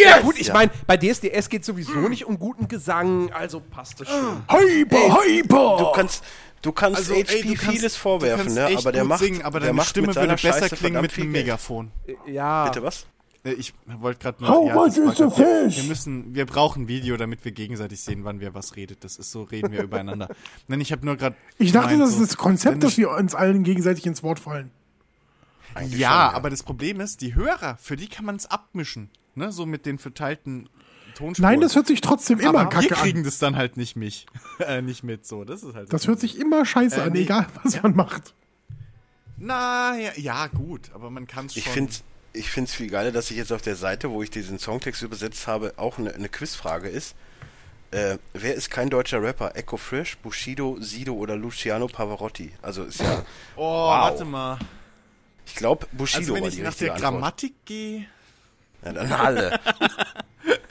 S3: ja, gut, ich
S1: Ja.
S3: meine, bei DSDS geht sowieso nicht um guten Gesang, also passt das schon.
S4: Hyper, hyper!
S1: Du kannst, du kannst
S2: Also,
S1: HP
S2: ey, du kannst-
S1: vieles
S2: du
S1: vorwerfen,
S2: kannst
S1: ne?
S2: echt
S1: aber der
S2: gut
S1: macht,
S2: singen, aber
S1: der
S2: deine
S1: macht
S2: Stimme
S1: mit
S2: würde
S1: seiner
S2: besser
S1: Scheiße
S2: klingen mit
S1: verdammt viel
S2: einem
S1: Geld.
S2: Megafon.
S3: Ja.
S1: Bitte was?
S2: Äh, Ich wollte gerade nur.
S4: How much
S2: das war
S4: is the
S2: grad so.
S4: fish?
S2: Wir müssen, wir brauchen Video, damit wir gegenseitig sehen, wann wer was redet. Das ist so, reden wir übereinander. Nein, ich habe nur gerade.
S4: Ich dachte,
S2: gemeint,
S4: das ist
S2: so,
S4: das Konzept,
S2: wenn
S4: dass
S2: ich-
S4: wir uns allen gegenseitig ins Wort fallen.
S1: Eigentlich
S2: Ja,
S1: schon,
S2: aber das Problem ist, die Hörer, für die kann man es abmischen, ne? So mit den verteilten Tonspuren.
S4: Nein, das hört sich trotzdem immer
S2: aber wir
S4: kacke
S2: kriegen
S4: an.
S2: das dann halt nicht mich, äh, nicht mit. So, das ist halt.
S4: Das hört sich immer scheiße
S2: Äh,
S4: an,
S2: nee.
S4: egal was man macht.
S2: Na ja, ja gut, aber man kann es schon.
S1: Ich finde ich find's viel geiler, dass ich jetzt auf der Seite, wo ich diesen Songtext übersetzt habe, auch ne, eine eine Quizfrage ist. Äh, wer ist kein deutscher Rapper? Echo Fresh, Bushido, Sido oder Luciano Pavarotti? Also ist ja,
S2: Oh, warte mal.
S1: ich glaube, Bushido
S2: Also wenn
S1: war
S2: ich
S1: die
S2: nach der
S1: richtige Antwort.
S2: Grammatik gehe.
S1: Ja, dann alle.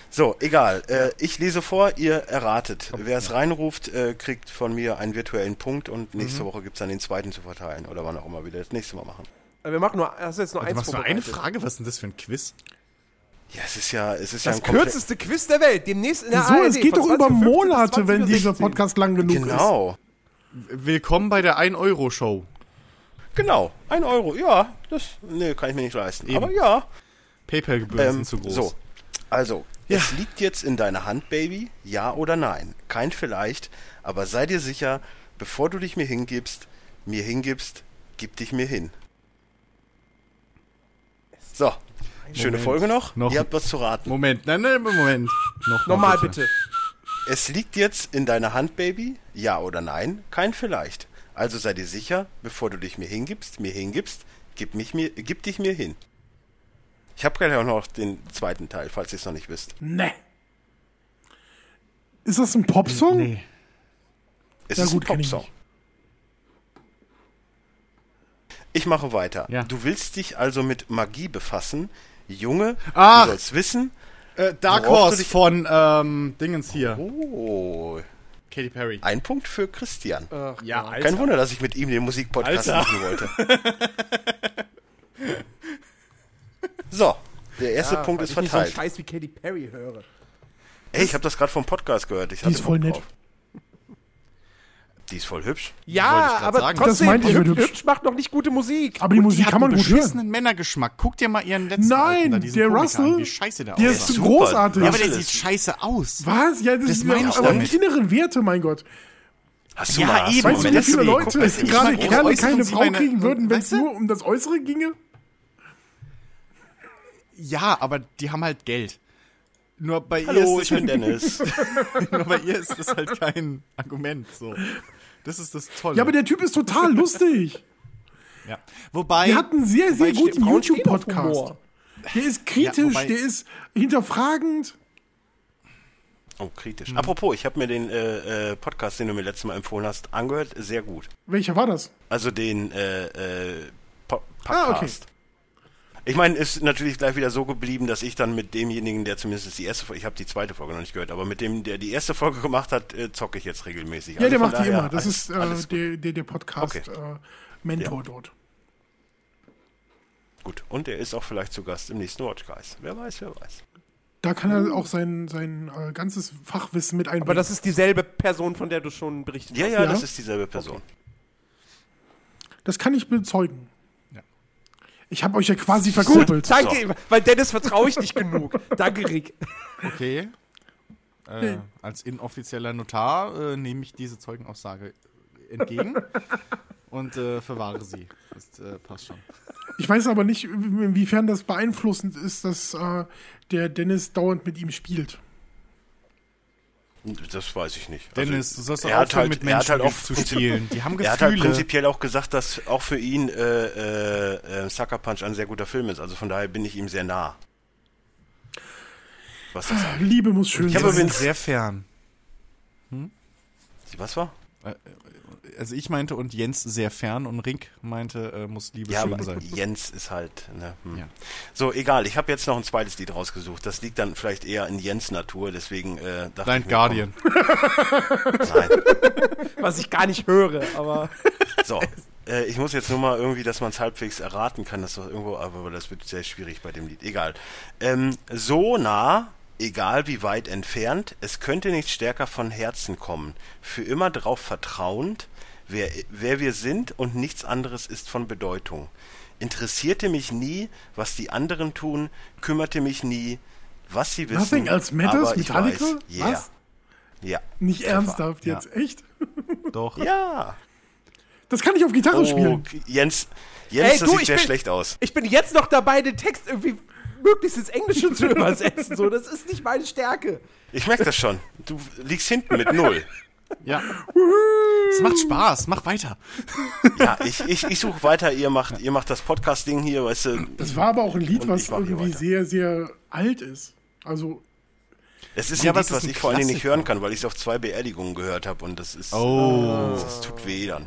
S1: so, egal. Äh, ich lese vor, ihr erratet. Wer es reinruft, äh, kriegt von mir einen virtuellen Punkt und nächste Woche gibt's dann den zweiten zu verteilen oder wann auch immer wir das nächste Mal machen.
S3: Wir machen nur, hast du jetzt nur
S2: Du
S3: eins
S2: machst nur eine
S3: vorbereitet?
S2: Frage, was ist denn das für ein Quiz?
S1: Ja, es ist ja, es ist ja
S3: Das
S1: ein komplett-
S3: kürzeste Quiz der Welt, demnächst in der
S4: Wieso?
S3: ARD,
S4: Es geht
S3: äh, von
S4: doch über
S3: 20.15 bis
S4: Monate, wenn dieser
S3: 20.16.
S4: Podcast lang genug ist.
S1: Genau.
S2: Willkommen bei der 1-Euro-Show.
S1: Genau, ein Euro, ja, das nee, kann ich mir nicht leisten.
S2: Eben.
S1: Aber ja,
S2: PayPal-Gebühren
S1: ähm,
S2: sind zu groß.
S1: so. Also,
S2: Ja.
S1: es liegt jetzt in deiner Hand, Baby, ja oder nein. Kein vielleicht, aber sei dir sicher, bevor du dich mir hingibst, mir hingibst, gib dich mir hin. So, schöne
S2: Moment.
S1: Folge noch.
S2: Noch-
S1: Ihr habt was zu raten.
S2: Moment, nein, nein, Moment. Noch,
S3: Nochmal bitte.
S1: Es liegt jetzt in deiner Hand, Baby, ja oder nein. Kein vielleicht. Also sei dir sicher, bevor du dich mir hingibst, mir hingibst, gib, mich mir, gib dich mir hin. Ich habe gleich auch noch den zweiten Teil, falls ihr es noch nicht wisst.
S4: Ne. Ist das ein Popsong?
S2: Nee.
S1: Es
S4: Na
S1: ist
S4: gut,
S1: ein
S4: kenn ich
S1: Popsong.
S4: nicht.
S1: Ich mache weiter.
S2: Ja.
S1: Du willst dich also mit Magie befassen. Junge,
S2: Ach.
S1: du sollst wissen.
S2: Äh, Dark
S1: Worauf du
S2: Horse
S1: dich-
S2: von ähm, Dingens hier.
S1: Oh,
S2: Katy Perry.
S1: ein Punkt für Christian.
S4: Äh,
S2: Ja,
S1: Ah,
S2: also,
S1: Kein Wunder, dass ich mit ihm den Musikpodcast
S2: Alter.
S1: machen wollte. so, der erste
S3: Ah,
S1: Punkt
S3: weil
S1: ist
S3: ich nicht so einen
S1: verteilt.
S3: Scheiß wie Katy Perry höre.
S1: Ey, ich habe das gerade vom Podcast gehört. Ich
S4: Die ist
S1: hatte
S4: voll
S1: Bock
S4: nett.
S1: drauf. Die ist voll hübsch.
S2: Wollte ich
S3: Ja,
S2: grad
S3: aber
S2: sagen. Das
S3: trotzdem,
S4: meinte ich mit
S3: hübsch,
S4: hübsch.
S3: hübsch macht noch nicht gute Musik.
S4: Aber die Musik
S2: hat
S4: kann man
S2: einen
S4: gut hören.
S2: beschissenen Männergeschmack. Guck dir mal ihren letzten
S4: Nein,
S2: Alten da, diesen
S4: der
S2: Komiker
S4: Russell,
S2: an, wie scheiße der,
S4: Der
S2: aussah.
S4: ist so
S1: super.
S4: großartig.
S2: ja, aber der
S1: Russell
S2: sieht
S1: ist-
S2: scheiße aus.
S4: Was? Ja, das,
S2: Das
S4: ist
S2: meine
S4: ja
S2: ich
S4: aber
S2: damit.
S4: nicht innere Werte, mein Gott.
S1: Hast du
S2: Ja,
S1: mal, hast du
S2: eben.
S1: mal
S4: Weißt du, wie viele
S2: deswegen,
S1: Männergeschmack?
S4: Leute
S1: Guck,
S4: es
S1: das
S4: gerade
S1: ist groß.
S4: Kerle
S2: äußern
S4: keine
S2: sie
S4: Frau
S2: meine-
S4: kriegen würden, wenn es
S2: weißt du?
S4: nur um das Äußere ginge?
S2: Ja, aber die haben halt Geld. Nur bei,
S1: Hallo,
S2: ihr
S1: ich
S2: ist
S1: bin
S2: halt,
S1: Dennis.
S2: nur bei ihr ist das halt kein Argument. So. Das ist das Tolle.
S4: Ja, aber der Typ ist total lustig.
S2: Ja. Wobei,
S4: Der hat einen sehr, sehr
S2: Wobei, ste-
S4: guten
S3: Frauen stehen auf
S4: YouTube-Podcast.
S3: Humor.
S4: Der ist kritisch,
S2: wobei-
S4: der ist hinterfragend.
S1: Oh, kritisch.
S4: Mhm.
S1: Apropos, ich habe mir den äh, äh, Podcast, den du mir letztes Mal empfohlen hast, angehört. Sehr gut.
S4: Welcher war das?
S1: Also den äh, äh, Po-
S4: Ah,
S1: Podcast. Ich meine, ist natürlich gleich wieder so geblieben, dass ich dann mit demjenigen, der zumindest die erste Folge, ich habe die zweite Folge noch nicht gehört, aber mit dem, der die erste Folge gemacht hat, äh, zocke ich jetzt regelmäßig.
S4: Ja,
S1: Also
S4: der
S1: von
S4: macht die
S1: daher
S4: immer. Das
S1: alles-
S4: ist äh,
S1: alles gut.
S4: der, der, der Podcast-Mentor dort.
S1: gut. Und er ist auch vielleicht zu Gast im nächsten Watchkreis. Wer weiß, wer weiß.
S4: Da kann er auch sein, sein äh, ganzes Fachwissen mit einbringen.
S3: Aber das ist dieselbe Person, von der du schon berichtet
S1: Ja,
S3: hast.
S1: ja,
S4: Ja.
S1: das ist dieselbe Person.
S4: das kann ich bezeugen. Ich habe euch ja quasi verkuppelt.
S3: Danke, weil Dennis vertraue ich nicht genug. Danke, Rick.
S2: Okay. Äh, als inoffizieller Notar äh, nehme ich diese Zeugenaussage entgegen und äh, verwahre sie. Das äh, passt schon.
S4: Ich weiß aber nicht, inwiefern das beeinflussend ist, dass äh, der Dennis dauernd mit ihm spielt.
S1: Das weiß ich nicht. Also
S2: Dennis, du sollst doch
S1: er hat
S2: aufhören,
S1: halt-
S2: mit
S1: er hat
S2: Menschen
S1: halt auch
S2: zu
S1: prinzip-
S2: spielen. Die haben
S1: Er hat halt
S2: Gefühle.
S1: prinzipiell auch gesagt, dass auch für ihn äh, äh, äh, Sucker Punch ein sehr guter Film ist. Also von daher bin ich ihm sehr nah. Was das angeht.
S4: Liebe muss schön
S1: Ich hab
S4: sein.
S2: Wir sind
S1: übrigens-
S2: sehr fern.
S1: Was war?
S2: Also ich meinte und Jens sehr fern und Rink meinte, äh, muss Liebe
S1: Ja,
S2: schön
S1: aber
S2: sein.
S1: Jens ist halt. Ne, hm.
S2: Ja.
S1: So, egal. Ich habe jetzt noch ein zweites Lied rausgesucht. Das liegt dann vielleicht eher in Jens Natur. Deswegen äh, dachte ich
S2: Blind
S1: mir,
S2: Guardian.
S1: Komm, nein.
S3: Was ich gar nicht höre, aber.
S1: So, äh, ich muss jetzt nur mal irgendwie, dass man es halbwegs erraten kann. Das ist doch irgendwo, aber das wird sehr schwierig bei dem Lied. Egal. Ähm, so nah, egal wie weit entfernt, es könnte nicht stärker von Herzen kommen. Für immer drauf vertrauend, wer, wer wir sind und nichts anderes ist von Bedeutung. Interessierte mich nie, was die anderen tun, kümmerte mich nie, was sie wissen.
S4: Nothing else matters,
S1: aber ich
S4: Metallica?
S1: Weiß, yeah.
S4: Was?
S1: Ja.
S4: Nicht ernsthaft
S2: Ja.
S4: jetzt, echt?
S2: Doch.
S1: Ja.
S4: Das kann ich auf Gitarre
S1: Oh,
S4: spielen.
S1: Jens, Jens
S3: Ey,
S1: das
S3: du,
S1: sieht
S3: ich
S1: sehr
S3: bin-
S1: schlecht aus.
S3: Ich bin jetzt noch dabei, den Text irgendwie möglichst ins Englische zu übersetzen. So, das ist nicht meine Stärke.
S1: Ich merke das schon. Du liegst hinten mit null.
S2: Ja. Es macht Spaß, mach weiter.
S1: Ja, ich, ich, ich suche weiter. Ihr macht, ihr macht das Podcast-Ding hier, weißt du.
S4: Das war aber auch ein Lied,
S1: Und
S4: was
S1: ich mach hier
S4: irgendwie
S1: weiter.
S4: sehr, sehr alt ist. Also,
S1: Es ist
S2: Ja,
S1: ein
S2: aber
S1: Lied,
S2: es ist
S1: was
S2: ein
S1: ich vor allen Dingen nicht
S2: Klassiker.
S1: hören kann, weil ich es auf zwei Beerdigungen gehört habe und das ist.
S2: Oh.
S1: Das tut weh dann.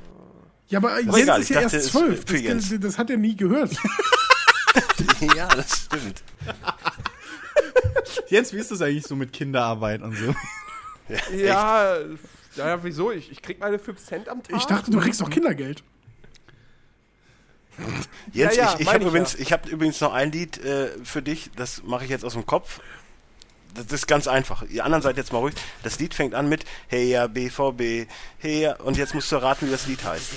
S4: ja, aber äh, Jens
S1: egal,
S4: ist
S1: ich
S4: ja
S1: dachte,
S4: erst
S1: es-
S4: zwölf.
S1: für
S4: Das,
S1: Jens.
S4: das, hat er nie gehört.
S1: Ja, das stimmt.
S2: Jens, wie ist das eigentlich so mit Kinderarbeit und so?
S3: Ja, ja, wieso? Ich, ich krieg meine 5 Cent am Tag.
S4: Ich dachte, du kriegst doch Kindergeld.
S1: Jens,
S3: Ja, ja,
S1: ich, ich
S3: mein
S1: habe
S3: ich
S1: übrigens,
S3: ja.
S1: ich hab übrigens noch ein Lied äh, für dich, das mache ich jetzt aus dem Kopf. Das ist ganz einfach. Ihr anderen seid jetzt mal ruhig. Das Lied fängt an mit Hey ja, BVB, hey ja. Und jetzt musst du raten, wie das Lied heißt.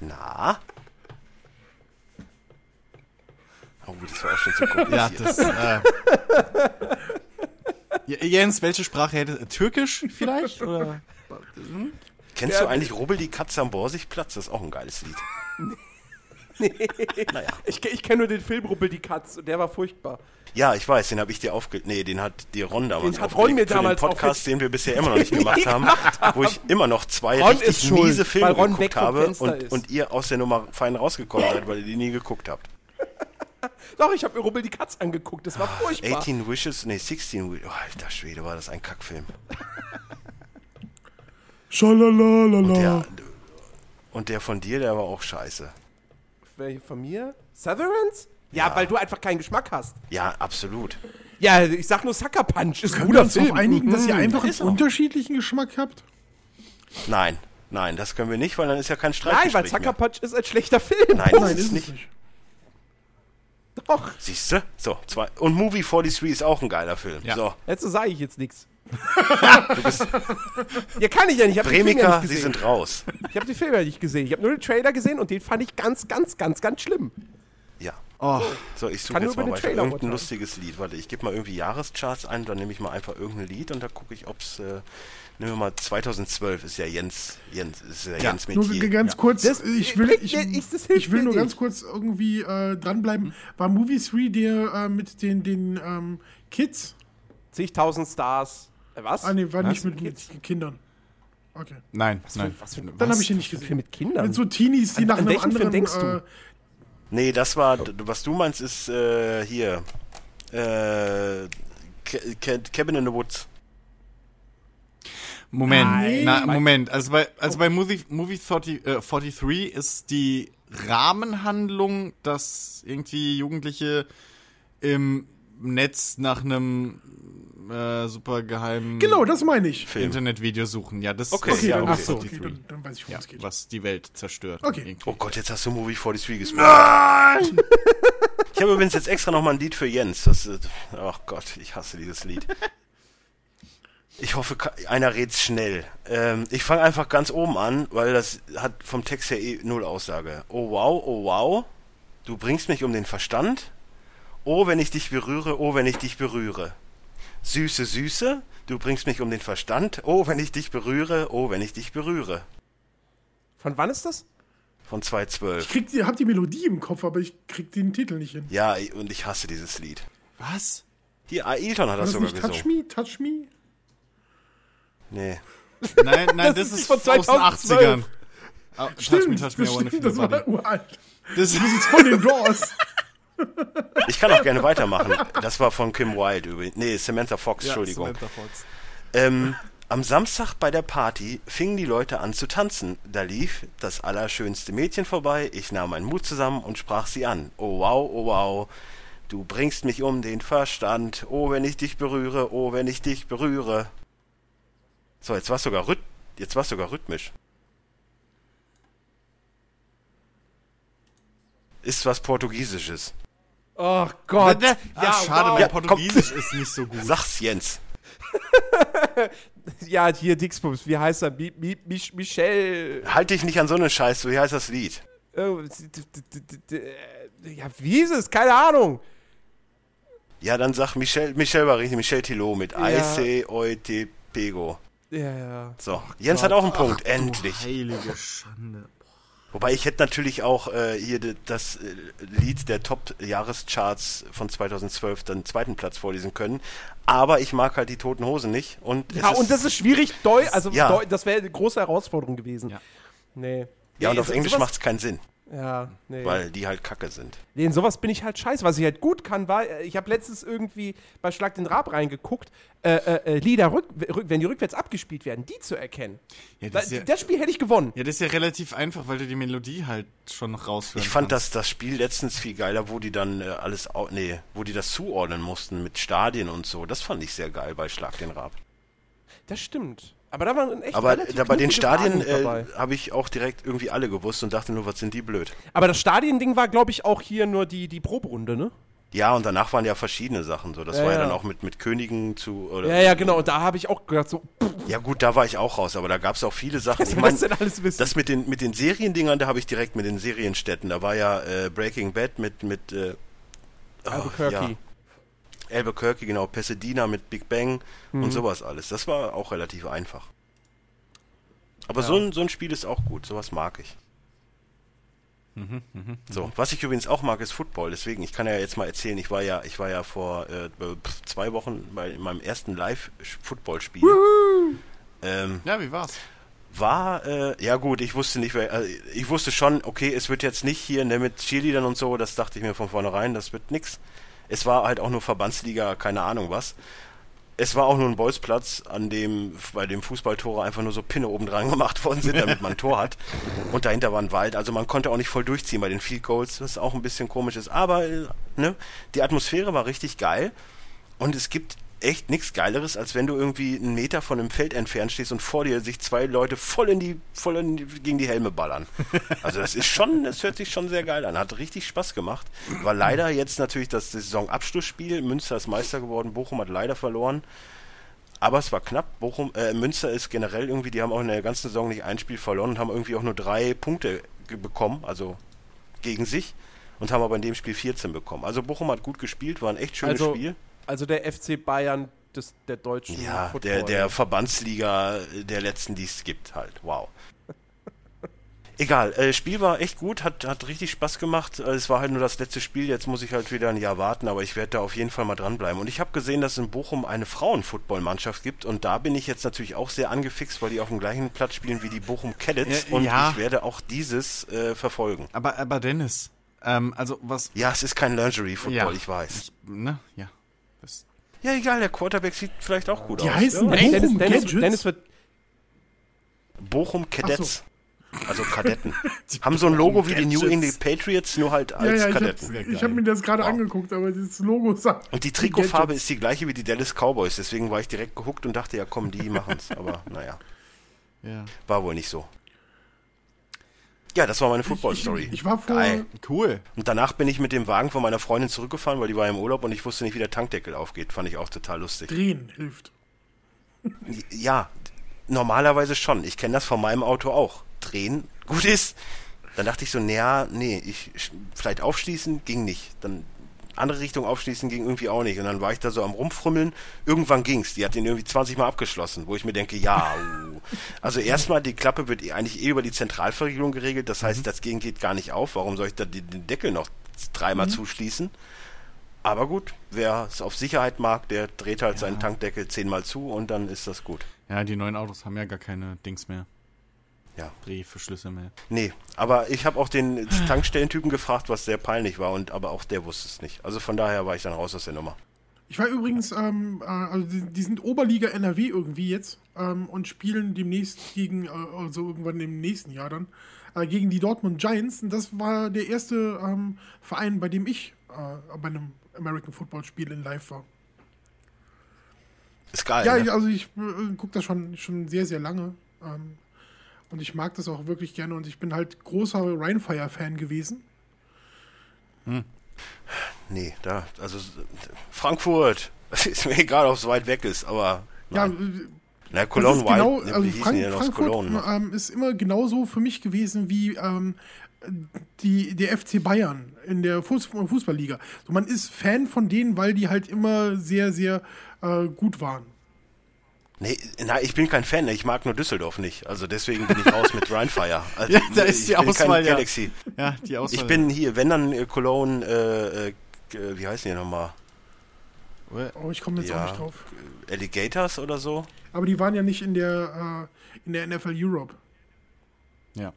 S1: Na? Oh, das war auch schon zu
S2: Ja,
S1: kompliziert.
S2: das. Äh, J- Jens, welche Sprache hätte. Türkisch vielleicht? Oder?
S1: Kennst du eigentlich Rubbel die Katze am Borsigplatz? Das ist auch ein geiles Lied.
S3: Ich, ich kenne nur den Film Ruppel die Katz und der war furchtbar.
S1: Ja, ich weiß, den habe ich dir aufgelegt. Nee, den hat dir Ron damals
S3: Den hat
S1: aufgelegt
S3: Ron mir
S1: für
S3: damals
S1: den Podcast, den wir bisher immer noch nicht gemacht haben, wo ich immer noch zwei
S3: Ron ist
S1: richtig
S3: schuld,
S1: miese Filme
S3: weil Ron
S1: geguckt
S3: weg vom
S1: habe
S3: Fenster
S1: und,
S3: ist.
S1: und ihr aus der Nummer fein rausgekommen seid, weil ihr die nie geguckt habt.
S3: Doch, ich habe mir Ruppel die Katz angeguckt. Das war
S4: Ah,
S3: furchtbar.
S1: 18 Wishes, nee, 16 Wishes. Oh, alter Schwede, war das ein Kackfilm. Und der,
S4: Schalalalala.
S1: und der von dir, der war auch scheiße.
S3: Welche von mir? Severance? Ja, weil du einfach keinen Geschmack hast.
S1: Ja, absolut.
S3: Ja, ich sag nur Sucker Punch. Ist ein
S4: Können wir
S3: guter
S4: uns darauf
S3: Film.
S4: einigen, dass ihr einfach einen
S1: ist auch.
S4: unterschiedlichen Geschmack habt?
S1: Nein, nein, das können wir nicht, weil dann ist ja kein Streit.
S3: Nein, weil Sucker Punch ist ein schlechter Film.
S1: Nein,
S4: Nein,
S1: das
S4: ist
S1: ist
S4: es
S1: nicht.
S4: nicht.
S3: Doch.
S1: Siehst du? So, zwei. Und Movie 43 ist auch ein geiler Film.
S2: Ja.
S1: So,
S3: Dazu sage ich jetzt nichts. ja, kann ich ja nicht. Ich habe den Film ja
S1: Bremiker,
S3: nicht
S1: sie
S3: gesehen.
S1: sind raus.
S3: Ich habe den Film ja nicht gesehen. Ich habe nur den Trailer gesehen und den fand ich ganz, ganz, ganz, ganz schlimm.
S1: Ja.
S2: Oh,
S1: So, ich suche
S3: Kann nur
S1: jetzt mal
S3: über den
S1: weiter.
S3: Trailer
S1: Irgendein
S3: urteilen.
S1: lustiges Lied. Warte, ich gebe mal irgendwie Jahrescharts ein, dann nehme ich mal einfach irgendein Lied und dann gucke ich, ob es. Äh, nehmen wir mal 2012, ist ja Jens. Jens ist ja,
S2: Ja,
S1: Jens
S4: Nur
S1: Metier.
S4: ganz kurz, äh,
S3: Das
S4: ich will,
S3: bringt
S4: ich,
S3: mir nichts, das hilft
S4: ich will
S3: mir
S4: nur ganz
S3: nicht.
S4: kurz irgendwie äh, dranbleiben. War Movie 3 der äh, mit den, den ähm, Kids?
S3: Zigtausend Stars. Äh, was?
S4: Ah, nee, war
S2: Was?
S4: nicht mit, mit
S3: Kids?
S4: Kindern. Okay.
S2: nein, nein.
S3: Was für ein
S4: Dann habe ich ihn nicht
S3: Film
S4: gesehen.
S3: mit Kindern?
S4: Mit so Teenies, die
S3: An-
S4: nach
S3: an
S4: einem
S3: welchen Film
S4: anderen.
S3: denkst du?
S4: äh,
S1: Nee, das war. d- Was du meinst, ist äh, hier. Äh, Ca- Ca- Cabin in the Woods.
S2: Moment,
S4: Nein. Oh.
S2: na, Moment. Also bei, also bei Movie, Movie 40, äh, 43 ist die Rahmenhandlung, dass irgendwie Jugendliche im Netz nach einem äh, supergeheimen
S4: Genau, das meine ich.
S2: Internetvideo suchen. Ja, das
S1: Okay,
S2: ist
S4: Okay,
S1: ja,
S4: dann,
S1: okay.
S4: ach so,
S2: 43,
S4: okay dann, dann weiß ich, worum es geht.
S2: was die Welt zerstört.
S4: Okay.
S2: Irgendwie.
S1: Oh Gott, jetzt hast du Movie 43 gesprochen. Ich habe übrigens jetzt extra nochmal ein Lied für Jens. Das, äh, ach Gott, ich hasse dieses Lied. Ich hoffe, ka- einer red's schnell. Ähm, ich fange einfach ganz oben an, weil das hat vom Text her eh null Aussage. Oh wow, oh wow, du bringst mich um den Verstand. Oh, wenn ich dich berühre, oh, wenn ich dich berühre. Süße, süße, du bringst mich um den Verstand. Oh, wenn ich dich berühre, oh, wenn ich dich berühre.
S3: Von wann ist das?
S1: Von 212.
S4: Ich krieg, die- hab die Melodie im Kopf, aber ich krieg den Titel nicht hin.
S1: Ja, i- und ich hasse dieses Lied.
S2: Was?
S1: Hier, Ailton hat das,
S4: War das
S1: sogar
S4: nicht Touch
S1: gesungen.
S4: Me, Touch Me?
S1: Nee.
S2: Nein, nein, das,
S3: ist
S2: ist
S3: von
S2: aus den 80ern.
S3: 2012.
S2: Ah, touch me,
S4: Stimmt,
S2: touch me, I
S4: das,
S2: wanna
S4: stimmt,
S2: feel
S4: das
S2: your body.
S4: war uralt.
S2: Das ist
S4: Von den Doors.
S1: Ich kann auch gerne weitermachen. Das war von Kim Wilde übrigens. Nee, Samantha Fox, Entschuldigung.
S2: Ja, Samantha Fox.
S1: Ähm, am Samstag bei der Party fingen die Leute an zu tanzen. Da lief das allerschönste Mädchen vorbei. Ich nahm meinen Mut zusammen und sprach sie an. Oh wow, oh wow. Du bringst mich um den Verstand. Oh, wenn ich dich berühre. Oh, wenn ich dich berühre. So, jetzt war sogar rhyth jetzt war's sogar rhythmisch. Ist was Portugiesisches.
S3: Oh Gott.
S2: Ja, ah,
S4: Ah,
S2: schade,
S1: Ja,
S2: mein
S1: komm.
S2: Portugiesisch ist nicht so gut.
S1: Sag's Jens.
S3: Ja, hier Dixbums, wie heißt er? Mi, Mi, Mich, Michel.
S1: Halt dich nicht an so eine Scheiße. Wie heißt das Lied?
S3: Äh, d- d- d- d- d- äh, ja, wie ist es? Keine Ahnung.
S1: Ja, dann sag Michel, Michel war richtig, Michel Tilo mit
S3: Ja.
S1: IC Oite Pego.
S3: Ja, ja.
S1: So, Jens hat auch einen Punkt, endlich.
S2: Oh, Heilige Schande.
S1: Wobei ich hätte natürlich auch äh, hier de- das äh, Lied der Top-Jahrescharts von 2012 dann zweiten Platz vorlesen können. Aber ich mag halt die Toten Hosen nicht. Und
S3: Ja,
S1: es
S3: und das ist schwierig, Deu also
S1: Ja.
S3: Deu das wäre eine große Herausforderung gewesen.
S2: Ja.
S3: Nee.
S1: ja, und
S3: Nee,
S1: auf
S3: so-
S1: Englisch
S3: sowas-
S1: macht's keinen Sinn,
S3: Ja, nee.
S1: weil die halt kacke sind.
S3: Nee, in sowas bin ich halt scheiße. Was ich halt gut kann, war, äh, ich habe letztens irgendwie bei Schlag den Rab reingeguckt, äh, äh, äh, Lieder, rück, rück, wenn die rückwärts abgespielt werden, die zu erkennen.
S2: Ja,
S3: Da,
S2: das ist ja,
S3: das Spiel hätte ich gewonnen.
S2: ja, das ist ja relativ einfach, weil du die Melodie halt schon raushören
S1: Ich fand
S2: kannst.
S1: das, das Spiel letztens viel geiler, wo die dann äh, alles, au- nee, wo die das zuordnen mussten mit Stadien und so. Das fand ich sehr geil bei Schlag den Rab.
S3: Das stimmt. Aber da waren echt
S1: Aber
S3: relativ
S1: da bei den
S3: knifflige
S1: Stadien
S3: Fragen dabei.
S1: äh, habe ich auch direkt irgendwie alle gewusst und dachte nur, was sind die blöd.
S3: Aber das Stadiending war, glaube ich, auch hier nur die, die Proberunde, ne?
S1: Ja, und danach waren ja verschiedene Sachen so. Das
S3: Ja,
S1: war ja,
S3: ja.
S1: dann auch mit, mit Königen zu. Oder
S3: Ja, ja, genau. Und da habe ich auch gedacht, so, pff,
S1: ja, gut, da war ich auch raus, aber da gab es auch viele Sachen.
S3: was
S1: Ich
S3: soll
S1: mein,
S3: das denn alles wissen?
S1: das mit den, mit den Seriendingern, da habe ich direkt mit den Serienstädten. Da war ja äh, Breaking Bad mit. mit äh, oh,
S3: Albuquerque.
S1: Ja, Albuquerque, genau. Pasadena mit Big Bang und sowas alles. Das war auch relativ einfach. Aber so, ein, so ein Spiel ist auch gut. Sowas mag ich. So, was ich übrigens auch mag, ist Football. Deswegen, ich kann ja jetzt mal erzählen, ich war ja, ich war ja vor äh, pf, zwei Wochen bei in meinem ersten Live-Football-Spiel. Ähm,
S2: Ja, wie war's?
S1: war, äh, ja gut, ich wusste nicht, wer, also ich wusste schon, okay, es wird jetzt nicht hier ne, mit Cheerleadern und so, das dachte ich mir von vornherein, das wird nix. Es war halt auch nur Verbandsliga, keine Ahnung was. Es war auch nur ein Bolzplatz, an dem bei dem Fußballtore einfach nur so Pinne oben dran gemacht worden sind, damit man ein Tor hat. Und dahinter war ein Wald, also man konnte auch nicht voll durchziehen bei den Field Goals, was auch ein bisschen komisch ist. Aber äh, ne, die Atmosphäre war richtig geil. Und es gibt echt nichts Geileres, als wenn du irgendwie einen Meter von einem Feld entfernt stehst und vor dir sich zwei Leute voll in die, voll in die, gegen die Helme ballern. Also das ist schon, das hört sich schon sehr geil an. Hat richtig Spaß gemacht. War leider jetzt natürlich das Saisonabschlussspiel. Münster ist Meister geworden, Bochum hat leider verloren. Aber es war knapp. Bochum, äh, Münster ist generell irgendwie, die haben auch in der ganzen Saison nicht ein Spiel verloren und haben irgendwie auch nur drei Punkte ge- bekommen, also gegen sich. Und haben aber in dem Spiel 14 bekommen. Also Bochum hat gut gespielt, war ein echt schönes
S3: also,
S1: Spiel.
S3: also der FC Bayern des, der deutschen
S1: Ja,
S3: Football.
S1: der, der Verbandsliga äh, der letzten, die es gibt, halt. Wow. Egal, äh, Spiel war echt gut, hat, hat richtig Spaß gemacht. Äh, Es war halt nur das letzte Spiel, jetzt muss ich halt wieder ein Jahr warten, aber ich werde da auf jeden Fall mal dranbleiben. Und ich habe gesehen, dass es in Bochum eine Frauenfootballmannschaft gibt und da bin ich jetzt natürlich auch sehr angefixt, weil die auf dem gleichen Platz spielen wie die Bochum Cadets
S2: Ja,
S1: und
S2: ja.
S1: ich werde auch dieses äh, verfolgen.
S2: Aber, aber Dennis, ähm, also was,
S1: Ja, es ist kein Lingerie-Football,
S2: Ja.
S1: ich weiß.
S2: ne, ja. Das,
S1: Ja, egal, der Quarterback sieht vielleicht auch gut
S4: Die
S1: aus.
S4: heißen
S1: ja.
S3: Dennis,
S4: Bochum
S3: Dennis,
S4: Gadgets?
S3: Dennis, wird,
S1: Bochum Cadets, also Kadetten, haben so ein Logo wie die New
S2: Gadgets.
S1: England Patriots, nur halt
S4: Ja,
S1: als
S4: ja, ich
S1: Kadetten.
S4: habe hab mir das gerade angeguckt, aber dieses Logo sagt.
S1: Und die Trikotfarbe ist die gleiche wie die Dallas Cowboys, deswegen war ich direkt gehuckt und dachte, ja komm, die machen's, aber naja,
S2: Ja.
S1: war wohl nicht so. Ja, das war meine
S4: ich,
S1: Football-Story.
S4: ich war vor.
S1: Geil.
S2: Cool.
S1: Und danach bin ich mit dem Wagen von meiner Freundin zurückgefahren, weil die war im Urlaub und ich wusste nicht, wie der Tankdeckel aufgeht. Fand ich auch total lustig.
S4: Drehen hilft.
S1: Ja, normalerweise schon. Ich kenne das von meinem Auto auch. Drehen, gut ist. Dann dachte ich so, naja, nee, ich sch- vielleicht aufschließen, ging nicht. Dann andere Richtung aufschließen ging irgendwie auch nicht. Und dann war ich da so am rumfrummeln. Irgendwann ging's. Die hat den irgendwie 20 Mal abgeschlossen, wo ich mir denke, ja. Uh. Also erstmal, die Klappe wird eh- eigentlich eh über die Zentralverriegelung geregelt. Das heißt, das Gehen geht gar nicht auf. Warum soll ich da den den Deckel noch dreimal zuschließen? Aber gut, wer es auf Sicherheit mag, der dreht halt seinen Tankdeckel zehnmal zu und dann ist das gut.
S2: Ja, die neuen Autos haben ja gar keine Dings mehr.
S1: Ja.
S2: Drehverschlüsse mehr.
S1: Nee, aber ich habe auch den Tankstellentypen gefragt, was sehr peinlich war, und aber auch der wusste es nicht. Also von daher war ich dann raus aus der Nummer.
S4: Ich war übrigens, ähm, äh, also die, die sind Oberliga NRW irgendwie jetzt ähm, und spielen demnächst gegen, äh, also irgendwann im nächsten Jahr dann, äh, gegen die Dortmund Giants. Und das war der erste ähm, Verein, bei dem ich äh, bei einem American Football Spiel in live war.
S1: Ist geil.
S4: Ja,
S1: ne?
S4: ich, also ich äh, gucke das schon, schon sehr, sehr lange. Ähm, und ich mag das auch wirklich gerne. Und ich bin halt großer Rhinefire-Fan gewesen.
S1: Nee, da, also s- Frankfurt. Es ist mir egal, ob es weit weg ist, aber.
S4: Ja,
S1: Nein.
S4: äh,
S1: Na, Cologne
S4: das ist genau,
S1: Wild.
S4: also
S1: wie hießen
S4: Frank
S1: die denn aus
S4: Frankfurt
S1: Cologne? Ne?
S4: ähm, ist immer genauso für mich gewesen wie ähm, die, der FC Bayern in der Fuß Fußballliga. So, man ist Fan von denen, weil die halt immer sehr, sehr äh, gut waren.
S1: Nee, na, ich bin kein Fan, ne, ich mag nur Düsseldorf nicht. Also deswegen bin ich raus mit Rheinfire. Also,
S2: Ja, da ist
S1: ich
S2: die
S1: bin
S2: Auswahl,
S1: kein
S2: ja.
S1: Galaxy.
S2: Ja, die Auswahl.
S1: Ich bin hier, wenn dann äh, Cologne, äh, äh, g- äh, wie heißen die nochmal?
S4: Oh, ich komme jetzt
S1: Ja.
S4: auch nicht drauf.
S1: Alligators oder so?
S4: Aber die waren ja nicht in der, äh, in der NFL Europe.
S2: Ja.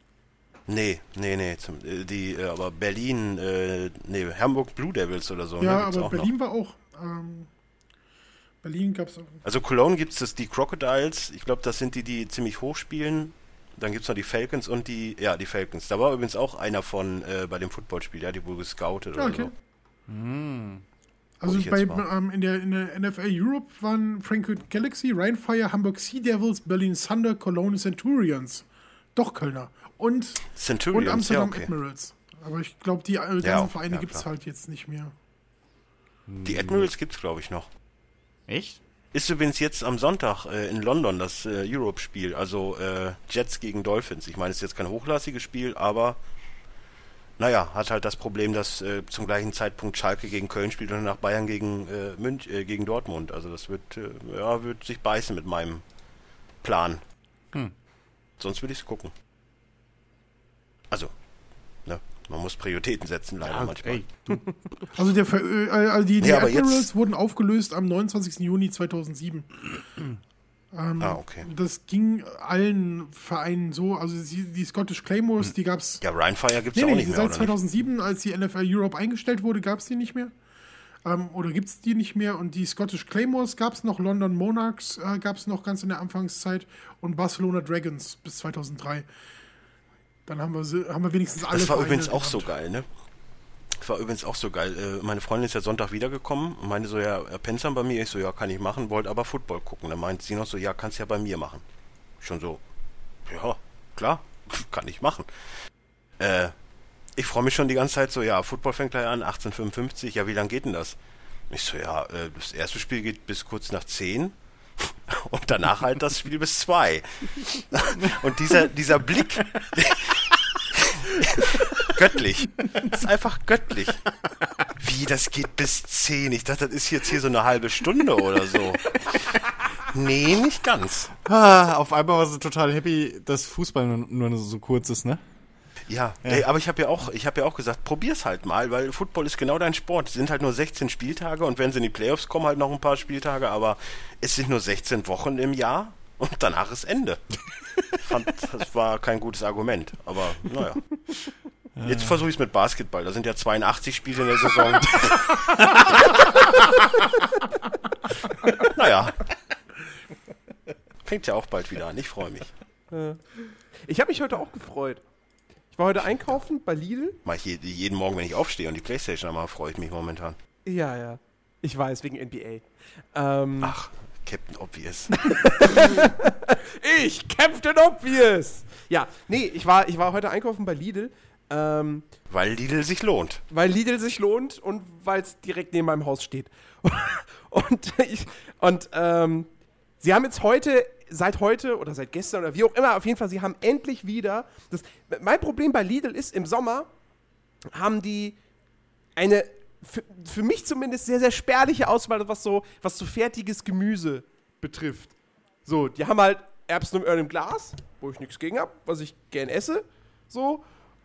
S1: Nee, nee, nee. Zum, äh, die, äh, aber Berlin, äh, nee, Hamburg Blue Devils oder so. ne,
S4: Ja,
S1: gibt's
S4: aber
S1: auch noch.
S4: Berlin war auch. Ähm, Berlin gab es auch.
S1: Also Cologne gibt es die Crocodiles. Ich glaube, das sind die, die ziemlich hoch spielen. Dann gibt es noch die Falcons und die, ja, die Falcons. Da war übrigens auch einer von äh, bei dem Footballspiel, der hat die wohl gescoutet
S4: Ja,
S1: oder
S4: okay.
S1: so.
S4: Also
S1: Hm. ich
S4: bei,
S1: jetzt war.
S4: ähm, in, der, in der NFL Europe waren Frankfurt Galaxy, Rheinfire, Hamburg Sea Devils, Berlin Thunder, Cologne Centurions. Doch Kölner. Und, und
S1: Centurions,
S4: Amsterdam
S1: ja, okay.
S4: Admirals. Aber ich glaube, die äh, ganzen
S1: Ja,
S4: Vereine
S1: ja,
S4: gibt es
S1: klar.
S4: halt jetzt nicht mehr.
S1: Die Admirals gibt's, glaube ich, noch.
S2: Echt?
S1: Ist übrigens jetzt am Sonntag äh, in London das äh, Europe-Spiel, also äh, Jets gegen Dolphins. Ich meine, es ist jetzt kein hochlassiges Spiel, aber naja, hat halt das Problem, dass äh, zum gleichen Zeitpunkt Schalke gegen Köln spielt und nach Bayern gegen, äh, Münch, äh, gegen Dortmund. Also das wird, äh, ja, wird sich beißen mit meinem Plan. Sonst würde ich es gucken. Also, ne, man muss Prioritäten setzen, leider manchmal.
S2: Ah, Ey,
S4: Also, der, Ver- äh, also die, die
S1: Ja, aber
S4: Admirals
S1: jetzt- Ah,
S4: Also Ähm, äh,
S1: ne? Äh, Äh, äh, halt halt genau halt
S3: Ich
S2: Ah, ne?
S3: habe mich heute auch gefreut. Ich war heute einkaufen bei Lidl.
S1: Mach ich je- jeden Morgen, wenn ich aufstehe und die Playstation anmache, freue ich mich momentan.
S3: Ja, ja. Ich weiß, wegen NBA. Ähm,
S1: Ach, Captain Obvious.
S3: ich kämpfte Obvious! Ja, nee, ich war, ich war heute einkaufen bei Lidl, ähm,
S1: Weil Lidl sich lohnt.
S3: weil Lidl sich lohnt und weil es direkt neben meinem Haus steht. und ich, und ähm, sie haben jetzt heute, seit heute oder seit gestern oder wie auch immer, auf jeden Fall, sie haben endlich wieder. Das, mein Problem bei Lidl ist, im Sommer haben die eine für, für mich zumindest sehr, sehr spärliche Auswahl, was so, was so fertiges Gemüse betrifft. So, die haben halt Erbsen im Öl im Glas, wo ich nichts gegen habe, was ich gern esse. So.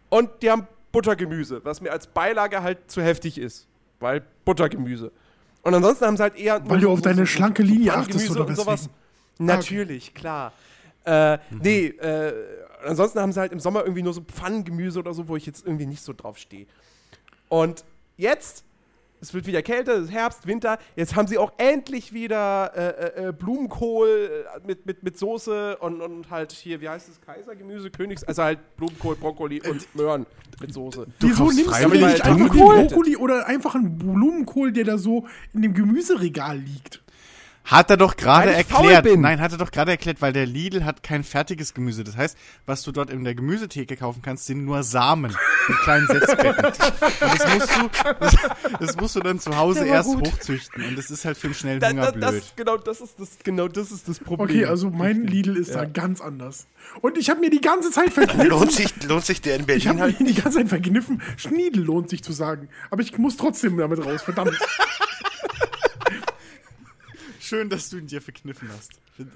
S3: Und die haben Buttergemüse, was mir als Beilage halt zu heftig ist. Weil Buttergemüse. Und ansonsten haben sie halt eher.
S4: Weil du auf
S3: so-
S4: deine
S3: so-
S4: schlanke
S3: so
S4: Linie
S3: Pfanngemüse
S4: achtest oder
S3: und sowas.
S4: weswegen?
S3: Natürlich, klar. Äh, Nee, äh, ansonsten haben sie halt im Sommer irgendwie nur so Pfannengemüse oder so, wo ich jetzt irgendwie nicht so drauf stehe. Und jetzt, es wird wieder kälter, es ist Herbst, Winter, jetzt haben sie auch endlich wieder äh, äh, äh, Blumenkohl äh, mit, mit, mit Soße und, und halt hier, wie heißt es, Kaisergemüse, Königs, also halt Blumenkohl, Brokkoli und Möhren mit Soße.
S4: Wieso
S2: kaufst
S4: nimmst Äh, du
S2: freiwillig
S4: dir nicht
S2: einen
S4: einfach den
S3: Blumenkohl?
S4: Brokkoli oder einfach einen Blumenkohl, der da so in dem Gemüseregal liegt?
S2: Hat er doch gerade
S3: Weil ich faul
S2: erklärt.
S3: bin.
S2: Nein, hat er doch gerade erklärt, weil der Lidl hat kein fertiges Gemüse. Das heißt, was du dort in der Gemüsetheke kaufen kannst, sind nur Samen in kleinen Setzbecken. Und das musst du, das, das musst du dann zu Hause
S3: Der war
S2: erst
S3: gut.
S2: hochzüchten. Und das ist halt für einen schnellen
S3: Da, da,
S2: Hunger blöd.
S3: das, genau, das ist das, genau das ist das Problem.
S4: Okay, also mein Lidl ist da ganz anders. Und ich habe mir die ganze Zeit verkniffen.
S1: Lohnt sich, lohnt sich der in
S4: Ich
S1: Berlin
S4: habe
S1: halt?
S4: mir die ganze Zeit verkniffen. Schniedel lohnt sich zu sagen. Aber ich muss trotzdem damit raus, verdammt.
S2: Schön, dass du ihn dir verkniffen hast. Find,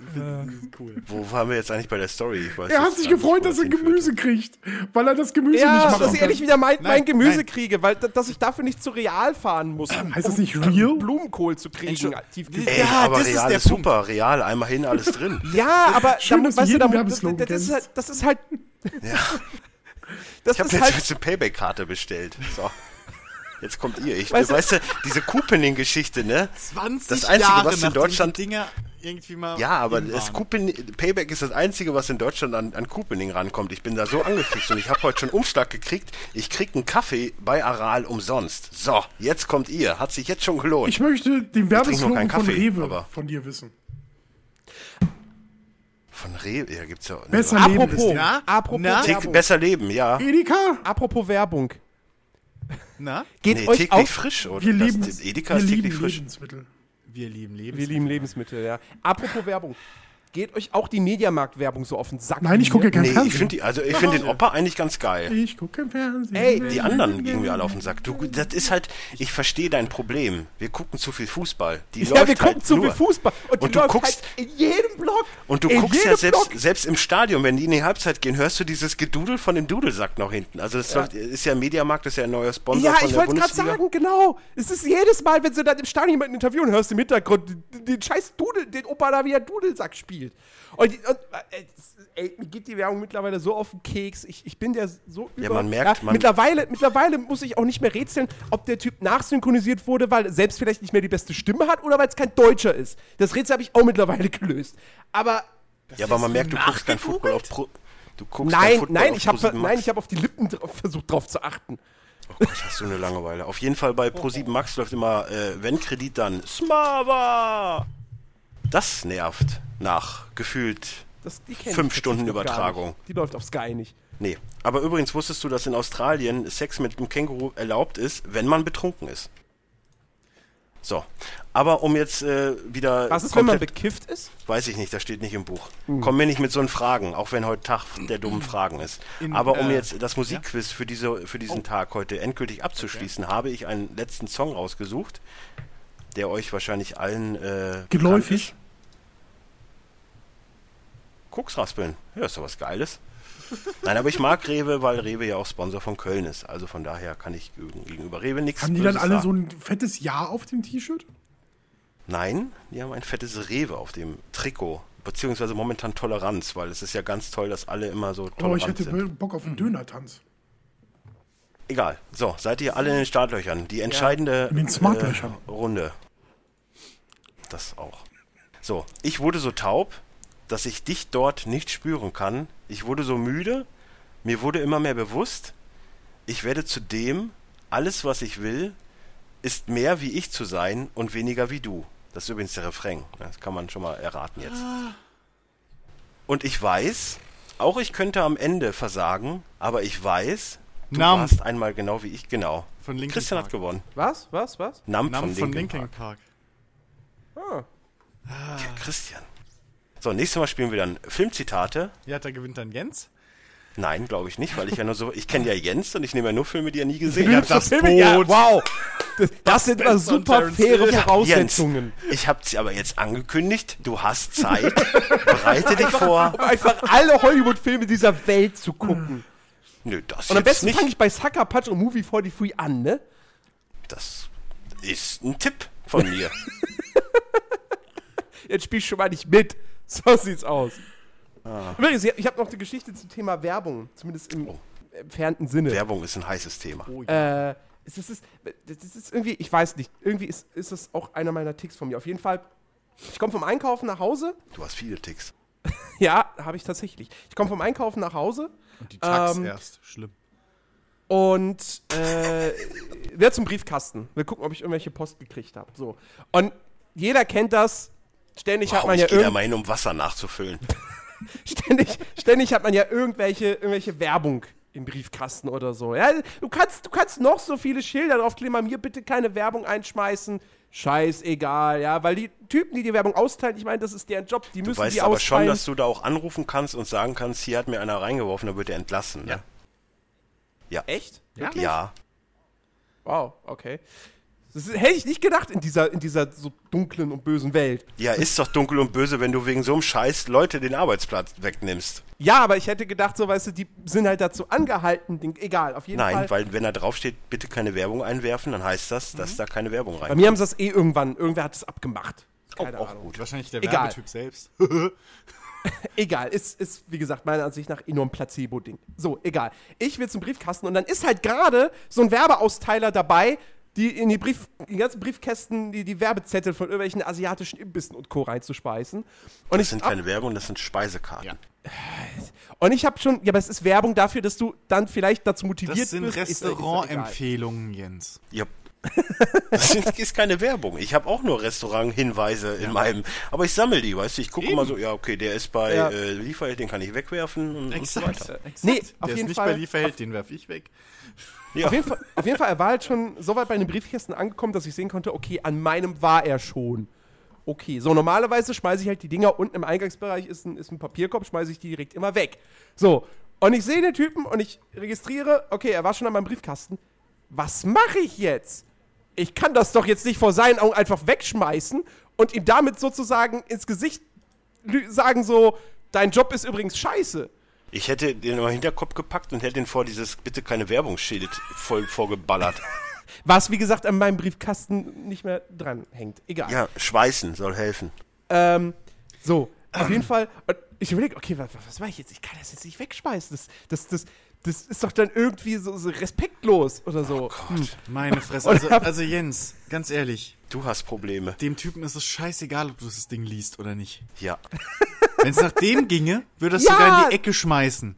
S2: find, cool.
S1: Wo waren wir jetzt eigentlich bei der Story? Ich weiß
S4: Er hat
S1: jetzt
S4: sich
S1: gar nicht,
S4: gefreut,
S1: wo
S4: dass
S1: das
S4: er
S1: hinführt.
S4: Gemüse kriegt, weil er das Gemüse nicht
S3: Ja,
S4: macht.
S3: dass ich endlich wieder mein,
S2: Nein,
S3: mein Gemüse
S2: nein.
S3: kriege, weil da- dass ich dafür nicht zu real fahren muss. um-
S4: Heißt das
S3: um
S4: nicht real?
S3: Blumenkohl zu kriegen. tiefgekühlt.
S1: Ey,
S2: Ja,
S1: aber
S2: das ist
S1: real
S2: der
S1: ist, super. Real, einmal hin, alles drin.
S3: Ja, aber
S4: Schön,
S3: da-
S4: dass du jeden
S3: da- das,
S4: Werbeslogan
S3: das, ist
S4: kennst.
S3: halt, das ist halt.
S1: Ja.
S3: Das
S1: Ich habe
S3: ist
S1: jetzt
S3: halt.
S1: jetzt eine Payback-Karte bestellt. So. Jetzt kommt ihr. Ich,
S3: Weißt
S1: weißt,
S3: du-
S1: du, diese Couponing-Geschichte, ne?
S2: 20
S1: Das Einzige,
S2: Jahre,
S1: was in
S2: nachdem die
S1: Deutschland-
S2: Dinger irgendwie mal
S1: Ja, aber
S2: in
S1: das
S2: waren.
S1: Couponing, Payback ist das Einzige, was in Deutschland an, an Couponing rankommt. Ich bin da so angefixt und ich habe heute schon Umschlag gekriegt. Ich krieg einen Kaffee bei Aral umsonst. So, jetzt kommt ihr. Hat sich jetzt schon gelohnt.
S4: Ich möchte den
S1: trinke noch
S4: Werbeslogan
S1: keinen
S4: von
S1: Kaffee,
S4: Rewe
S1: aber-
S4: von dir wissen.
S1: Von Rewe, ja, gibt's ja...
S4: Besser Leben ist
S3: Apropos,
S4: der.
S2: Na?
S3: apropos,
S2: Na?
S1: Tick,
S3: Werbung.
S1: besser leben, ja.
S4: Edeka,
S3: apropos Werbung.
S2: Na,
S3: Geht
S1: Nee,
S3: euch
S1: täglich
S3: auf.
S1: frisch, oder?
S4: wir leben,
S1: das, Edeka
S4: wir
S1: ist
S4: lieben
S1: täglich frisch.
S4: Lebensmittel.
S2: wir lieben Leben.
S3: Wir lieben Lebensmittel, ja. Apropos Werbung. Geht euch auch die Mediamarkt-Werbung so auf den Sack?
S4: Nein, ich gucke ja kein
S1: Nee, ich
S4: Fernsehen.
S1: finde also ich find den Opa eigentlich ganz geil.
S4: Ich gucke kein Fernsehen.
S3: Ey,
S1: Die anderen gingen mir alle auf den Sack. Du, das ist halt, ich verstehe dein Problem. Wir gucken zu viel Fußball. Die
S3: Ja,
S1: läuft
S3: wir gucken
S1: halt
S3: zu viel
S1: nur.
S3: Fußball. Und, die
S1: Und du
S3: läuft
S1: guckst-
S3: halt in jedem Block.
S1: Und du
S3: in
S1: guckst ja
S3: jedem
S1: selbst,
S3: Block.
S1: selbst im Stadion, wenn die in die Halbzeit gehen, hörst du dieses Gedudel von dem Dudelsack noch hinten. Also das läuft- ist ja Mediamarkt, das ist ja ein neuer Sponsor
S3: Ja,
S1: von
S3: ich
S1: der
S3: wollte gerade
S1: Bundesliga.
S3: sagen, genau. Es ist jedes Mal, wenn sie dann im Stadion jemanden interviewen, hörst du im Hintergrund den, den scheiß Dudel, den Opa da wieder Dudelsack spielt. Und, die- und äh, es- ey, mir geht die Werbung mittlerweile so auf den Keks. Ich, ich bin der so über.
S1: man merkt, man-
S3: mittlerweile, mittlerweile muss ich auch nicht mehr rätseln, ob der Typ nachsynchronisiert wurde, weil er selbst vielleicht nicht mehr die beste Stimme hat oder weil es kein Deutscher ist. Das Rätsel habe ich auch mittlerweile gelöst. Aber
S1: ja, aber man merkt, du guckst kein Football auf Pro. Du guckst kein
S3: nein,
S1: Football
S3: nein,
S1: auf
S3: ich habe
S1: 7 Max.
S3: nein, ich habe auf die Lippen drauf, versucht drauf zu achten.
S1: Oh Gott, hast du eine Langeweile. Auf jeden Fall bei
S3: Oh,
S1: Pro7 Max läuft immer, äh, wenn Kredit, dann Smava. Das nervt nach gefühlt.
S3: Das, die kenn ich
S1: Fünf
S3: tatsächlich
S1: Stunden
S3: noch gar
S1: Übertragung.
S3: nicht. Die läuft auf Sky nicht.
S1: Nee. Aber übrigens wusstest du, dass in Australien Sex mit einem Känguru erlaubt ist, wenn man betrunken ist. So. Aber um jetzt äh, wieder.
S3: Was ist, wenn man
S1: komplett-
S3: bekifft ist?
S1: Weiß ich nicht, das steht nicht im Buch. Komm mir nicht mit so einen Fragen, auch wenn heute Tag der
S3: Mhm.
S1: dummen Fragen ist. Aber um
S2: äh,
S1: jetzt das Musikquiz für, diese, für
S3: Oh.
S1: diesen Tag heute endgültig abzuschließen, habe ich einen letzten Song rausgesucht, der euch wahrscheinlich allen äh,
S4: Geläufig.
S1: Koksraspeln. Ja, ist doch was Geiles. Nein, aber ich mag Rewe, weil Rewe ja auch Sponsor von Köln ist. Also von daher kann ich gegen- gegenüber Rewe nichts
S4: Haben die dann
S1: Böses
S4: alle
S1: sagen.
S4: so ein fettes Ja auf dem T-Shirt?
S1: Nein, die haben ein fettes Rewe auf dem Trikot. Beziehungsweise momentan Toleranz, weil es ist ja ganz toll, dass alle immer so tolerant
S4: Oh, ich hätte
S1: sind.
S4: Bock auf einen Döner-Tanz.
S1: Egal. So, seid ihr alle in den Startlöchern. Die entscheidende
S4: In den Smartlöchern.
S1: Äh, Runde. Das auch. So, ich wurde so taub, dass ich dich dort nicht spüren kann. Ich wurde so müde, mir wurde immer mehr bewusst, ich werde zu dem, alles was ich will, ist mehr wie ich zu sein und weniger wie du. Das ist übrigens der Refrain, ne? das kann man schon mal erraten jetzt.
S2: Ah.
S1: Und ich weiß, auch ich könnte am Ende versagen, aber ich weiß, du
S2: Nam.
S1: warst einmal genau wie ich, genau.
S2: Von Linkin
S1: Christian
S2: Park.
S1: hat gewonnen.
S3: Was? Was? Was?
S1: Nam
S2: Namen
S1: von,
S2: von
S1: Linkin
S2: Linkin
S1: Park.
S2: Park.
S3: Ah.
S1: Ja, Christian. So, nächstes Mal spielen wir dann Filmzitate.
S2: Ja, da gewinnt dann Jens.
S1: Nein, glaube ich nicht, weil ich ja nur so. Ich kenne ja Jens und ich nehme ja nur Filme, die er nie gesehen
S2: Ja,
S1: hat.
S2: das
S3: Filme, ja,
S2: Boot.
S3: wow. Das, das sind immer
S2: Best on
S3: super
S2: Terence
S3: faire
S2: Hill. Ja,
S1: Jens,
S3: Voraussetzungen.
S1: ich habe sie aber jetzt angekündigt. Du hast Zeit. Bereite dich vor.
S3: Um einfach alle Hollywood-Filme dieser Welt zu gucken.
S1: Nö, das
S3: Und am
S1: jetzt
S3: besten
S1: nicht.
S3: fange ich bei Sucker Punch und Movie 43 an, ne?
S1: das ist ein Tipp von mir.
S3: Jetzt spiel ich schon mal nicht mit. So sieht's aus. Übrigens, ich habe noch eine Geschichte zum Thema Werbung, zumindest im entfernten Sinne.
S1: Werbung ist ein heißes Thema.
S3: Äh, es ist, es ist, es ist irgendwie, ich weiß nicht, irgendwie ist, ist das auch einer meiner Ticks von mir. Auf jeden Fall, ich komme vom Einkaufen nach Hause.
S1: Du hast viele Ticks.
S3: Ja, habe ich tatsächlich. Ich komme vom Einkaufen nach Hause
S2: Die Tags
S3: Ähm,
S2: erst. Schlimm.
S3: und äh, werde zum Briefkasten. Wir gucken, ob ich irgendwelche Post gekriegt habe. So. Und jeder kennt das. Ständig hat
S1: Warum
S3: man
S1: ich
S3: ja
S1: gehe da
S3: irgend
S1: mal hin, um Wasser nachzufüllen.
S3: ständig, ständig hat man ja irgendwelche, irgendwelche Werbung im Briefkasten oder so. Ja, du, kannst, du kannst noch so viele Schilder draufkleben, bei mir bitte keine Werbung einschmeißen. Scheißegal, ja, weil die Typen, die die Werbung austeilen, ich meine, das ist deren Job, die
S1: Du
S3: müssen
S1: weißt
S3: die
S1: aber schon,
S3: austeilen.
S1: dass du da auch anrufen kannst und sagen kannst, hier hat mir einer reingeworfen, dann wird er entlassen. Ne? Ja.
S3: Echt?
S1: Ja. ja.
S3: Wow, okay. Das hätte ich nicht gedacht in dieser, in dieser so dunklen und bösen Welt.
S1: Ja, ist doch dunkel und böse, wenn du wegen so einem Scheiß Leute den Arbeitsplatz wegnimmst.
S3: Ja, aber ich hätte gedacht, so, weißt du, die sind halt dazu angehalten, den, egal, auf jeden Fall.
S1: Nein, weil wenn da draufsteht, bitte keine Werbung einwerfen, dann heißt das, dass
S3: Mhm.
S1: da keine Werbung
S3: Bei
S1: rein.
S3: mir haben sie das eh irgendwann, irgendwer hat es abgemacht. Keine Ahnung.
S1: gut.
S2: Wahrscheinlich der
S3: Egal.
S2: Werbetyp selbst.
S3: Egal, ist, ist, wie gesagt, meiner Ansicht nach enorm Placebo-Ding. So, egal. Ich will zum Briefkasten und dann ist halt gerade so ein Werbeausteiler dabei, die in die, Brief, die ganzen Briefkästen, die, die Werbezettel von irgendwelchen asiatischen Imbissen und Co. reinzuspeisen. Und
S1: Das
S3: ich,
S1: sind keine Werbung, das sind Speisekarten.
S2: Ja.
S3: und ich habe schon, ja, aber es ist Werbung dafür, dass du dann vielleicht dazu motiviert
S2: Das sind
S3: bist. Ist- ist- ist- ist-
S2: Restaurantempfehlungen, Jens.
S1: Ja. Das sind- ist keine Werbung. Ich habe auch nur Restaurant-Hinweise in meinem. Aber ich sammle die, weißt du? Ich gucke immer so, ja, okay, der ist bei
S3: Ja.
S1: äh, Lieferheld, den kann ich wegwerfen und, und so
S2: Exakt.
S1: weiter.
S2: Exakt.
S3: Nee,
S2: der
S3: auf
S2: ist
S3: jeden
S2: nicht
S3: Fall-
S2: bei Lieferheld, den werf ich weg.
S1: Ja.
S3: Auf jeden, Fall, auf jeden Fall, er war halt schon so weit bei den Briefkästen angekommen, dass ich sehen konnte, okay, an meinem war er schon. Okay, so normalerweise schmeiße ich halt die Dinger unten im Eingangsbereich, ist ein, ist ein Papierkorb, schmeiße ich die direkt immer weg. So, und ich sehe den Typen und ich registriere, okay, er war schon an meinem Briefkasten. Was mache ich jetzt? Ich kann das doch jetzt nicht vor seinen Augen einfach wegschmeißen und ihm damit sozusagen ins Gesicht lü- sagen so, dein Job ist übrigens scheiße.
S1: Ich hätte den im Hinterkopf gepackt und hätte ihn vor dieses bitte keine Werbungsschild voll vorgeballert.
S3: Was, wie gesagt, an meinem Briefkasten nicht mehr dran hängt. Egal.
S1: Ja, schweißen soll helfen.
S3: Ähm, so, auf jeden Fall. Und ich überlege, okay, was, was mache ich jetzt? Ich kann das jetzt nicht wegschmeißen. Das, das, das, das ist doch dann irgendwie so, so respektlos oder so.
S2: Meine Fresse. Also, also Jens, ganz ehrlich,
S1: Du hast Probleme.
S2: dem Typen ist es scheißegal, ob du das Ding liest oder nicht.
S1: Ja.
S2: Wenn es nach dem ginge, würde das
S3: Ja.
S2: sogar in die Ecke schmeißen.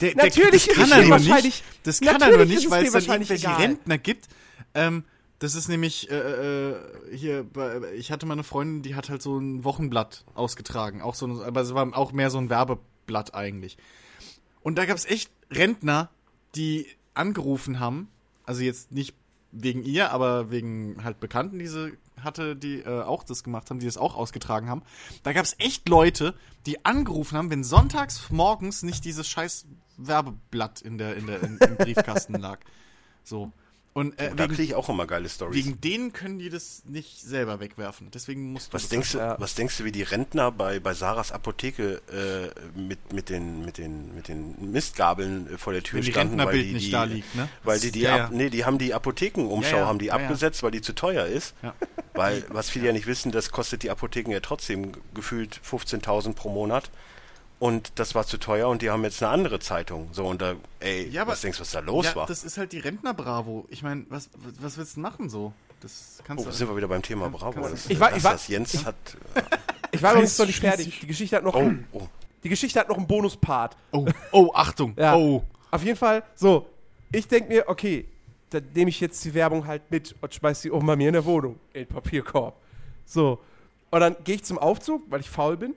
S2: Der, der-
S3: Natürlich
S2: das
S3: ist
S2: kann
S3: es
S2: er
S3: dir
S2: nur nicht.
S3: wahrscheinlich-
S2: Das kann er
S3: natürlich
S2: nur
S3: ist
S2: nicht,
S3: es
S2: weil
S3: dir
S2: es dann
S3: wahrscheinlich
S2: irgendwelche
S3: egal.
S2: Rentner gibt. Ähm, das ist nämlich äh, äh, hier, bei- ich hatte mal eine Freundin, die hat halt so ein Wochenblatt ausgetragen, auch so, ein- aber es war auch mehr so ein Werbeblatt eigentlich. Und da gab es echt Rentner, die angerufen haben, also jetzt nicht wegen ihr, aber wegen halt Bekannten, die sie hatte, die äh, auch das gemacht haben, die das auch ausgetragen haben. Da gab es echt Leute, die angerufen haben, wenn sonntags morgens nicht dieses scheiß Werbeblatt in der, in der, in, im Briefkasten lag. So. Und äh,
S1: Da
S2: wegen,
S1: kriege ich auch immer geile Stories.
S2: wegen denen können die das nicht selber wegwerfen. Deswegen musst du
S1: Was
S2: das
S1: denkst, du,
S3: Ja.
S1: was denkst du, wie die Rentner bei, bei Sarahs Apotheke äh, mit, mit, den, mit, den, mit den Mistgabeln äh, vor der Tür
S2: Wenn die
S1: standen?
S2: Rentnerbild
S1: weil die,
S2: nicht
S1: die,
S2: da liegt, ne?
S1: Weil
S2: Das-
S1: die, die,
S2: ja, ja.
S1: Ab, nee, die haben die Apothekenumschau
S2: Ja, ja,
S1: haben die
S2: ja, ja.
S1: abgesetzt, weil die zu teuer ist.
S2: Ja.
S1: Weil, was viele ja nicht wissen, das kostet die Apotheken ja trotzdem gefühlt 15.000 pro Monat. Und das war zu teuer und die haben jetzt eine andere Zeitung. So, und da, ey,
S2: Ja, aber-
S1: was denkst du, was da los
S2: ja,
S1: war?
S2: das ist halt die Rentner-Bravo. Ich meine, was, was willst du denn machen so? Das kannst
S1: Oh,
S2: du.
S1: sind wir wieder beim Thema Bravo.
S2: kannst du-
S1: Das,
S3: Ich wa-
S1: das,
S3: ich wa-
S1: das Jens hat.
S3: Ich war noch nicht
S4: Heißt
S3: völlig fertig.
S4: schließlich-
S3: Die Geschichte hat noch,
S1: Oh, oh.
S3: die Geschichte hat noch einen Bonuspart.
S2: Oh, oh Achtung.
S3: Ja.
S2: Oh.
S3: Auf jeden Fall, so, ich denke mir, okay, dann nehme ich jetzt die Werbung halt mit und schmeiß sie oben bei mir in der Wohnung, in den Papierkorb. So. Und dann gehe ich zum Aufzug, weil ich faul bin.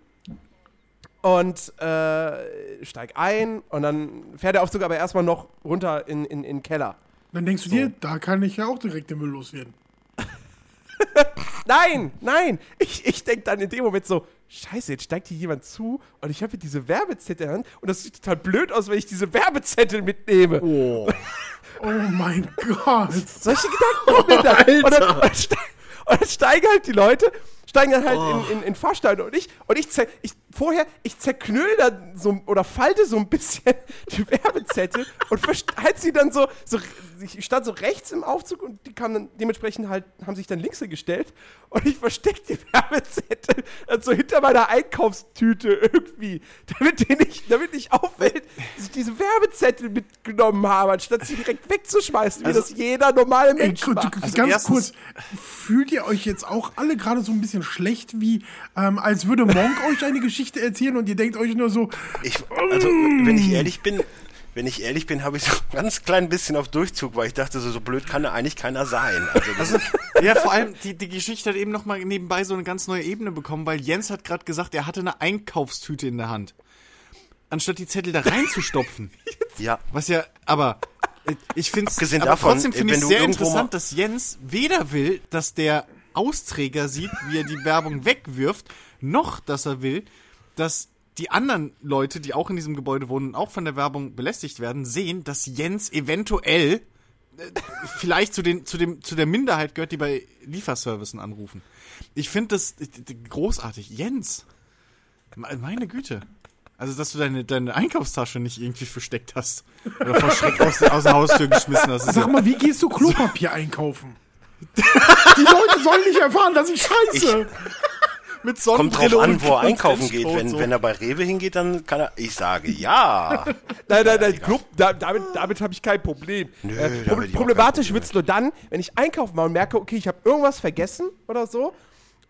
S3: Und äh, steig ein und dann fährt der Aufzug aber erstmal noch runter in, in, in den Keller.
S4: Dann denkst du dir, da kann ich ja auch direkt den Müll loswerden.
S3: Nein, nein. Ich, ich denke dann in dem Moment so, scheiße, jetzt steigt hier jemand zu und ich habe hier diese Werbezettel in der Hand und das sieht total blöd aus, wenn ich diese Werbezettel mitnehme.
S4: Oh mein Gott.
S3: Solche Gedanken kommen mir dann. Und dann, und, ste und dann steigen halt die Leute, steigen dann halt in, in, in Fahrsteine und ich, und ich, zer ich vorher, ich zerknüll dann so, oder falte so ein bisschen die Werbezettel und verst- halt sie dann so, so, ich stand so rechts im Aufzug und die kamen dann dementsprechend halt, haben sich dann links hingestellt und ich verstecke die Werbezettel dann so hinter meiner Einkaufstüte irgendwie, damit die nicht, damit nicht auffällt, dass ich diese Werbezettel mitgenommen habe, anstatt sie direkt wegzuschmeißen, wie das jeder normale
S4: Ey,
S3: Mensch
S4: gut,
S3: macht.
S4: ganz
S2: Also erstens-
S4: kurz, fühlt ihr euch jetzt auch alle gerade so ein bisschen schlecht, wie ähm, als würde Monk euch eine Geschichte erzählen und ihr denkt euch nur so,
S1: Ich, also, wenn ich ehrlich bin, wenn ich ehrlich bin, habe ich so ein ganz klein bisschen auf Durchzug, weil ich dachte, so, so blöd kann da eigentlich keiner sein. Also, das ist,
S2: Ja, vor allem, die, die Geschichte hat eben nochmal nebenbei so eine ganz neue Ebene bekommen, weil Jens hat gerade gesagt, er hatte eine Einkaufstüte in der Hand. Anstatt die Zettel da reinzustopfen.
S1: ja.
S2: Was ja, aber äh, ich finde es
S1: Abgesehen davon,
S2: trotzdem
S1: wenn
S2: finde ich
S1: du
S2: sehr
S1: irgendwo
S2: interessant,
S1: mal-
S2: dass Jens weder will, dass der Austräger sieht, wie er die Werbung wegwirft, noch dass er will, dass die anderen Leute, die auch in diesem Gebäude wohnen und auch von der Werbung belästigt werden, sehen, dass Jens eventuell äh, vielleicht zu den zu dem zu der Minderheit gehört, die bei Lieferservicen anrufen. Ich finde das äh, großartig, Jens. me- Meine Güte. Also, dass du deine, deine Einkaufstasche nicht irgendwie versteckt hast. Oder vor Schreck aus, aus der Haustür geschmissen hast. Also, Das ist
S4: sag
S1: Also,
S2: ja-
S4: mal, wie gehst du Klopapier einkaufen? Die Leute sollen nicht erfahren, dass ich scheiße.
S2: Mit
S1: Kommt drauf an, wo er einkaufen geht. Wenn, wenn er bei Rewe hingeht, dann kann er. Ich sage ja.
S3: Nein, nein, nein, Club, da, damit, damit habe ich kein Problem. äh,
S1: damit
S3: prob
S1: ich auch
S3: problematisch wird es nur dann, wenn ich einkaufen mache und merke, okay, ich habe irgendwas vergessen oder so.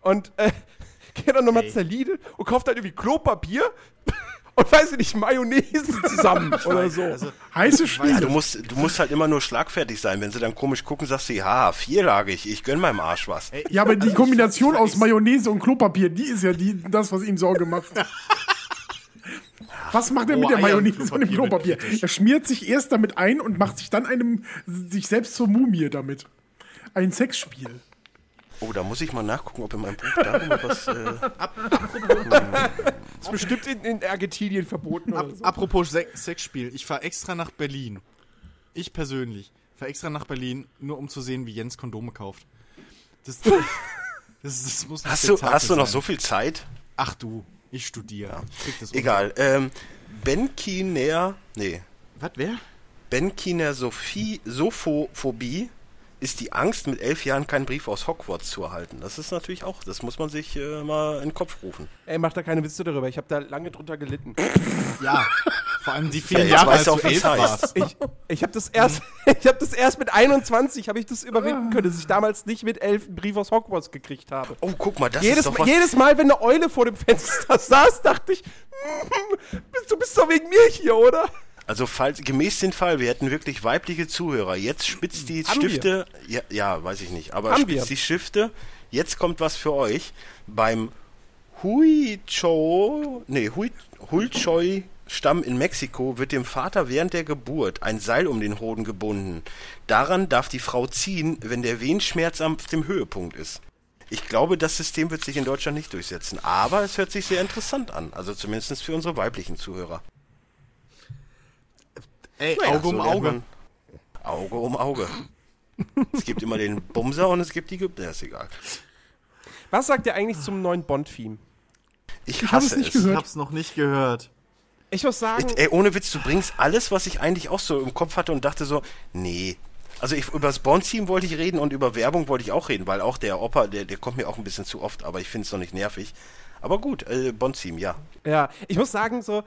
S3: Und äh, gehe dann nochmal zur Lidl und kaufe dann irgendwie Klopapier und weiß ich nicht, Mayonnaise zusammen oder
S4: Also,
S1: also
S3: so.
S2: Also,
S4: Heiße
S1: Ja, du
S4: Spiele.
S1: musst, du musst halt immer nur schlagfertig sein. Wenn sie dann komisch gucken, sagst du, ja, vierlagig, ich gönn meinem Arsch was.
S4: Ja, aber
S2: Also
S4: die Kombination aus Mayonnaise und Klopapier, die ist ja die, das, was ihm Sorge macht. Was macht er
S2: Oh,
S4: mit der
S2: Eier und
S4: Mayonnaise und dem
S2: Klopapier
S4: Klopapier? Er schmiert sich erst damit ein und macht sich dann einem, sich selbst zur Mumie damit. Ein Sexspiel.
S1: Oh, da muss ich mal nachgucken, ob in meinem Buch darüber was. Äh,
S3: ist bestimmt in, in Argentinien verboten oder so.
S2: Apropos Se Sexspiel. Ich fahre extra nach Berlin. Ich persönlich fahre extra nach Berlin, nur um zu sehen, wie Jens Kondome kauft. Das, das, das muss ein
S1: hast, du,
S2: Spektakel
S1: hast du noch
S2: sein.
S1: so viel Zeit?
S2: Ach du, ich studiere. Ich krieg das
S1: Egal. Ähm, Benkiner. Nee.
S2: unter. Was, wer?
S1: Benkiner Sophie, Sophophobie ist die Angst, mit elf Jahren keinen Brief aus Hogwarts zu erhalten. Das ist natürlich auch, das muss man sich äh, mal in den Kopf rufen.
S3: Ey, mach da keine Witze darüber. Ich habe da lange drunter gelitten.
S2: Ja. Vor allem die vielen
S1: jetzt
S2: Jahre,
S1: weißt
S2: als
S1: du
S2: du
S1: auch,
S2: elf
S1: was heißt.
S2: warst.
S3: Ich, ich habe das erst, ich habe das erst mit 21 habe ich das
S1: Ah.
S3: überwinden können, dass ich damals nicht mit 11 einen Brief aus Hogwarts gekriegt habe.
S1: Oh, guck mal, das
S3: Jedes,
S1: ist doch
S3: Mal-
S1: was.
S3: jedes Mal, wenn eine Eule vor dem Fenster saß, dachte ich, "Mm, bist- du bist doch wegen mir hier, oder?
S1: Also falls, gemäß den Fall, wir hätten wirklich weibliche Zuhörer. Jetzt spitzt die
S3: Haben wir.
S1: Stifte. Ja, ja, weiß ich nicht. Aber
S3: Haben
S1: spitzt
S3: wir.
S1: die Stifte. Jetzt kommt was für euch. Beim Huicho, nee, Hui, Hulchoi Stamm in Mexiko wird dem Vater während der Geburt ein Seil um den Hoden gebunden. Daran darf die Frau ziehen, wenn der Wehenschmerz auf dem Höhepunkt ist. Ich glaube, das System wird sich in Deutschland nicht durchsetzen, aber es hört sich sehr interessant an, also zumindest für unsere weiblichen Zuhörer.
S2: Ey,
S1: Naja,
S2: Auge um
S1: so lernt
S2: Auge.
S1: man Auge um Auge. es gibt immer den Bumser und es gibt die Gibt. Ja, ist egal.
S3: Was sagt ihr eigentlich zum neuen Bond-Theme?
S1: Ich,
S4: Ich habe
S1: hasse
S4: es nicht
S1: es.
S2: Ich
S4: gehört.
S2: hab's noch nicht gehört.
S3: Ich muss sagen,
S1: Ich, ey, ohne Witz, du bringst alles, was ich eigentlich auch so im Kopf hatte und dachte so, nee. Also ich, über das Bond-Team wollte ich reden und über Werbung wollte ich auch reden, weil auch der Opa, der, der kommt mir auch ein bisschen zu oft, aber ich finde es noch nicht nervig. Aber gut, äh, Bond-Team, ja.
S3: ja, ich muss sagen, so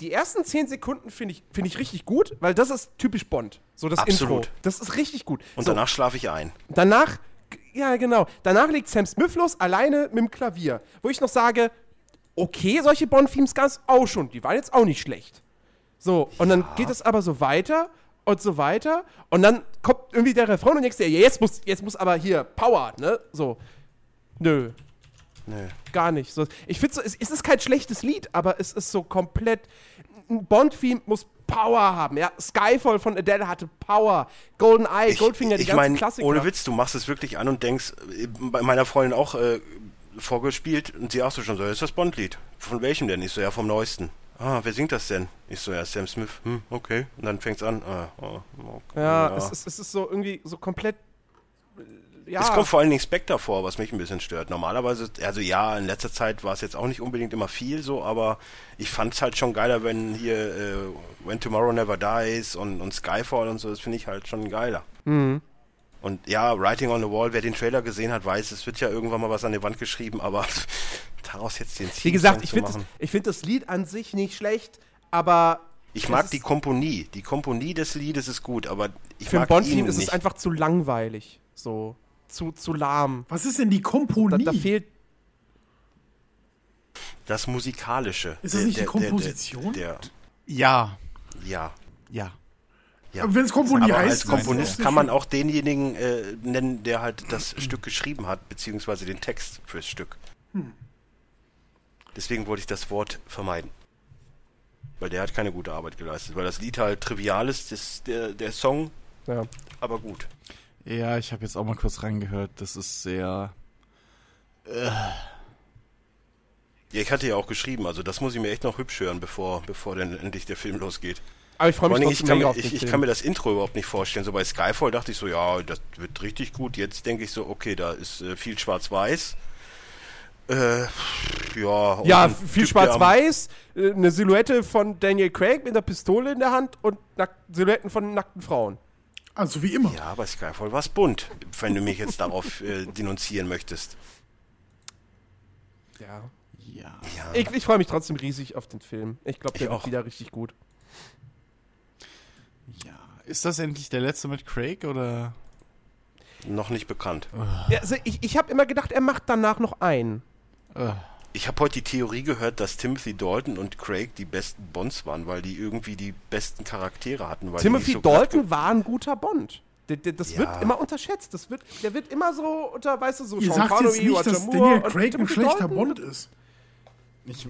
S3: die ersten 10 Sekunden finde ich, finde ich richtig gut, weil das ist typisch Bond. So das
S1: Absolut.
S3: Intro. Das ist richtig gut.
S1: Und
S3: so,
S1: danach schlafe ich ein.
S3: Danach, ja genau, danach legt Sam Smith los, alleine mit dem Klavier. Wo ich noch sage, okay, solche Bonn-Themes gab es auch schon. Die waren jetzt auch nicht schlecht. So, und dann geht es aber so weiter und so weiter. Und dann kommt irgendwie der Refrain und denkst dir, ja, jetzt muss, jetzt muss aber hier Power, ne? So. Nö,
S1: Nee.
S3: gar nicht. So, ich finde so, es, es ist kein schlechtes Lied, aber es ist so komplett. Ein Bond-Theme muss Power haben. Ja? Skyfall von Adele hatte Power. Golden Eye, Goldfinger, die
S1: ich
S3: ganzen
S1: mein,
S3: Klassiker.
S1: Ohne Witz, du machst es wirklich an und denkst, äh, bei meiner Freundin auch äh, vorgespielt und sie auch so schon so, das ist das Bond-Lied. Von welchem denn? Ich so, ja, vom neuesten. Ah, wer singt das denn? Ich so, ja, Sam Smith. Hm, okay. Und dann fängt's an. Ah, ah, okay.
S3: ja, Es, ist, es ist so irgendwie so komplett. äh, Ja,
S1: Es kommt vor allen Dingen Spectre vor, was mich ein bisschen stört. Normalerweise, also ja, in letzter Zeit war es jetzt auch nicht unbedingt immer viel so, aber ich fand es halt schon geiler, wenn hier äh, When Tomorrow Never Dies und, und Skyfall und so, das finde ich halt schon geiler.
S3: Mhm.
S1: Und ja, Writing on the Wall, wer den Trailer gesehen hat, weiß, es wird ja irgendwann mal was an die Wand geschrieben, aber daraus jetzt den
S3: wie gesagt, ich
S1: Theme-Song
S3: finde
S1: zu
S3: das,
S1: machen.
S3: ich find das Lied an sich nicht schlecht, aber.
S1: Ich
S3: es
S1: mag
S3: ist-
S1: die Komponie. Die Komponie des Liedes ist gut, aber ich
S3: Für ein
S1: mag ihn
S3: Bond-Theme ist es
S1: nicht.
S3: einfach zu langweilig. So. Zu, zu lahm.
S4: Was ist denn die
S3: Da,
S4: Komponie?
S3: da fehlt.
S1: das Musikalische.
S4: Ist das
S1: Der-
S4: nicht die
S1: der- der- der-
S4: Komposition?
S1: Der,
S2: Ja.
S1: ja.
S2: Ja.
S1: ja.
S4: Wenn es Komponie
S1: Aber
S4: heißt.
S1: als Komponist
S4: ist-
S1: kann man auch denjenigen äh, nennen, der halt das Stück geschrieben hat, beziehungsweise den Text fürs Stück. Deswegen wollte ich das Wort vermeiden. Weil der hat keine gute Arbeit geleistet. Weil das Lied halt trivial ist, das, der, der Song
S3: Ja.
S1: aber gut.
S2: Ja, ich habe jetzt auch mal kurz reingehört. Das ist sehr.
S1: Ja, ich hatte ja auch geschrieben, also das muss ich mir echt noch hübsch hören, bevor, bevor dann endlich der Film losgeht.
S3: Aber ich freue
S1: Vor
S3: mich
S1: allen Dingen,
S3: trotzdem
S1: ich, kann
S3: mega
S1: mir,
S3: auf den
S1: ich, ich
S3: Film.
S1: kann mir das Intro überhaupt nicht vorstellen. So bei Skyfall dachte ich so, ja, das wird richtig gut. Jetzt denke ich so, okay, da ist äh, viel schwarz-weiß. Äh, ja, und
S3: Ja,
S1: ein
S3: viel
S1: Typ, der am-
S3: schwarz-weiß, äh, eine Silhouette von Daniel Craig mit einer Pistole in der Hand und nack- Silhouetten von nackten Frauen.
S4: Also wie immer.
S1: Ja, bei Skyfall war es bunt, wenn du mich jetzt darauf äh, denunzieren möchtest.
S3: Ja.
S2: Ja.
S1: Ja,
S3: Ich, ich freue mich trotzdem riesig auf den Film. Ich glaube,
S1: Ich
S3: der
S1: auch.
S3: wird wieder richtig gut.
S2: Ja. Ist das endlich der letzte mit Craig oder?
S1: noch nicht bekannt.
S3: Ja, also ich ich habe immer gedacht, er macht danach noch einen.
S2: Äh.
S1: Ich habe heute die Theorie gehört, dass Timothy Dalton und Craig die besten Bonds waren, weil die irgendwie die besten Charaktere hatten. Weil die
S3: Timothy
S1: nicht so glatt
S3: Dalton war ein guter Bond. Der- der- Das
S1: Ja.
S3: wird immer unterschätzt. Das wird, der wird immer so unter, weißt du, so
S4: Ihr sagt jetzt nicht, dass Daniel Craig ein schlechter Bond ist.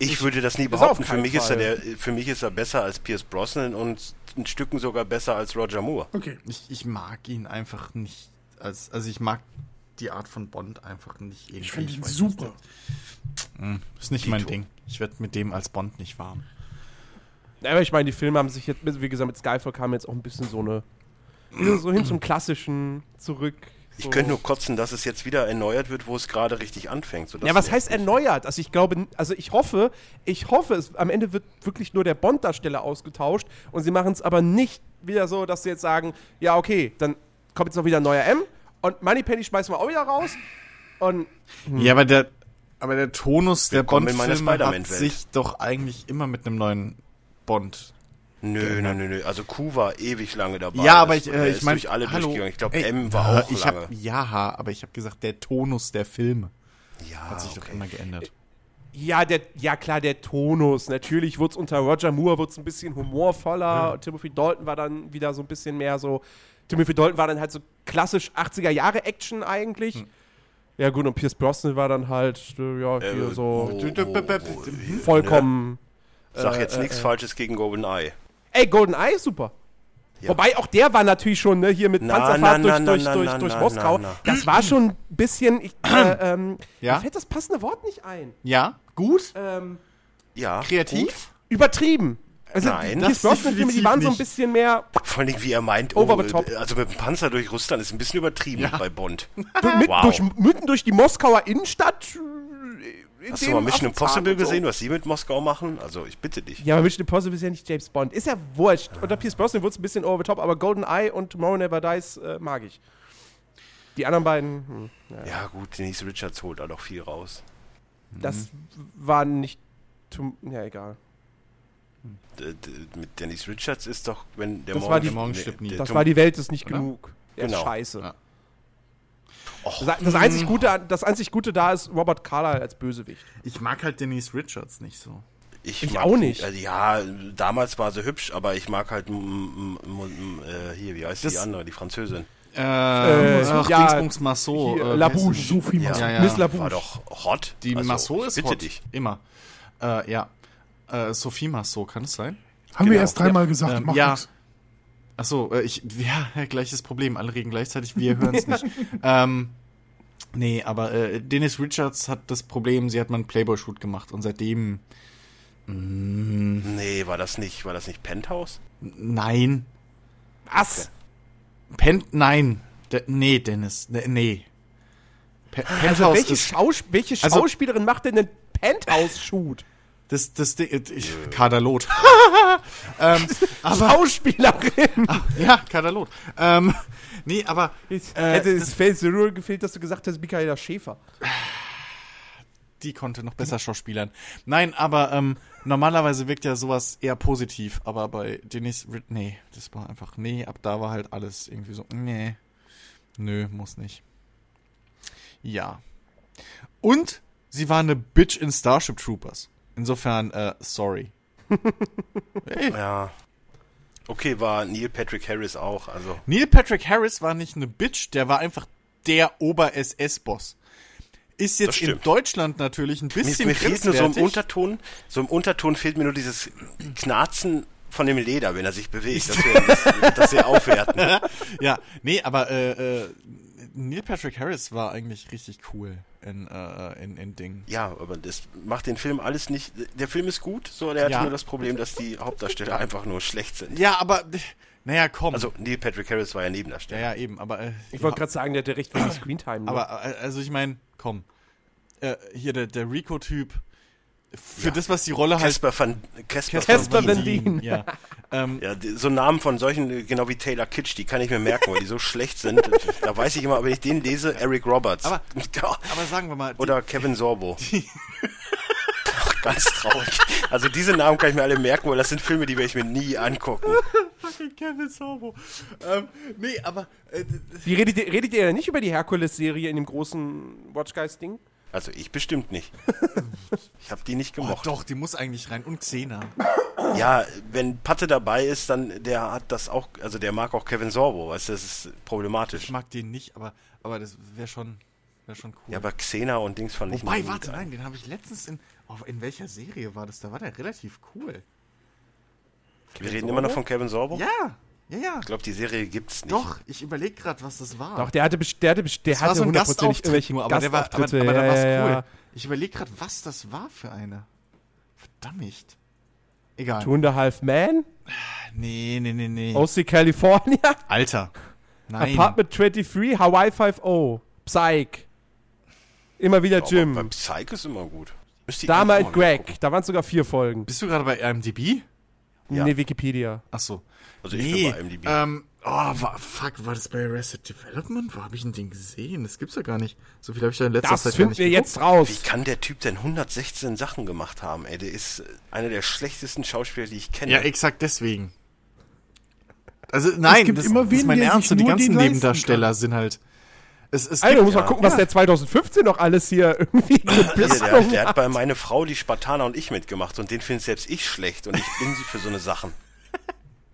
S1: Ich würde das nie
S3: auf
S1: behaupten. Für
S3: keinen
S1: mich, ist er
S3: Fall.
S1: der, für mich ist er besser als Pierce Brosnan und in Stücken sogar besser als Roger Moore.
S4: Okay.
S2: Ich, ich mag ihn einfach nicht. Als, also ich mag die Art von Bond einfach nicht. Irgendwie.
S4: Ich finde ihn
S2: weiß
S4: super.
S2: nicht. Ist nicht mein Ding. Ich werde mit dem als Bond nicht warm.
S3: Ja, Aber ich meine, die Filme haben sich jetzt, wie gesagt, mit Skyfall kam jetzt auch ein bisschen so eine. So hin zum Klassischen zurück. So.
S1: Ich könnte nur kotzen, dass es jetzt wieder erneuert wird, wo es gerade richtig anfängt. sodass
S3: Ja, was
S1: man-
S3: heißt erneuert? Also ich glaube, n- also ich hoffe, ich hoffe, es, am Ende wird wirklich nur der Bond-Darsteller ausgetauscht und sie machen es aber nicht wieder so, dass sie jetzt sagen, ja, okay, dann kommt jetzt noch wieder ein neuer M und Moneypenny schmeißen wir auch wieder raus und
S1: Hm.
S2: Ja, aber der, aber der Tonus der
S1: Willkommen in meiner
S2: Bond-Filme hat
S1: Spider-Man-Welt.
S2: sich doch eigentlich immer mit einem neuen Bond.
S1: Nö, nö, nö, nö. Also Q war ewig lange dabei.
S2: ja, aber
S1: Das-
S2: ich,
S1: er
S2: äh, ich
S1: ist
S2: meine,
S1: durch alle
S2: hallo,
S1: durchgegangen. Ich glaube,
S2: ey,
S1: M war auch
S2: ich
S1: lange.
S2: Hab, ja, aber ich habe gesagt, der Tonus der Filme
S1: ja,
S2: hat sich doch immer geändert.
S3: ja, der, ja klar, der Tonus. Natürlich wurde es unter Roger Moore wird's ein bisschen humorvoller und Timothy Dalton war dann wieder so ein bisschen mehr so, Timothy Dalton war dann halt so klassisch 80er-Jahre-Action eigentlich.
S2: Hm.
S3: Ja gut, und Pierce Brosnan war dann halt, äh, ja, hier
S1: Äh,
S3: so...
S1: wo- wo- wo-
S3: vollkommen.
S1: Sag
S3: äh,
S1: jetzt
S3: äh,
S1: nichts
S3: äh.
S1: Falsches gegen GoldenEye.
S3: Ey, GoldenEye ist super.
S1: Ja.
S3: Wobei auch der war natürlich schon ne, hier mit
S1: Na,
S3: Panzerfahrt
S1: na,
S3: durch,
S1: na,
S3: durch,
S1: na,
S3: durch,
S1: na,
S3: durch
S1: na,
S3: Moskau.
S1: na,
S3: Das war schon ein bisschen. Ich, äh, ähm,
S2: Ja?
S3: Mir fällt das passende Wort nicht ein.
S2: Ja, gut,
S3: Ähm,
S1: Ja. gut.
S2: kreativ.
S3: übertrieben. Also,
S1: Nein.
S3: die, die
S2: Das
S3: Brosnan-Filme, die waren so ein
S2: definitiv nicht.
S3: bisschen mehr
S1: Vor allen Dingen, wie er meint,
S3: Over the top.
S1: äh, also mit dem Panzer durch Russland ist ein bisschen übertrieben bei Bond.
S3: mit,
S1: Wow.
S3: durch, mitten durch die Moskauer Innenstadt. äh, in
S1: Hast du
S3: dem
S1: mal Mission
S3: Affenzahn
S1: Impossible
S3: und so.
S1: gesehen, was sie mit Moskau machen? Also ich bitte dich.
S3: Ja, aber Mission Impossible ist ja nicht James Bond. Ist ja wurscht. Unter Pierce Brosnan wurde es ein bisschen over the top, aber GoldenEye und Tomorrow Never Dies äh, mag ich. Die anderen beiden, hm,
S1: Ja gut, Denise Richards holt da doch viel raus.
S3: das
S1: Mhm.
S3: war nicht. Tom ja, egal.
S1: D- d- Mit Denise Richards ist doch, wenn der
S3: Das
S1: Morgen,
S3: war die-
S2: Der Morgen stirbt nie.
S1: der
S3: Das
S1: Tom-
S3: war die Welt ist nicht
S2: Oder?
S3: genug. Ja,
S1: Genau.
S3: scheiße.
S2: Ja.
S3: Das, das,
S1: hm.
S3: einzig Gute, an- das einzig Gute da ist Robert Carlyle als Bösewicht.
S2: Ich mag halt Denise Richards nicht so.
S1: Ich,
S3: Ich
S1: mag
S3: auch
S1: die-
S3: nicht.
S1: Also, ja, damals war sie hübsch, aber ich mag halt m, m, m, m, äh, hier, wie heißt die
S2: Das-
S1: andere, die Französin.
S3: ach,
S2: Äh, ach,
S3: Ähm, ja,
S2: Dingsbungs Marceau.
S3: hier,
S2: äh,
S3: La
S2: wie heißt
S3: Bouche.
S2: sie?
S4: Sophie
S1: Ja.
S4: Masson.
S2: Ja, ja.
S3: Miss La
S1: War
S3: Bouche.
S1: doch hot.
S2: Die
S1: Also,
S2: Massot ist
S1: bitte
S2: hot.
S1: dich.
S2: Immer. Äh, ja. Äh, Sophie Massot, kann es sein?
S4: Haben wir
S1: Genau.
S4: erst dreimal gesagt.
S2: Ähm,
S4: macht
S2: ja.
S4: nix.
S2: Achso, äh, ich, ja, gleiches Problem. Alle reden gleichzeitig, wir hören es nicht. ähm, nee, aber äh, Dennis Richards hat das Problem, sie hat mal einen Playboy-Shoot gemacht und seitdem, mm,
S1: Nee, war das nicht, war das nicht Penthouse?
S2: nein.
S3: Was?
S2: Pent, nein. De, nee, Dennis, ne- nee. Pe
S3: Also
S2: Penthouse
S3: welche,
S2: ist-
S3: Schaus welche
S2: Also-
S3: Schauspielerin macht denn einen Penthouse-Shoot?
S2: Das, das Ding, äh, ich, Kaderlot. ähm, aber,
S3: Schauspielerin!
S2: ja, Kaderlot. Ähm, nee, aber,
S3: Hätte
S2: äh,
S3: es Faith the Rule gefehlt, dass du gesagt hast, Michaela Schäfer.
S2: die konnte noch besser schauspielern. Nein, aber, ähm, normalerweise wirkt ja sowas eher positiv, aber bei Denise, Rid- nee, das war einfach, nee, ab da war halt alles irgendwie so, nee, nö, muss nicht. Ja. Und sie war eine Bitch in Starship Troopers. Insofern, äh, sorry.
S1: Ja. Okay, war Neil Patrick Harris auch, also.
S2: Neil Patrick Harris war nicht eine Bitch, der war einfach der Ober-SS-Boss. Ist
S1: Das
S2: jetzt
S1: stimmt.
S2: in Deutschland natürlich ein
S1: Mir,
S2: bisschen
S1: mir fehlt nur so im
S2: grenzwertig.
S1: Unterton, so im Unterton fehlt mir nur dieses Knarzen von dem Leder, wenn er sich bewegt. Das wäre das, das wär aufwerten.
S2: Ja, nee, aber äh, äh, Neil Patrick Harris war eigentlich richtig cool in, äh, in, in Dingen.
S1: Ja, aber das macht den Film alles nicht. Der Film ist gut, so, der hat
S2: Ja.
S1: nur das Problem, dass die Hauptdarsteller einfach nur schlecht sind.
S2: Ja, aber, naja, komm.
S1: Also Neil Patrick Harris war ja
S2: ja,
S1: Nebendarsteller.
S2: ja, eben, aber... Äh,
S3: Ich wollte gerade sagen, der hatte recht wenig Screentime. ne?
S2: Aber äh, also ich meine, komm. Äh, hier der, der Rico-Typ, für das, was die Rolle halt...
S1: Casper van Casper,
S3: Casper
S1: van Dien.
S3: Van Dien.
S2: Ja. ähm,
S1: Ja, die, so Namen von solchen, äh, genau wie Taylor Kitsch, die kann ich mir merken, weil die so schlecht sind. Da weiß ich immer, wenn ich den lese, Eric Roberts.
S2: Aber- aber sagen wir mal... die-
S1: Oder Kevin Sorbo. Ach, Ganz traurig. Also diese Namen kann ich mir alle merken, weil das sind Filme, die werde ich mir nie angucken.
S2: Fucking Kevin Sorbo. Ähm, nee, aber... Äh,
S3: Wie redet, ihr- redet ihr ja nicht über die Herkules-Serie in dem großen Watch Guys-Ding?
S1: Also ich bestimmt nicht. Ich habe die nicht
S2: oh,
S1: gemocht.
S2: doch, die muss eigentlich rein. Und Xena.
S1: ja, wenn Patte dabei ist, dann der hat das auch, also der mag auch Kevin Sorbo, weißt du, das ist
S2: Ich
S1: problematisch.
S2: mag den nicht, aber, aber das wäre schon, wär schon cool.
S1: Ja, aber Xena und Dings
S3: Oh
S1: fand ich
S2: Wobei,
S1: nie
S2: warte,
S1: geil.
S2: nein, den habe ich letztens in... Oh, in welcher Serie war das? Da war der relativ cool.
S1: Wir reden immer noch von Kevin Sorbo?
S2: Ja, ja, ja.
S1: Ich glaube, die Serie gibt's nicht.
S2: Doch, ich überlege gerade, was das war.
S3: Doch, der hatte, best- der hatte, best- der
S2: das war
S3: hatte
S2: so ein
S3: hundertprozentig
S2: Gastauftritt
S3: irgendwelche
S2: nur, aber der war, aber,
S3: Gastauftritte.
S2: aber da war es
S3: ja, ja,
S2: cool.
S3: ja.
S2: Ich überlege gerade, was das war für eine. Verdammt. Egal.
S3: Two and a Half Man,
S2: Nee, nee, nee, nee.
S3: OC California,
S2: Alter. Nein.
S3: Apartment 23, Hawaii 5.0, Psych. Immer wieder Jim.
S1: Beim Psych ist immer gut. Müsst ihr
S3: Dame
S1: auch mal
S3: and Greg, da waren sogar vier Folgen.
S2: Bist du gerade bei IMDb?
S1: Ja.
S3: Nee, Wikipedia.
S2: Achso.
S1: Also ich bin bei IMDb.
S2: Ähm, oh, war, fuck, war das bei Arrested Development? Wo habe ich denn den gesehen? Das gibt's ja gar nicht. So viel habe ich da in letzter
S3: Das
S2: Zeit gar
S3: finden
S2: nicht
S3: wir
S2: geguckt.
S3: jetzt raus.
S1: Wie kann der Typ denn 116 Sachen gemacht haben, ey? Der ist äh, einer der schlechtesten Schauspieler, die ich kenne.
S2: Ja, exakt deswegen. Also nein,
S4: Es gibt
S2: das,
S4: immer
S2: das ist
S4: wen,
S2: mein
S4: der
S2: Ernst
S4: sich
S2: und die
S4: nur
S2: ganzen
S4: den leisten
S2: Nebendarsteller sind halt. Es, es
S3: Alter,
S2: gibt-
S3: muss mal gucken, was der 2015 noch alles hier irgendwie
S1: Hier,
S3: gebissen
S1: der, der
S3: hat.
S1: hat bei meine Frau die Spartaner und ich mitgemacht und den finde selbst ich schlecht und ich bin sie für so eine Sachen.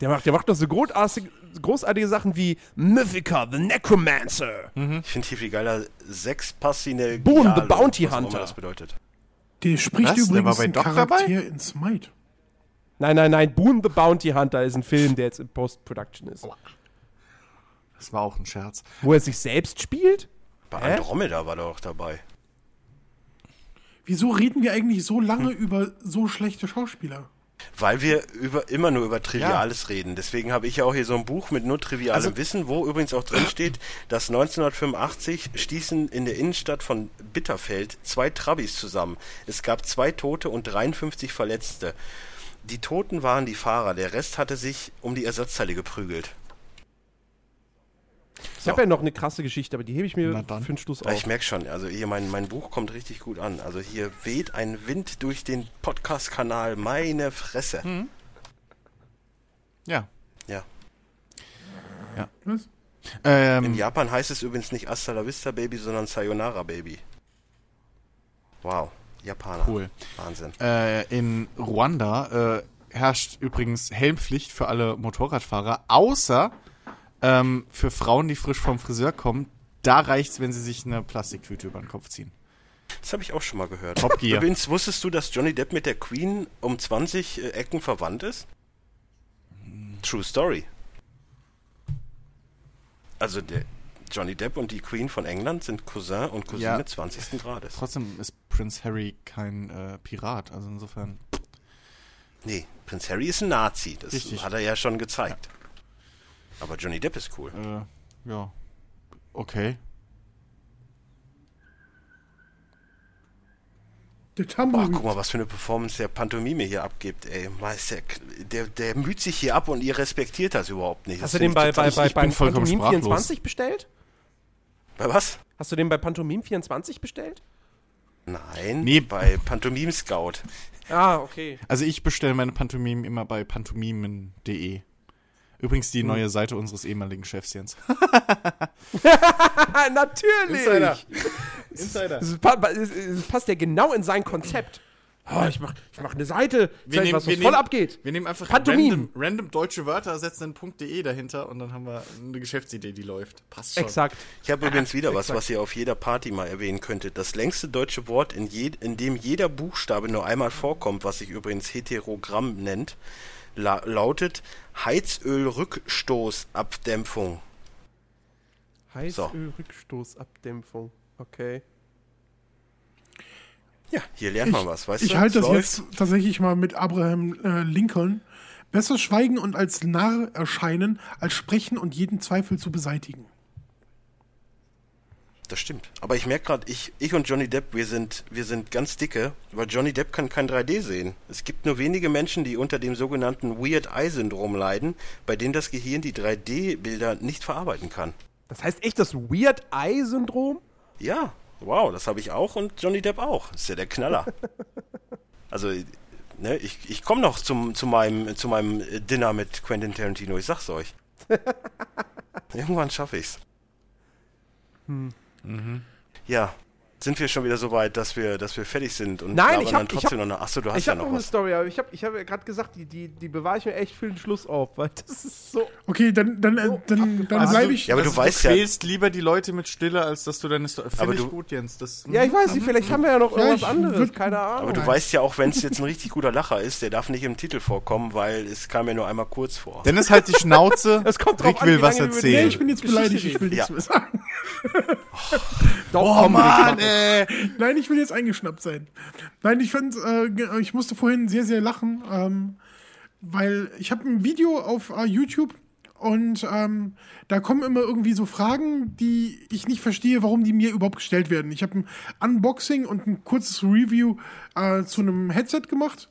S3: Der macht, der macht noch so großartige, großartige Sachen wie Mythica, The Necromancer.
S1: Ich finde hier viel geiler Sex Passinel.
S3: Hm. Boom, the Bounty Hunter.
S1: das bedeutet.
S4: Der spricht
S2: Was? Der war
S4: übrigens
S2: bei
S4: einen
S2: Doc
S4: Charakter
S2: dabei?
S4: in Smite.
S3: Nein, nein, nein, Boon the Bounty Hunter ist ein Film, der jetzt in Post-Production ist.
S2: Das war auch ein Scherz.
S3: Wo er sich selbst spielt?
S1: Bei
S3: Hä?
S1: Andromeda war der auch dabei.
S4: Wieso reden wir eigentlich so lange über so schlechte Schauspieler?
S1: Weil wir über, immer nur über Triviales reden. Deswegen habe ich ja auch hier so ein Buch mit nur trivialem Wissen, wo übrigens auch drin steht, dass 1985 stießen in der Innenstadt von Bitterfeld zwei Trabis zusammen. Es gab zwei Tote und 53 Verletzte. Die Toten waren die Fahrer, der Rest hatte sich um die Ersatzteile geprügelt.
S3: Ich habe ja noch eine krasse Geschichte, aber die hebe ich mir
S2: Na dann.
S3: für den Schluss
S1: Ja, Ich
S3: auf.
S1: merke schon, also hier mein, mein Buch kommt richtig gut an. Also hier weht ein Wind durch den Podcast-Kanal, meine Fresse.
S2: Ja.
S1: Ja.
S4: Was?
S1: In
S2: Ähm,
S1: Japan heißt es übrigens nicht Hasta la Vista Baby, sondern Sayonara Baby. Wow, Japaner.
S2: Cool.
S1: Wahnsinn.
S2: äh, in Ruanda äh, herrscht übrigens Helmpflicht für alle Motorradfahrer, außer ähm, für Frauen, die frisch vom Friseur kommen. Da reicht's, wenn sie sich eine Plastiktüte über den Kopf ziehen.
S1: Das habe ich auch schon mal gehört.
S2: Top Gear.
S1: Übrigens, wusstest du, dass Johnny Depp mit der Queen um 20 äh, Ecken verwandt ist? True Story. Also der Johnny Depp und die Queen von England sind Cousin und Cousine
S2: Ja.
S1: 20. Grades.
S2: Trotzdem ist Prince Harry kein äh, Pirat, also insofern.
S1: Nee, Prinz Harry ist ein Nazi. Das
S2: Richtig.
S1: hat er ja schon gezeigt. Aber Johnny Depp ist cool.
S2: Äh, ja. Okay.
S4: Der
S1: Boah,
S4: Tambour.
S1: guck mal, was für eine Performance der Pantomime hier abgibt, ey. Meister, der, der müht sich hier ab und ihr respektiert das überhaupt nicht.
S3: Hast
S1: Das
S3: du den
S1: find
S3: bei,
S1: ich
S3: bei,
S1: total-
S3: bei,
S2: ich
S3: bei
S2: bin vollkommen
S3: Pantomim
S2: sprachlos.
S3: 24 bestellt?
S1: Bei was?
S3: Hast du den bei Pantomim 24 bestellt?
S1: Nein,
S2: Nee.
S1: bei Pantomime Scout.
S3: Ah, okay.
S2: Also ich bestelle meine Pantomimen immer bei pantomimen.de. Übrigens die neue Seite unseres ehemaligen Chefs Jens.
S3: Ah, natürlich!
S2: Insider.
S3: Es, pa es, es passt ja genau in sein Konzept. Oh, ich mach, ich mach eine Seite, zeig, was, was voll abgeht.
S2: Wir nehmen einfach
S3: Pantomim.
S2: random, random deutsche Wörter, setzen einen Punkt .de dahinter und dann haben wir eine Geschäftsidee, die läuft. Passt schon.
S3: Exakt.
S1: Ich habe übrigens wieder was, was ihr auf jeder Party mal erwähnen könntet. Das längste deutsche Wort, in, je, in dem jeder Buchstabe nur einmal vorkommt, was sich übrigens Heterogramm nennt, la lautet Heizölrückstoßabdämpfung.
S3: Heißölrückstoßabdämpfung. Okay.
S1: Ja, hier lernt
S4: Ich,
S1: man was, weißt
S4: ich
S1: du?
S4: halte
S1: Es
S4: das
S1: läuft.
S4: jetzt tatsächlich mal mit Abraham äh, Lincoln. Besser schweigen und als Narr erscheinen, als sprechen und jeden Zweifel zu beseitigen.
S1: Das stimmt. Aber ich merke gerade, ich, ich und Johnny Depp, wir sind, wir sind ganz dicke, weil Johnny Depp kann kein 3D sehen. Es gibt nur wenige Menschen, die unter dem sogenannten Weird Eye Syndrom leiden, bei dem das Gehirn die 3D-Bilder nicht verarbeiten kann.
S3: Das heißt echt das Weird Eye Syndrom?
S1: Ja, wow, das habe ich auch und Johnny Depp auch. Ist ja der Knaller. also, ne, ich, ich komme noch zum, zu meinem, zu meinem äh, Dinner mit Quentin Tarantino, ich sag's euch. Irgendwann schaffe ich's.
S3: Hm.
S1: Ja. Sind wir schon wieder so weit, dass wir, dass wir fertig sind und
S3: Nein,
S1: labern
S3: ich hab-
S1: dann
S3: ich
S1: trotzdem
S3: hab-
S1: noch eine. Achso, du hast
S3: Ich
S1: ja
S3: habe noch
S1: noch
S3: eine
S1: was.
S3: Story, aber ich habe ich hab ja gerade gesagt, die, die, die bewahre ich mir echt für den Schluss auf, weil das ist so.
S4: Okay, dann, dann, äh, dann, dann
S2: Also,
S4: bleibe ich.
S1: Ja, aber du weißt ja-
S2: Du quälst lieber die Leute mit Stille, als dass du deine Story. Finde
S1: Aber
S2: ich
S1: du-
S2: gut, Jens. Das,
S3: Ja, ich weiß nicht, vielleicht haben wir ja noch irgendwas
S4: ich
S3: anderes.
S4: würd-
S3: Keine Ahnung.
S1: Aber du weißt ja auch, wenn es jetzt ein richtig guter Lacher ist, der darf nicht im Titel vorkommen, weil es kam ja nur einmal kurz vor.
S2: Dennis, halt die Schnauze.
S3: Es kommt drauf
S2: Rick
S3: an,
S2: will
S3: wie
S2: was
S3: lange wir über
S4: Nee,
S2: erzählen.
S4: ich bin jetzt
S3: Geschichte
S4: beleidigt, ich will
S1: reden.
S4: nichts
S1: Ja.
S4: mehr sagen.
S3: Doch,
S2: oh Mann, ey.
S4: Nein, ich will jetzt eingeschnappt sein. Nein, ich fand, äh, ge- ich musste vorhin sehr, sehr lachen, ähm, weil ich habe ein Video auf äh, YouTube und ähm, da kommen immer irgendwie so Fragen, die ich nicht verstehe, warum die mir überhaupt gestellt werden. Ich habe ein Unboxing und ein kurzes Review äh, zu einem Headset gemacht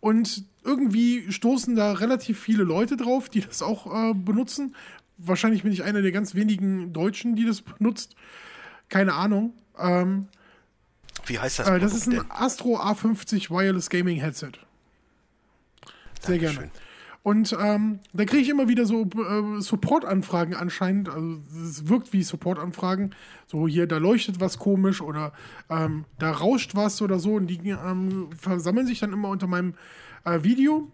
S4: und irgendwie stoßen da relativ viele Leute drauf, die das auch äh, benutzen. Wahrscheinlich bin ich einer der ganz wenigen Deutschen, die das benutzt. Keine Ahnung. Ähm,
S1: Wie heißt das?
S4: äh, das ist
S1: Produkt
S4: ein Astro A50 Wireless Gaming Headset. Sehr gerne.
S1: Dankeschön.
S4: Und ähm, da kriege ich immer wieder so äh, Support-Anfragen anscheinend. Also es wirkt wie Support-Anfragen. So hier, da leuchtet was komisch oder ähm, da rauscht was oder so. Und die ähm, versammeln sich dann immer unter meinem äh, Video.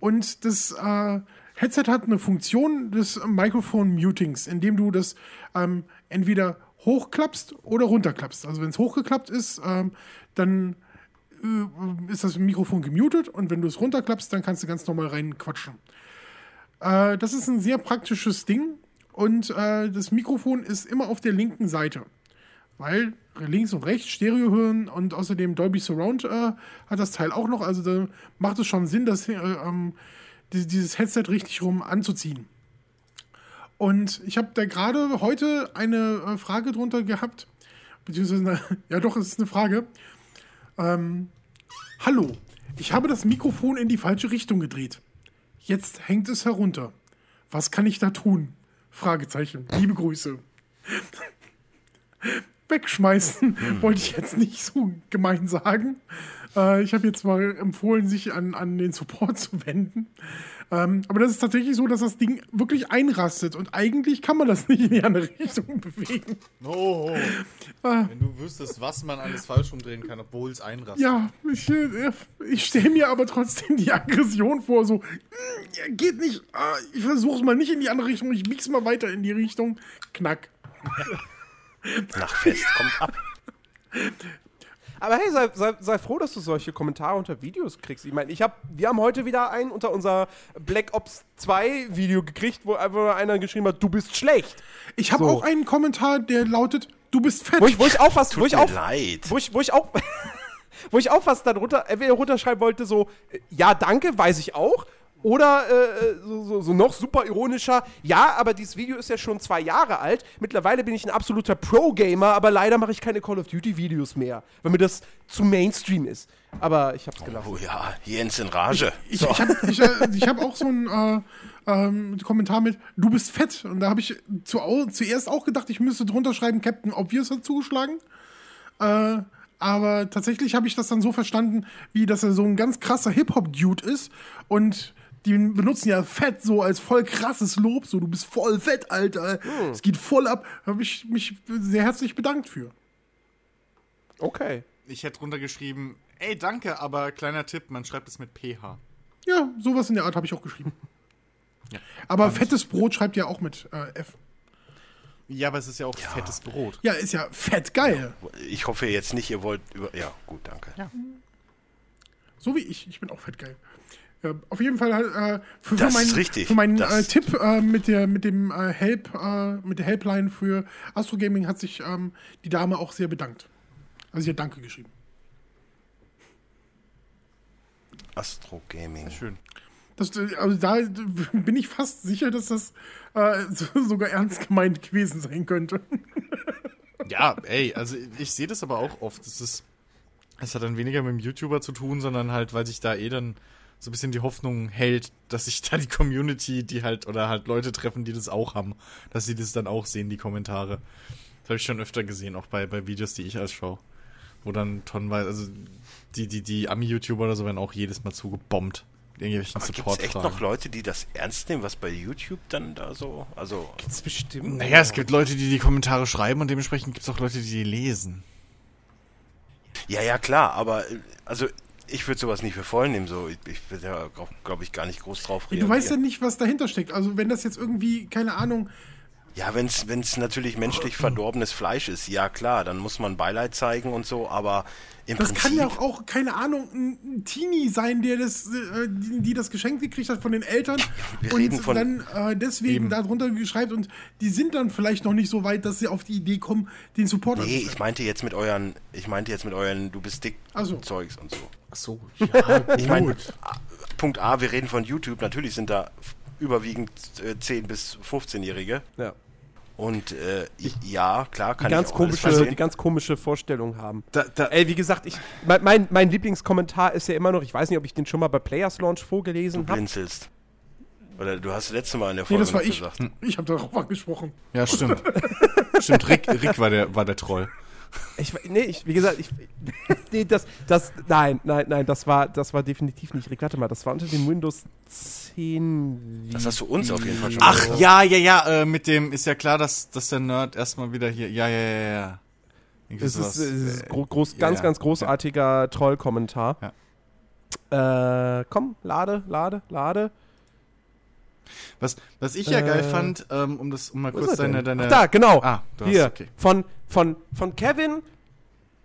S4: Und das äh, Headset hat eine Funktion des Mikrofon-Mutings, indem du das ähm, entweder hochklappst oder runterklappst. Also wenn es hochgeklappt ist, ähm, dann ist das Mikrofon gemutet und wenn du es runterklappst, dann kannst du ganz normal reinquatschen. Äh, das ist ein sehr praktisches Ding und äh, das Mikrofon ist immer auf der linken Seite, weil links und rechts Stereo hören und außerdem Dolby Surround äh, hat das Teil auch noch, also da macht es schon Sinn, das, äh, ähm, die- dieses Headset richtig rum anzuziehen. Und ich habe da gerade heute eine äh, Frage drunter gehabt, beziehungsweise, na, ja doch, es ist eine Frage. Hallo, ich habe das Mikrofon in die falsche Richtung gedreht. Jetzt hängt es herunter. Was kann ich da tun? Fragezeichen. Liebe Grüße. Wegschmeißen wollte ich jetzt nicht so gemein sagen, Äh, ich habe jetzt mal empfohlen, sich an, an den Support zu wenden. Ähm, aber das ist tatsächlich so, dass das Ding wirklich einrastet und eigentlich kann man das nicht in die andere Richtung bewegen.
S2: No. Wenn du wüsstest, was man alles falsch umdrehen kann, obwohl es einrastet.
S4: Ja, ich, äh, ich stelle mir aber trotzdem die Aggression vor, so, "Mm, ja, geht nicht, ah, ich versuch's mal nicht in die andere Richtung, ich bieg's mal weiter in die Richtung. Knack.
S1: Nach fest, kommt ab.
S3: Aber hey, sei, sei, sei froh, dass du solche Kommentare unter Videos kriegst. Ich meine, ich hab, wir haben heute wieder einen unter unser Black Ops 2 Video gekriegt, wo einfach nur einer geschrieben hat, du bist schlecht.
S4: Ich habe
S3: So.
S4: auch einen Kommentar, der lautet, du bist fett.
S3: Wo ich, wo ich auch was, wo ich
S1: mir
S3: auch,
S1: leid.
S3: wo ich, wo ich auch, wo ich auch was dann runter, entweder runterschreiben wollte, so, äh, ja, danke, weiß ich auch. Oder äh, so, so, so noch super ironischer, ja, aber dieses Video ist ja schon zwei Jahre alt. Mittlerweile bin ich ein absoluter Pro-Gamer, aber leider mache ich keine Call of Duty-Videos mehr, weil mir das zu Mainstream ist. Aber ich hab's gelassen.
S1: Oh ja, Jens in Rage.
S4: Ich, ich habe ich, äh, ich hab auch so einen äh, ähm, Kommentar mit, du bist fett. Und da habe ich zu, au- zuerst auch gedacht, ich müsste drunter schreiben, Captain Obvious hat zugeschlagen. Äh, aber tatsächlich habe ich das dann so verstanden, wie dass er so ein ganz krasser Hip-Hop-Dude ist. Und die benutzen ja Fett so als voll krasses Lob. So, du bist voll fett, Alter. Es geht voll ab. Habe ich mich sehr herzlich bedankt für.
S3: Okay.
S2: Ich hätte runtergeschrieben, ey, danke, aber kleiner Tipp, man schreibt es mit PH.
S4: Ja, sowas in der Art habe ich auch geschrieben. Aber fettes Brot schreibt ja auch mit äh, F.
S2: Ja, aber es ist ja auch fettes Brot.
S4: Ja, ist ja fett geil.
S1: Ich hoffe jetzt nicht, ihr wollt über. Ja, gut, danke.
S4: So wie ich. Ich bin auch fett geil. Ja, auf jeden Fall äh, für, für
S1: Das
S4: meinen,
S1: ist richtig.
S4: für meinen äh,
S1: Das-
S4: Tipp äh, mit der mit dem äh, Help äh, mit der Helpline für Astro Gaming hat sich ähm, die Dame auch sehr bedankt. Also sie hat Danke geschrieben.
S1: Astro Gaming.
S2: Schön.
S4: Das, äh, also da äh, bin ich fast sicher, dass das äh, so- sogar ernst gemeint gewesen sein könnte.
S2: Ja, ey, also ich sehe das aber auch oft. Es ist, es hat dann weniger mit dem YouTuber zu tun, sondern halt, weil sich da eh dann so ein bisschen die Hoffnung hält, dass sich da die Community, die halt, oder halt Leute treffen, die das auch haben, dass sie das dann auch sehen, die Kommentare. Das habe ich schon öfter gesehen, auch bei, bei Videos, die ich als schaue. Wo dann tonnenweise, also die, die, die Ami-YouTuber oder so werden auch jedes Mal zugebombt. mit Irgendwelchen
S1: Gibt es echt noch
S2: Support-Fragen.
S1: Leute, die das ernst nehmen, was bei YouTube dann da so. Also,
S3: Das bestimmt.
S2: Naja, es gibt Leute, die die Kommentare schreiben und dementsprechend gibt es auch Leute, die die lesen.
S1: ja, ja, klar, aber äh, also ich würde sowas nicht für voll nehmen. So, ich, ich würde ja, glaube glaub ich, gar nicht groß drauf
S4: Du
S1: reagieren.
S4: weißt ja nicht, was dahinter steckt. Also wenn das jetzt irgendwie keine Ahnung
S1: Ja, wenn es natürlich menschlich
S4: Oh.
S1: verdorbenes Fleisch ist, ja klar, dann muss man Beileid zeigen und so, aber im
S4: Das
S1: Prinzip.
S4: kann ja auch, auch, keine Ahnung, ein ein Teenie sein, der das, äh, die, die das Geschenk gekriegt hat von den Eltern
S1: Wir
S4: und
S1: reden von-
S4: dann äh, deswegen darunter geschreibt und die sind dann vielleicht noch nicht so weit, dass sie auf die Idee kommen, den Support
S1: nee,
S4: anzustellen.
S1: ich meinte jetzt mit euren, ich meinte jetzt mit euren, du bist dick
S4: Ach so.
S1: Zeugs und so.
S2: Ach so, ja,
S1: Ich meine, A- Punkt A, wir reden von YouTube, natürlich sind da f- überwiegend äh, 10- bis 15-Jährige.
S3: Ja.
S1: Und
S3: Und
S1: äh, ich, ja, klar, kann
S3: die ganz,
S1: ich auch alles
S3: komische, die
S1: verstehen.
S3: ganz komische Vorstellung haben.
S2: Da- da-
S3: Ey, wie gesagt, ich, mein, mein, mein Lieblingskommentar ist ja immer noch, ich weiß nicht, ob ich den schon mal bei Players Launch vorgelesen habe.
S1: blinzelst. Oder du hast letztes Mal in der
S4: Nee,
S1: Folge
S4: das war
S1: noch
S4: ich.
S1: gesagt. Hm.
S4: Ich habe darauf angesprochen.
S2: Ja, stimmt. stimmt, Rick, Rick war, der, war der Troll.
S3: Ich, we- nee, ich, wie gesagt, ich, nee, das, das, nein, nein, nein, das war, das war definitiv nicht Rick. Warte mal, das war unter dem Windows 10.
S1: Das hast du uns auf jeden Fall schon
S2: Ach
S1: gesagt.
S2: ja, ja, ja, äh, mit dem ist ja klar, dass, dass der Nerd erstmal wieder hier. Ja, ja, ja, ja. Irgendwie
S3: Es ist,
S2: sowas.
S3: es ist
S2: Äh,
S3: gro groß,
S2: ja,
S3: ganz,
S2: ja.
S3: ganz großartiger Troll-Kommentar. Äh, komm, lade, lade, lade.
S2: Was, was ich ja geil
S3: Äh,
S2: fand, ähm, um das um mal
S3: Wo
S2: kurz
S3: ist er
S2: deine,
S3: denn?
S2: deine.
S3: Ach, da, genau.
S2: Ah, du hast-
S3: Hier,
S2: okay.
S3: von, von, von Kevin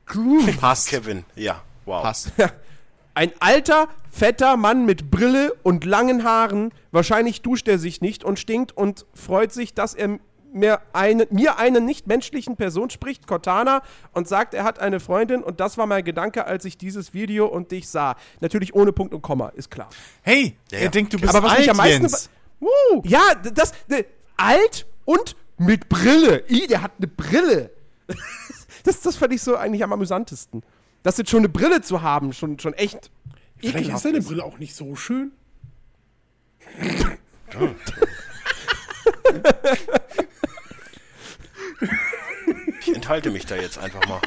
S3: Klum.
S2: Passt.
S1: Kevin, ja, wow.
S2: Passt.
S3: Ein alter, fetter Mann mit Brille und langen Haaren. Wahrscheinlich duscht er sich nicht und stinkt und freut sich, dass er mir, eine, mir einer nicht-menschlichen Person spricht, Cortana, und sagt, er hat eine Freundin. Und das war mein Gedanke, als ich dieses Video und dich sah. Natürlich ohne Punkt und Komma, ist klar.
S2: Hey,
S1: Ja, ja.
S2: er denkt, du bist
S3: Aber was
S2: alt,
S3: mich am meisten.
S2: Jens.
S3: über- Uh, ja, d- das. d- alt und mit Brille. I, der hat eine Brille. das, das fand ich so eigentlich am amüsantesten. Das jetzt schon eine Brille zu haben, schon, schon echt.
S4: Vielleicht
S3: ekelhaft
S4: ist deine Brille auch nicht so schön.
S1: Ich enthalte mich da jetzt einfach mal.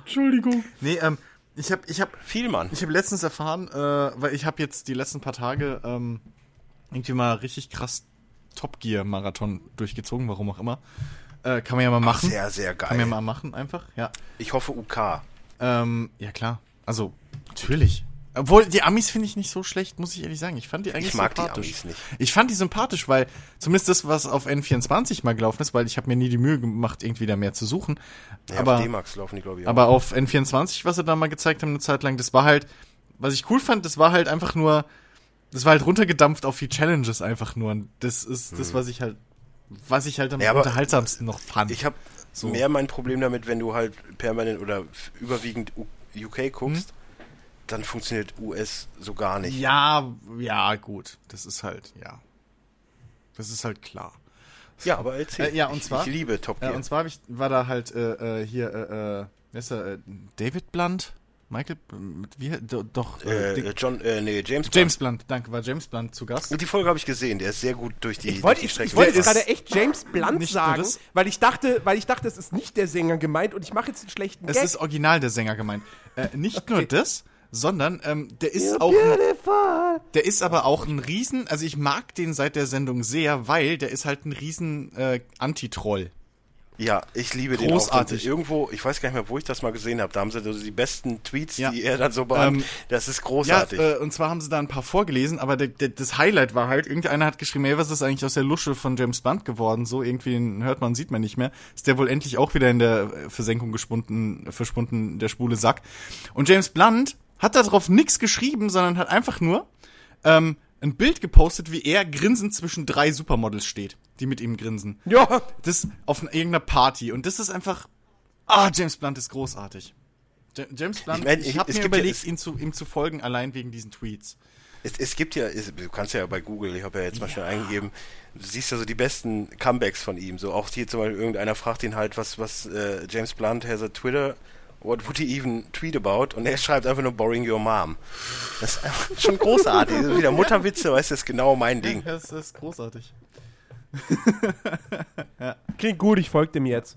S4: Entschuldigung.
S2: Nee, ähm, ich habe ich hab
S1: Viel, Mann.
S2: Ich habe letztens erfahren, äh, weil ich habe jetzt die letzten paar Tage ähm, irgendwie mal richtig krass Top Gear Marathon durchgezogen, warum auch immer. Äh, kann man ja mal machen.
S1: Sehr, sehr
S2: kann man ja
S1: geil.
S2: mal machen einfach, ja.
S1: Ich hoffe UK.
S2: Ähm, ja klar, also natürlich. Obwohl, die Amis finde ich nicht so schlecht, muss ich ehrlich sagen. Ich fand die eigentlich
S1: Ich mag die
S2: sympathisch.
S1: Amis nicht.
S2: Ich fand die sympathisch, weil zumindest das, was auf N24 mal gelaufen ist, weil ich habe mir nie die Mühe gemacht, irgendwie da mehr zu suchen.
S1: Ja,
S2: aber
S1: auf D-Max laufen die, glaube ich. auch.
S2: aber auf N24, was sie da mal gezeigt haben, eine Zeit lang, das war halt, was ich cool fand, das war halt einfach nur, das war halt runtergedampft auf die Challenges einfach nur. Und das ist das, was ich halt, was ich halt am
S1: Mhm. Ja, aber
S2: unterhaltsamsten noch fand.
S1: Ich habe
S2: So.
S1: mehr mein Problem damit, wenn du halt permanent oder f- überwiegend U UK guckst,
S2: Hm?
S1: dann funktioniert US so gar nicht.
S2: ja, ja, gut. Das ist halt, ja. Das ist halt klar.
S1: Ja, aber erzähl.
S2: Äh, ja, und
S1: ich,
S2: zwar-
S1: Ich liebe Top
S2: Äh,
S1: Gear.
S2: und zwar hab ich, war da halt äh, äh, hier, äh, äh, wer ist er, äh, David Blunt? Michael, äh, wie, do- doch,
S1: äh,
S2: äh, Dick-
S1: äh, John, äh, nee, James.
S2: James Blunt, danke, war James Blunt zu Gast.
S1: Bond. Die Folge habe ich gesehen. Der ist sehr gut durch die,
S3: Ich wollte
S1: durch die
S3: ich, ich
S1: Strecke.
S3: wollte
S1: gefahren.
S3: gerade echt James Blunt
S2: Nicht nur
S3: sagen,
S2: das.
S3: weil ich dachte, weil ich dachte, es ist nicht der Sänger gemeint und ich mache jetzt einen schlechten
S2: Es
S3: Gag.
S2: ist original der Sänger gemeint. Äh, nicht nur das, sondern ähm, der ist auch,
S3: Beautiful.
S2: der ist aber auch ein Riesen. Also ich mag den seit der Sendung sehr, weil der ist halt ein Riesen äh, Anti-Troll.
S1: ja, ich liebe den
S2: Großartig.
S1: auch. Irgendwo, ich weiß gar nicht mehr, wo ich das mal gesehen habe. Da haben sie so die besten Tweets,
S2: Ja.
S1: die er dann so beantwortet.
S2: Ähm,
S1: das ist
S2: Ja,
S1: großartig.
S2: äh, und zwar haben sie da ein paar vorgelesen, aber der, der, das Highlight war halt, irgendeiner hat geschrieben, ey, was ist eigentlich aus der Lusche von James Blunt geworden? So, irgendwie den hört man, sieht man nicht mehr. Ist der wohl endlich auch wieder in der äh, Versenkung gespunden, verschwunden, der schwule Sack. Und James Blunt hat darauf nichts geschrieben, sondern hat einfach nur ähm, ein Bild gepostet, wie er grinsend zwischen drei Supermodels steht, die mit ihm grinsen.
S3: Ja,
S2: Das auf irgendeiner Party. Und das ist einfach. Ah, James Blunt ist großartig. Ja- James Blunt, ich,
S1: Ich mein, ich-
S2: habe
S1: es
S2: mir
S1: gibt ja-
S2: überlegt,
S1: es-
S2: ihn zu, ihm zu folgen, allein wegen diesen Tweets.
S1: Es, es gibt ja, es, du kannst ja bei Google, ich habe ja jetzt mal schnell eingegeben, du siehst ja so die besten Comebacks von ihm. So auch hier zum Beispiel irgendeiner fragt ihn halt, was, was äh, James Blunt has a Twitter, what would he even tweet about? Und er schreibt einfach nur Boring Your Mom. Das ist einfach schon großartig. Das ist wieder Mutterwitze, weißt du, das ist genau mein Ding.
S2: Das ist großartig.
S3: klingt gut, ich folge dem jetzt.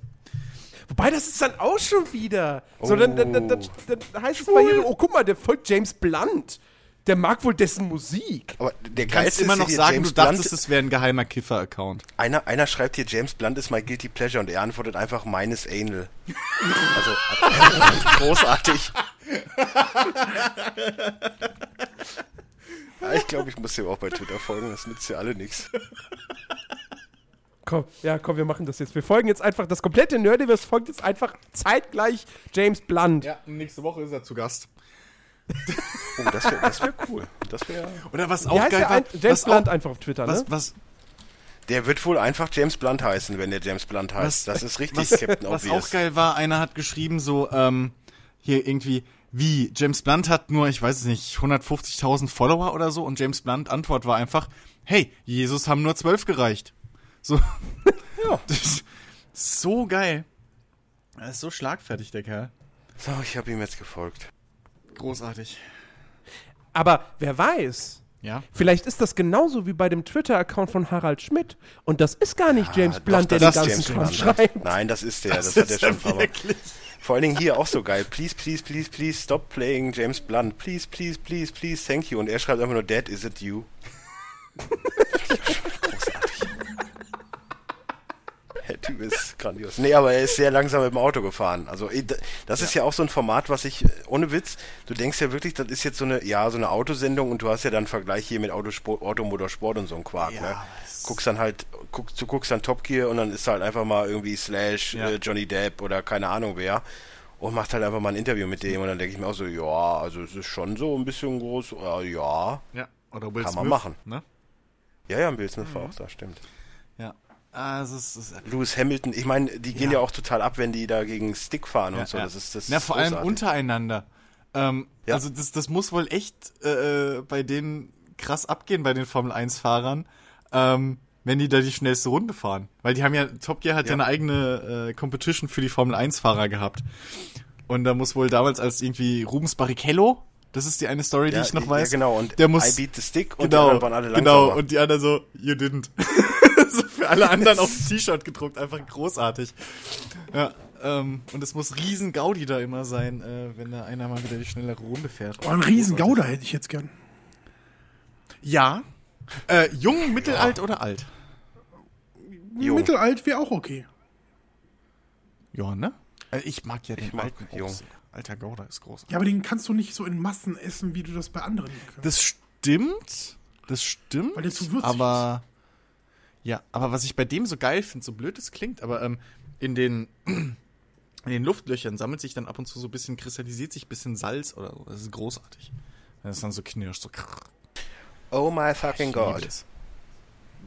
S3: Wobei, das ist dann auch schon wieder. So, dann, dann, dann, dann, dann heißt es bei hier, oh, guck mal, der folgt James Blunt. Der mag wohl dessen Musik.
S1: Aber der
S2: Kannst
S1: Geist
S2: immer
S1: ist
S2: noch
S1: hier
S2: sagen,
S1: James
S2: du dachtest,
S1: Blunt,
S2: es wäre ein geheimer Kiffer-Account.
S1: einer, einer schreibt hier, James Blunt ist my guilty pleasure und er antwortet einfach meines anal. Also großartig. Ja, Ich glaube, ich muss dir auch bei Twitter folgen, das nützt ja alle nichts.
S3: Komm, ja, komm, wir machen das jetzt. Wir folgen jetzt einfach, das komplette Nerdiverse folgt jetzt einfach zeitgleich James Blunt.
S2: Ja, nächste Woche ist er zu Gast.
S1: Oh, das wäre das wär cool. Das wär,
S2: Oder was
S3: Wie
S2: auch
S3: heißt
S2: geil
S3: der
S2: war,
S3: ein, James
S2: was
S3: Blunt
S2: auch,
S3: einfach auf Twitter,
S2: was,
S3: ne?
S2: was,
S1: der wird wohl einfach James Blunt heißen, wenn der James Blunt heißt.
S2: Was-
S1: das ist richtig
S2: was,
S1: Captain
S2: was
S1: Obvious.
S2: auch geil war, einer hat geschrieben so, ähm, hier irgendwie, wie, James Blunt hat nur, ich weiß es nicht, 150.000 Follower oder so und James Blunt Antwort war einfach, hey, Jesus haben nur zwölf gereicht. So. Das ist so geil. Er ist so schlagfertig, der Kerl.
S1: So, ich habe ihm jetzt gefolgt.
S2: Großartig.
S3: Aber wer weiß,
S2: Ja.
S3: Vielleicht ist das genauso wie bei dem Twitter-Account von Harald Schmidt. Und das ist gar nicht James
S1: Ah,
S3: Blunt,
S1: doch,
S3: der den
S1: das ist
S3: ganzen Kram
S1: James
S3: schreibt.
S1: Nein, das ist der, das, hat er schon ein paar Mal.
S2: wirklich.
S1: Vor allen Dingen hier auch so geil. Please, please, please, please stop playing James Blunt. Please, please, please, please, thank you. Und er schreibt einfach nur Dad, is it you? Der Typ ist grandios. Nee, aber er ist sehr langsam mit dem Auto gefahren. Also eh, d- das ist ja auch so ein Format, was ich, äh, ohne Witz, du denkst ja wirklich, das ist jetzt so eine, ja, so eine Autosendung und du hast ja dann Vergleich hier mit Autosport, Automotorsport und so ein Quark,
S2: Ja,
S1: ne?
S2: aber
S1: Guckst dann halt, guckst, du guckst dann Top Gear und dann ist halt einfach mal irgendwie Slash,
S2: Ja.
S1: äh, Johnny Depp oder keine Ahnung wer und macht halt einfach mal ein Interview mit dem und dann denke ich mir auch so, ja, also es ist schon so ein bisschen groß, ja, ja.
S2: Ja. Oder Will
S1: Kann man
S2: Smith,
S1: machen.
S2: Ne?
S1: Ja, ja, Bill Smith war auch da, stimmt.
S2: Ja. Also, es ist
S1: Lewis Hamilton, ich meine, die gehen ja. auch total ab, wenn die da gegen Stick fahren und so.
S2: Ja.
S1: Das ist das.
S2: Na,
S1: ist
S2: vor allem
S1: großartig.
S2: untereinander. Ähm,
S1: Ja.
S2: Also das, das muss wohl echt äh, bei denen krass abgehen, bei den Formel 1-Fahrern, ähm, wenn die da die schnellste Runde fahren. Weil die haben ja, Top Gear hat ja,
S1: Ja.
S2: eine eigene äh, Competition für die Formel 1-Fahrer gehabt. Und da muss wohl damals als irgendwie Rubens Barrichello, das ist die eine Story, die
S1: Ja,
S2: ich noch
S1: ja,
S2: weiß.
S1: genau, und
S2: der muss,
S1: I beat the stick und die
S2: genau,
S1: anderen waren alle
S2: Genau,
S1: langsamer.
S2: und die anderen so, you didn't. so für alle anderen auf dem T-Shirt gedruckt, einfach großartig. Ja, Ähm, und es muss riesen Gaudi da immer sein, äh, wenn da einer mal wieder die schnellere Runde fährt.
S4: Oh, einen riesen Gouda hätte ich jetzt gern.
S2: Ja. Äh, jung, mittelalt oder alt?
S1: Jung.
S4: Mittelalt wäre auch okay.
S2: Ja, ne? Äh, ich mag ja den
S1: mag
S2: alten
S1: jung.
S2: groß. Alter Gouda ist groß.
S4: Ja, aber den kannst du nicht so in Massen essen, wie du das bei anderen kannst.
S2: Das stimmt. Das stimmt.
S4: Weil der zu würzig
S2: aber ja, aber was ich bei dem so geil finde, so blöd es klingt, aber ähm, in den in den Luftlöchern sammelt sich dann ab und zu so ein bisschen kristallisiert sich ein bisschen Salz oder so. Das ist großartig. Wenn es dann so knirscht, so krrr,
S1: Oh my fucking
S2: ich liebe
S1: God.
S2: es.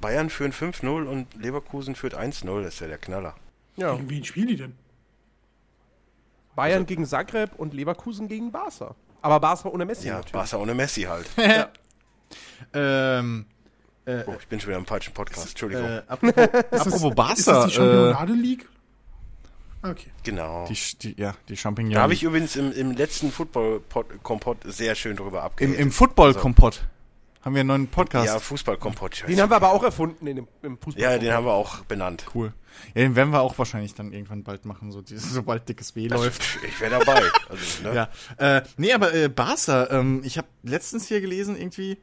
S1: Bayern führen 5-0 und Leverkusen führt 1-0. Das ist ja der Knaller.
S3: Ja.
S4: Gegen wen spielen die denn?
S1: Also
S3: Bayern gegen Zagreb und Leverkusen gegen Barca. Aber Barca ohne Messi
S1: Ja,
S3: natürlich.
S1: Barca ohne Messi halt.
S2: Ähm,
S1: Oh, ich bin schon wieder im falschen Podcast. Entschuldigung.
S2: äh, apropos, apropos
S4: Ist das
S2: Barca,
S4: die
S2: äh,
S4: Championade League? Ah, Okay.
S1: genau.
S2: die, Sch- die, ja, die Champignons.
S1: Da habe ich übrigens im, im letzten Football-Kompott sehr schön drüber
S2: im,
S1: abgeredet.
S2: im Football-Kompott haben wir einen neuen Podcast.
S1: ja, Fußball-Kompott. scheiße.
S3: Den haben wir aber auch erfunden in dem, im Fußball.
S1: Ja, den haben wir auch benannt.
S2: Cool. Ja, den werden wir auch wahrscheinlich dann irgendwann bald machen, so dieses, sobald dickes W läuft.
S1: Ich wäre dabei. Also, ne?
S2: Ja. Äh, nee, aber äh, Barca, ähm, ich habe letztens hier gelesen, irgendwie,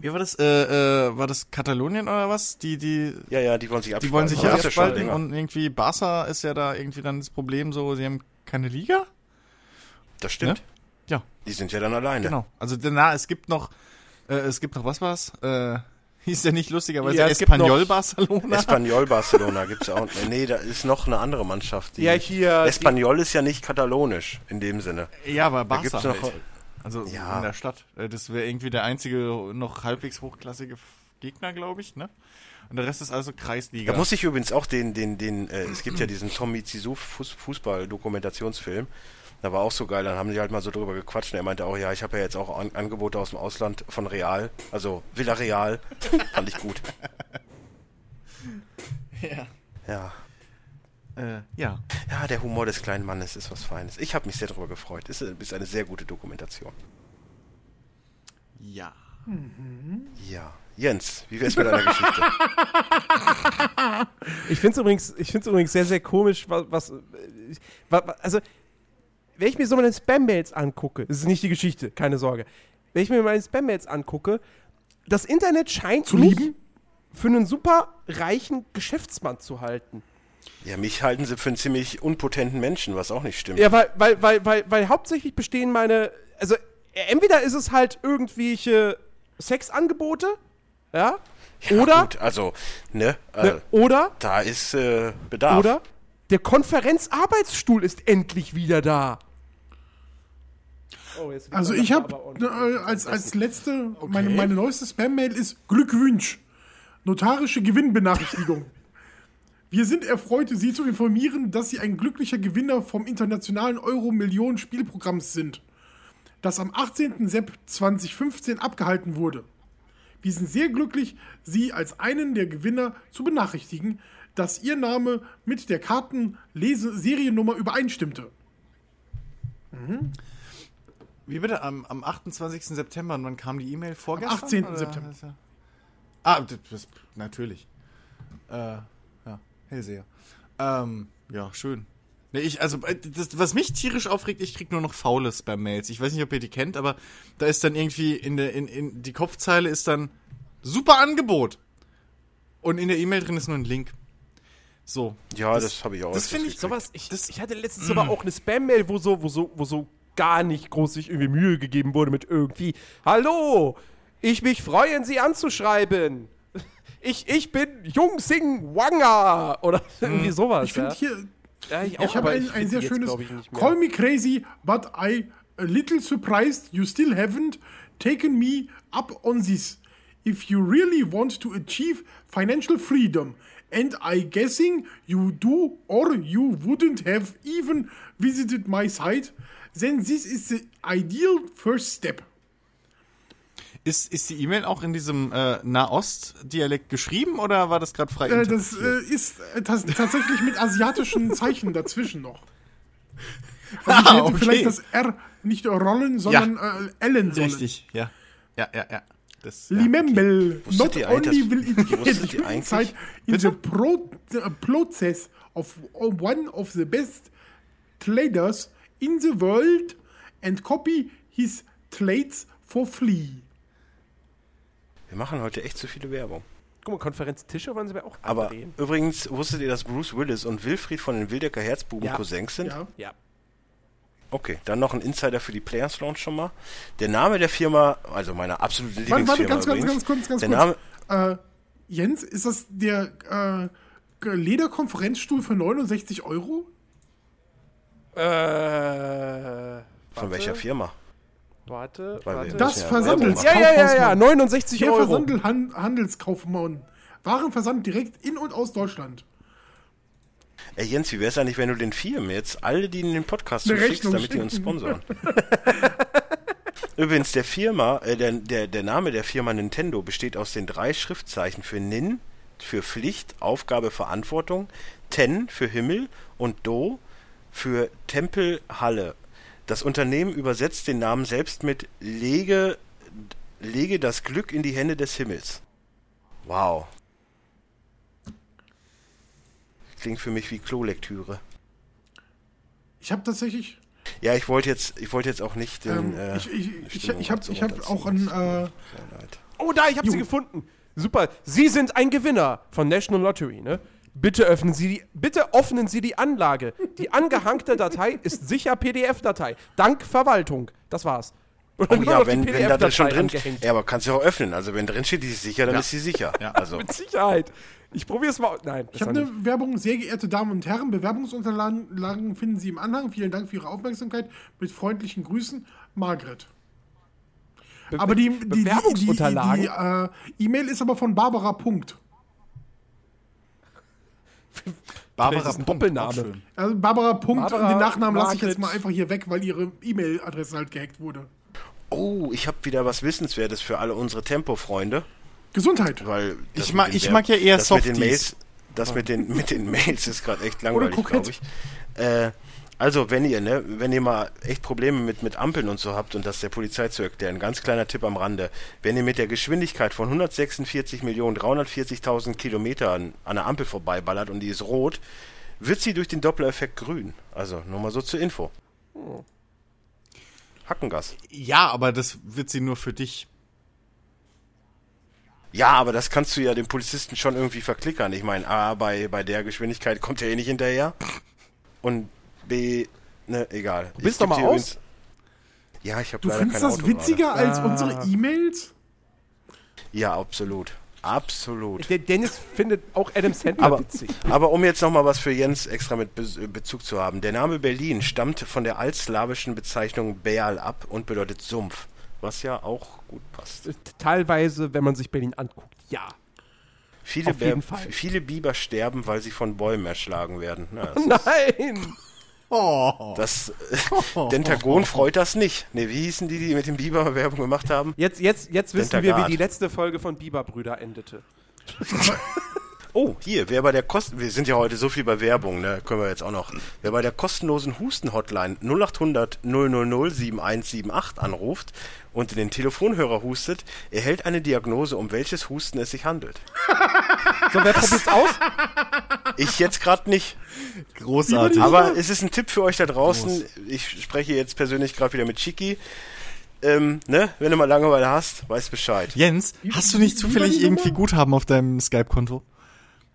S2: wie war das? Äh, äh, war das Katalonien oder was? Die, die,
S1: ja, ja, die wollen sich abspalten.
S2: die wollen sich
S1: Aber
S2: ja
S1: das ist schon
S2: abspalten
S1: länger.
S2: und irgendwie Barca ist ja da irgendwie dann das Problem so, sie haben keine Liga?
S1: Das stimmt.
S2: Ja. Ja.
S1: Die sind ja dann alleine.
S2: Genau. Also na, es gibt noch, äh, es gibt noch was war's? Äh, hieß der nicht lustigerweise
S3: Ja, es gibt
S2: Espanyol
S3: noch-
S2: Barcelona?
S1: Espanyol Barcelona gibt's auch. Nee, da ist noch eine andere Mannschaft. Die
S3: Ja, hier-
S1: Espanyol ist ja nicht katalonisch in dem Sinne.
S2: ja, aber Barca
S1: gibt's noch-
S2: halt. Also
S1: Ja.
S2: in der Stadt. Äh, Das wäre irgendwie der einzige noch halbwegs hochklassige F- Gegner, glaube ich, ne? Und der Rest ist also Kreisliga.
S1: Da muss ich übrigens auch den, den, den, äh, es gibt ja diesen Tommy Zizou Fuß- Fußball-Dokumentationsfilm. Da war auch so geil, dann haben die halt mal so drüber gequatscht und er meinte auch, ja, ich habe ja jetzt auch An Angebote aus dem Ausland von Real, also Villarreal. Fand ich gut.
S2: ja.
S1: Ja.
S2: Äh, ja.
S1: Ja, der Humor des kleinen Mannes ist was Feines. Ich habe mich sehr darüber gefreut. Ist, ist eine sehr gute Dokumentation.
S2: Ja.
S1: Ja. Jens, wie wär's mit deiner Geschichte?
S3: Ich finde es übrigens, ich find's übrigens sehr, sehr komisch, was, was, äh, ich- wa- wa- also, wenn ich mir so meine Spam-Mails angucke, das ist nicht die Geschichte, keine Sorge. Wenn ich mir meine Spam-Mails angucke, das Internet scheint
S4: Zu
S3: mich
S4: lieben?
S3: für einen super reichen Geschäftsmann zu halten.
S1: Ja, mich halten sie für einen ziemlich unpotenten Menschen, was auch nicht stimmt.
S3: Ja, weil, weil, weil, weil, weil hauptsächlich bestehen meine, also entweder ist es halt irgendwelche Sexangebote, ja,
S1: Ja,
S3: oder,
S1: Gut, also, ne, äh,
S3: ne, oder,
S1: da ist äh, Bedarf.
S3: oder, der Konferenzarbeitsstuhl ist endlich wieder da.
S4: Also ich habe äh, als, als letzte, meine, meine neueste Spam-Mail ist Glückwunsch. Notarische Gewinnbenachrichtigung. Wir sind erfreut, Sie zu informieren, dass Sie ein glücklicher Gewinner vom internationalen Euro-Millionen-Spielprogramms sind, das am 18. Sepp 2015 abgehalten wurde. Wir sind sehr glücklich, Sie als einen der Gewinner zu benachrichtigen, dass Ihr Name mit der Karten-Seriennummer übereinstimmte.
S2: Wie bitte? Am, am 28. September, und wann kam die E-Mail vorgestern?
S4: 18. September.
S2: Ah, das, das, natürlich. Äh, ja, Hellseher. Ähm, ja, schön. Nee, ich, also, äh, das, was mich tierisch aufregt, ich krieg nur noch Faules bei Mails. Ich weiß nicht, ob ihr die kennt, aber da ist dann irgendwie in der, in, in, die Kopfzeile ist dann super Angebot. Und in der E-Mail drin ist nur ein Link. So.
S1: Ja, das, habe ich auch.
S2: das
S1: öfters
S2: finde ich
S1: gekriegt.
S3: Sowas, ich, ich hatte letztens aber auch eine Spam-Mail, wo so, wo so, wo so gar nicht groß sich irgendwie Mühe gegeben wurde mit irgendwie, hallo, ich mich freuen, Sie anzuschreiben. Ich, ich bin Jung Sing Wanga oder irgendwie sowas.
S4: Ich finde hier
S3: ja. Ja,
S4: Ich habe
S3: aber
S4: ein,
S3: ich
S4: ein
S3: find
S4: sehr
S3: die jetzt,
S4: schönes
S3: glaub ich, nicht mehr.
S4: Call me crazy, but I a little surprised you still haven't taken me up on this. If you really want to achieve financial freedom, and I guessing you do or you wouldn't have even visited my site, then this is the ideal first step.
S2: Ist, ist die E-Mail auch in diesem äh, Nahost-Dialekt geschrieben oder war das gerade frei?
S4: Äh, das äh, ist äh, tas- tatsächlich mit asiatischen Zeichen dazwischen noch. Also ich
S2: Ah,
S4: hätte
S2: okay.
S4: vielleicht das R nicht rollen, sondern äh, Ellen sollen.
S2: Richtig, ja. Ja, ja, ja. Das, ja,
S4: Remember,
S1: Wusstet
S4: not
S1: ihr
S4: only
S1: eigentlich-
S4: will it
S1: wusstet
S4: get
S1: ihr eigentlich-
S4: inside in the pro the process of one of the best traders in the world and copy his trades for free.
S1: Wir machen heute echt zu viele Werbung.
S3: Guck mal, Konferenztische wollen sie mir auch
S1: Aber
S3: andrehen.
S1: übrigens, wusstet ihr, dass Bruce Willis und Wilfried von den Wildecker Herzbuben
S3: Ja.
S1: Cousins sind?
S4: Ja.
S3: Ja.
S1: Okay, dann noch ein Insider für die Players Lounge schon mal. Der Name der Firma, also meiner absoluten
S4: Warte,
S1: Lieblingsfirma
S4: warte, ganz, ganz,
S1: übrigens,
S4: ganz kurz, ganz
S1: der
S4: kurz.
S1: Name,
S4: Äh, Jens, ist das der äh, Lederkonferenzstuhl für 69 Euro?
S3: Äh.
S1: von welcher Firma?
S3: Warte,
S1: Weil wir
S3: warte.
S1: müssen
S4: Das Versandels-
S1: Werbung
S3: ja, ja, ja, ja,
S4: Kaufhausmann.
S3: 69
S4: Hier
S3: Euro.
S4: Versandel, Han Handelskaufmann. Warenversand direkt in und aus Deutschland.
S1: machen. Ey Jens, wie wär's eigentlich, wenn du den Firmen jetzt alle, die in den Podcast
S4: Eine
S1: zuschickst,
S4: Rechnung
S1: damit die uns sponsern? Übrigens, der Firma, äh, der, der, der Name der Firma Nintendo besteht aus den drei Schriftzeichen für Nin, für Pflicht, Aufgabe, Verantwortung, Ten für Himmel und Do für Tempel, Halle. Das Unternehmen übersetzt den Namen selbst mit Lege, lege das Glück in die Hände des Himmels. Wow. Klingt für mich wie Klolektüre.
S4: Ich habe tatsächlich
S1: Ja, ich wollte jetzt, ich wollte jetzt auch nicht den.
S4: Ähm,
S1: äh,
S4: ich ich, ich,
S1: Stimmung
S4: ich habe
S1: so
S4: ich hab
S1: runterziehen.
S4: auch ein. Äh,
S1: Tut mir leid.
S3: Oh, da, ich habe sie gefunden. Super. Sie sind ein Gewinner von National Lottery, ne? Bitte öffnen Sie die, bitte öffnen Sie die Anlage. Die angehangte Datei ist sicher PDF-Datei. Dank Verwaltung. Das war's. Und
S1: Oh
S3: dann nur noch
S1: ja,
S3: die
S1: wenn, wenn da
S3: PDF-Datei
S1: drin schon drin
S3: angehängt.
S1: Ja, aber kannst du auch öffnen. Also wenn drin steht, die ist sicher, dann
S2: Ja.
S1: ist sie sicher.
S2: Ja.
S1: Also
S3: Mit Sicherheit. Ich probier's mal. Nein,
S4: ich habe eine Werbung. Sehr geehrte Damen und Herren, Bewerbungsunterlagen finden Sie im Anhang. Vielen Dank für Ihre Aufmerksamkeit. Mit freundlichen Grüßen, Margret. Aber die, die, die, die, die,
S3: Bewerbungsunterlagen?
S4: die äh, E-Mail ist aber von Barbara. Punkt.
S2: Barbara
S3: Das ist ein
S2: Punkt,
S3: Doppelname.
S2: auch schön.
S4: Also Barbara. Punkt.
S3: Barbara
S4: und den Nachnamen lasse ich
S3: Margret.
S4: jetzt mal einfach hier weg, weil ihre E-Mail-Adresse halt gehackt wurde.
S1: oh, ich habe wieder was Wissenswertes für alle unsere Tempo-Freunde,
S4: Gesundheit.
S1: weil das
S2: Ich
S1: mit
S2: mag-
S1: den
S2: ich
S1: Wer-
S2: mag ja eher
S1: das mit den
S2: Softies.
S1: Mails, das mit den mit den Mails ist gerade echt langweilig,
S4: Kokett.
S1: glaube ich. Äh, also wenn ihr ne, wenn ihr mal echt Probleme mit mit Ampeln und so habt und das der Polizei zu erklären, ganz kleiner Tipp am Rande: Wenn ihr mit der Geschwindigkeit von 146.340.000 Kilometern an der Ampel vorbeiballert und die ist rot, wird sie durch den Doppler-Effekt grün. Also nur mal so zur Info.
S2: Oh.
S1: Hackengas.
S2: Ja, aber das wird sie nur für dich.
S1: Ja, aber das kannst du ja dem Polizisten schon irgendwie verklickern. Ich meine, A, bei, bei der Geschwindigkeit kommt er eh nicht hinterher. Und B, ne, egal. Du
S3: bist doch mal aus.
S1: Ja, ich habe
S4: Du
S1: leider kein
S4: findest das
S1: Auto
S4: witziger als
S3: Ah.
S4: unsere E-Mails?
S1: Gerade. Ja, absolut. Absolut.
S3: Der Dennis findet auch Adam Sandler
S1: Aber,
S3: witzig.
S1: aber um jetzt nochmal was für Jens extra mit Bez- Bezug zu haben. Der Name Berlin stammt von der altslawischen Bezeichnung Berl ab und bedeutet Sumpf. Was ja auch gut passt.
S3: Teilweise, wenn man sich Berlin anguckt, ja.
S1: Viele,
S3: Auf jeden
S1: Bär-
S3: Fall.
S1: viele Biber sterben, weil sie von Bäumen erschlagen werden. Na, das ist-
S3: Nein!
S2: Oh.
S1: Das Dentagon freut das nicht. Ne, wie hießen die, die mit dem Biber Werbung gemacht haben?
S3: Jetzt, jetzt, jetzt wissen wir,
S1: Dentagat.
S3: wie die letzte Folge von Biberbrüder endete.
S1: Oh, hier, wer bei der Kosten, wir sind ja heute so viel bei Werbung, ne, können wir jetzt auch noch. Wer bei der kostenlosen Husten-Hotline 0800 000 7178 anruft und in den Telefonhörer hustet, erhält eine Diagnose, um welches Husten es sich handelt.
S3: So, wer probiert's aus?
S1: Ich jetzt gerade nicht,
S2: Großartig.
S1: aber es ist ein Tipp für euch da draußen. Ich spreche jetzt persönlich gerade wieder mit Chiki. Ähm, ne, wenn du mal Langeweile hast, weißt Bescheid.
S2: Jens, hast du nicht
S4: wie war
S2: zufällig
S4: die
S2: irgendwie
S4: Nummer?
S2: Guthaben auf deinem Skype-Konto?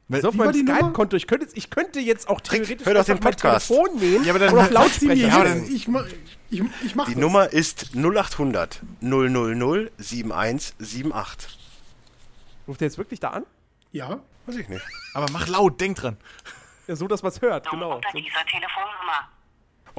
S3: So auf
S4: war
S3: meinem
S4: die Nummer?
S3: Skype-Konto. Ich könnte, jetzt- ich könnte jetzt auch theoretisch
S1: hör doch den
S3: einfach mein
S1: Podcast.
S3: Telefon nehmen
S2: Ja, aber dann
S3: und auf
S2: hat- hat
S4: Sie mir
S3: Lautsprecher.
S2: Ja, aber
S4: jetzt, ich, ma- ich, ich mach
S1: Die
S4: das.
S1: Nummer ist 0800 000 7178.
S3: Ruft der jetzt wirklich da an?
S4: Ja.
S1: Weiß ich nicht.
S2: Aber mach laut, denk dran.
S3: Ja, so, dass man's hört, genau.
S5: Unter dieser Telefonnummer.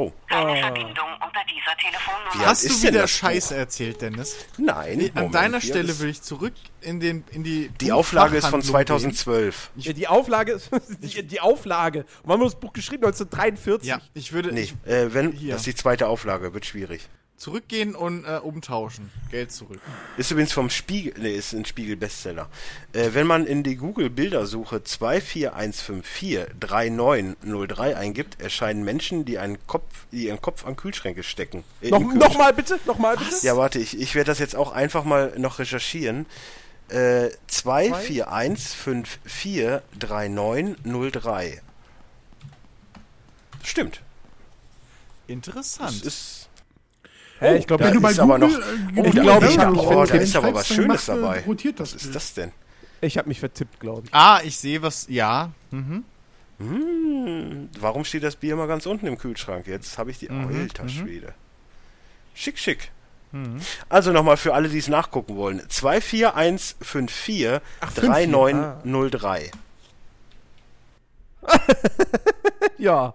S1: Oh,
S5: Keine Verbindung unter dieser Telefonnummer.
S1: Ja. Was
S2: Hast
S1: ist
S2: du
S1: denn
S2: wieder
S1: das
S2: Scheiße erzählt, Dennis?
S1: nein.
S2: An
S1: Moment,
S2: deiner
S1: hier
S2: Stelle
S1: ist-
S2: will ich zurück in, den, in die.
S1: Die Auflage ist von
S2: Buchfachhandlung
S1: 2012.
S3: Ja, die Auflage ist. Die, die Auflage. Und wann wurde das Buch geschrieben?
S2: gehen.
S3: 1943.
S2: Ja, ich würde.
S1: Nee,
S2: Ich,
S1: äh, wenn,
S2: Hier.
S1: das ist die zweite Auflage, wird schwierig.
S2: Zurückgehen und äh, umtauschen. Geld zurück.
S1: Ist übrigens vom Spiegel, nee, ist ein Spiegel-Bestseller. Äh, wenn man in die Google-Bildersuche 241543903 eingibt, erscheinen Menschen, die, einen Kopf, die ihren Kopf an Kühlschränke stecken. Äh,
S3: Noch,
S1: im Kühlschrank.
S3: nochmal bitte, nochmal bitte.
S1: Ja, warte, ich, ich werde das jetzt auch einfach mal noch recherchieren. Äh, 241543903. Stimmt. Das
S2: Interessant.
S1: ist.
S3: Hä, ich glaube,
S1: da
S4: Wenn du bei
S1: ist aber noch-
S4: Google, äh,
S1: Oh,
S4: Google
S1: da, glaub, ich
S4: Bilder
S1: hab,
S4: auf
S1: oh, da
S4: Google
S1: ist aber
S4: Maps
S1: was
S4: dann
S1: Schönes
S4: machst, äh,
S1: dabei.
S4: Rotiert
S1: Was
S4: das
S2: Mhm.
S4: Bild.
S1: ist das denn?
S3: ich habe mich vertippt, glaube ich.
S2: ah, ich sehe was. Ja. Mhm.
S1: Hm, warum steht das Bier immer ganz unten im Kühlschrank? Jetzt habe ich die.
S2: Mhm,
S1: Alter
S2: mhm.
S1: Schwede. Schick, schick. Also nochmal für alle, die es nachgucken wollen. 24154
S3: Ach,
S2: ah.
S1: 3903.
S3: Ja.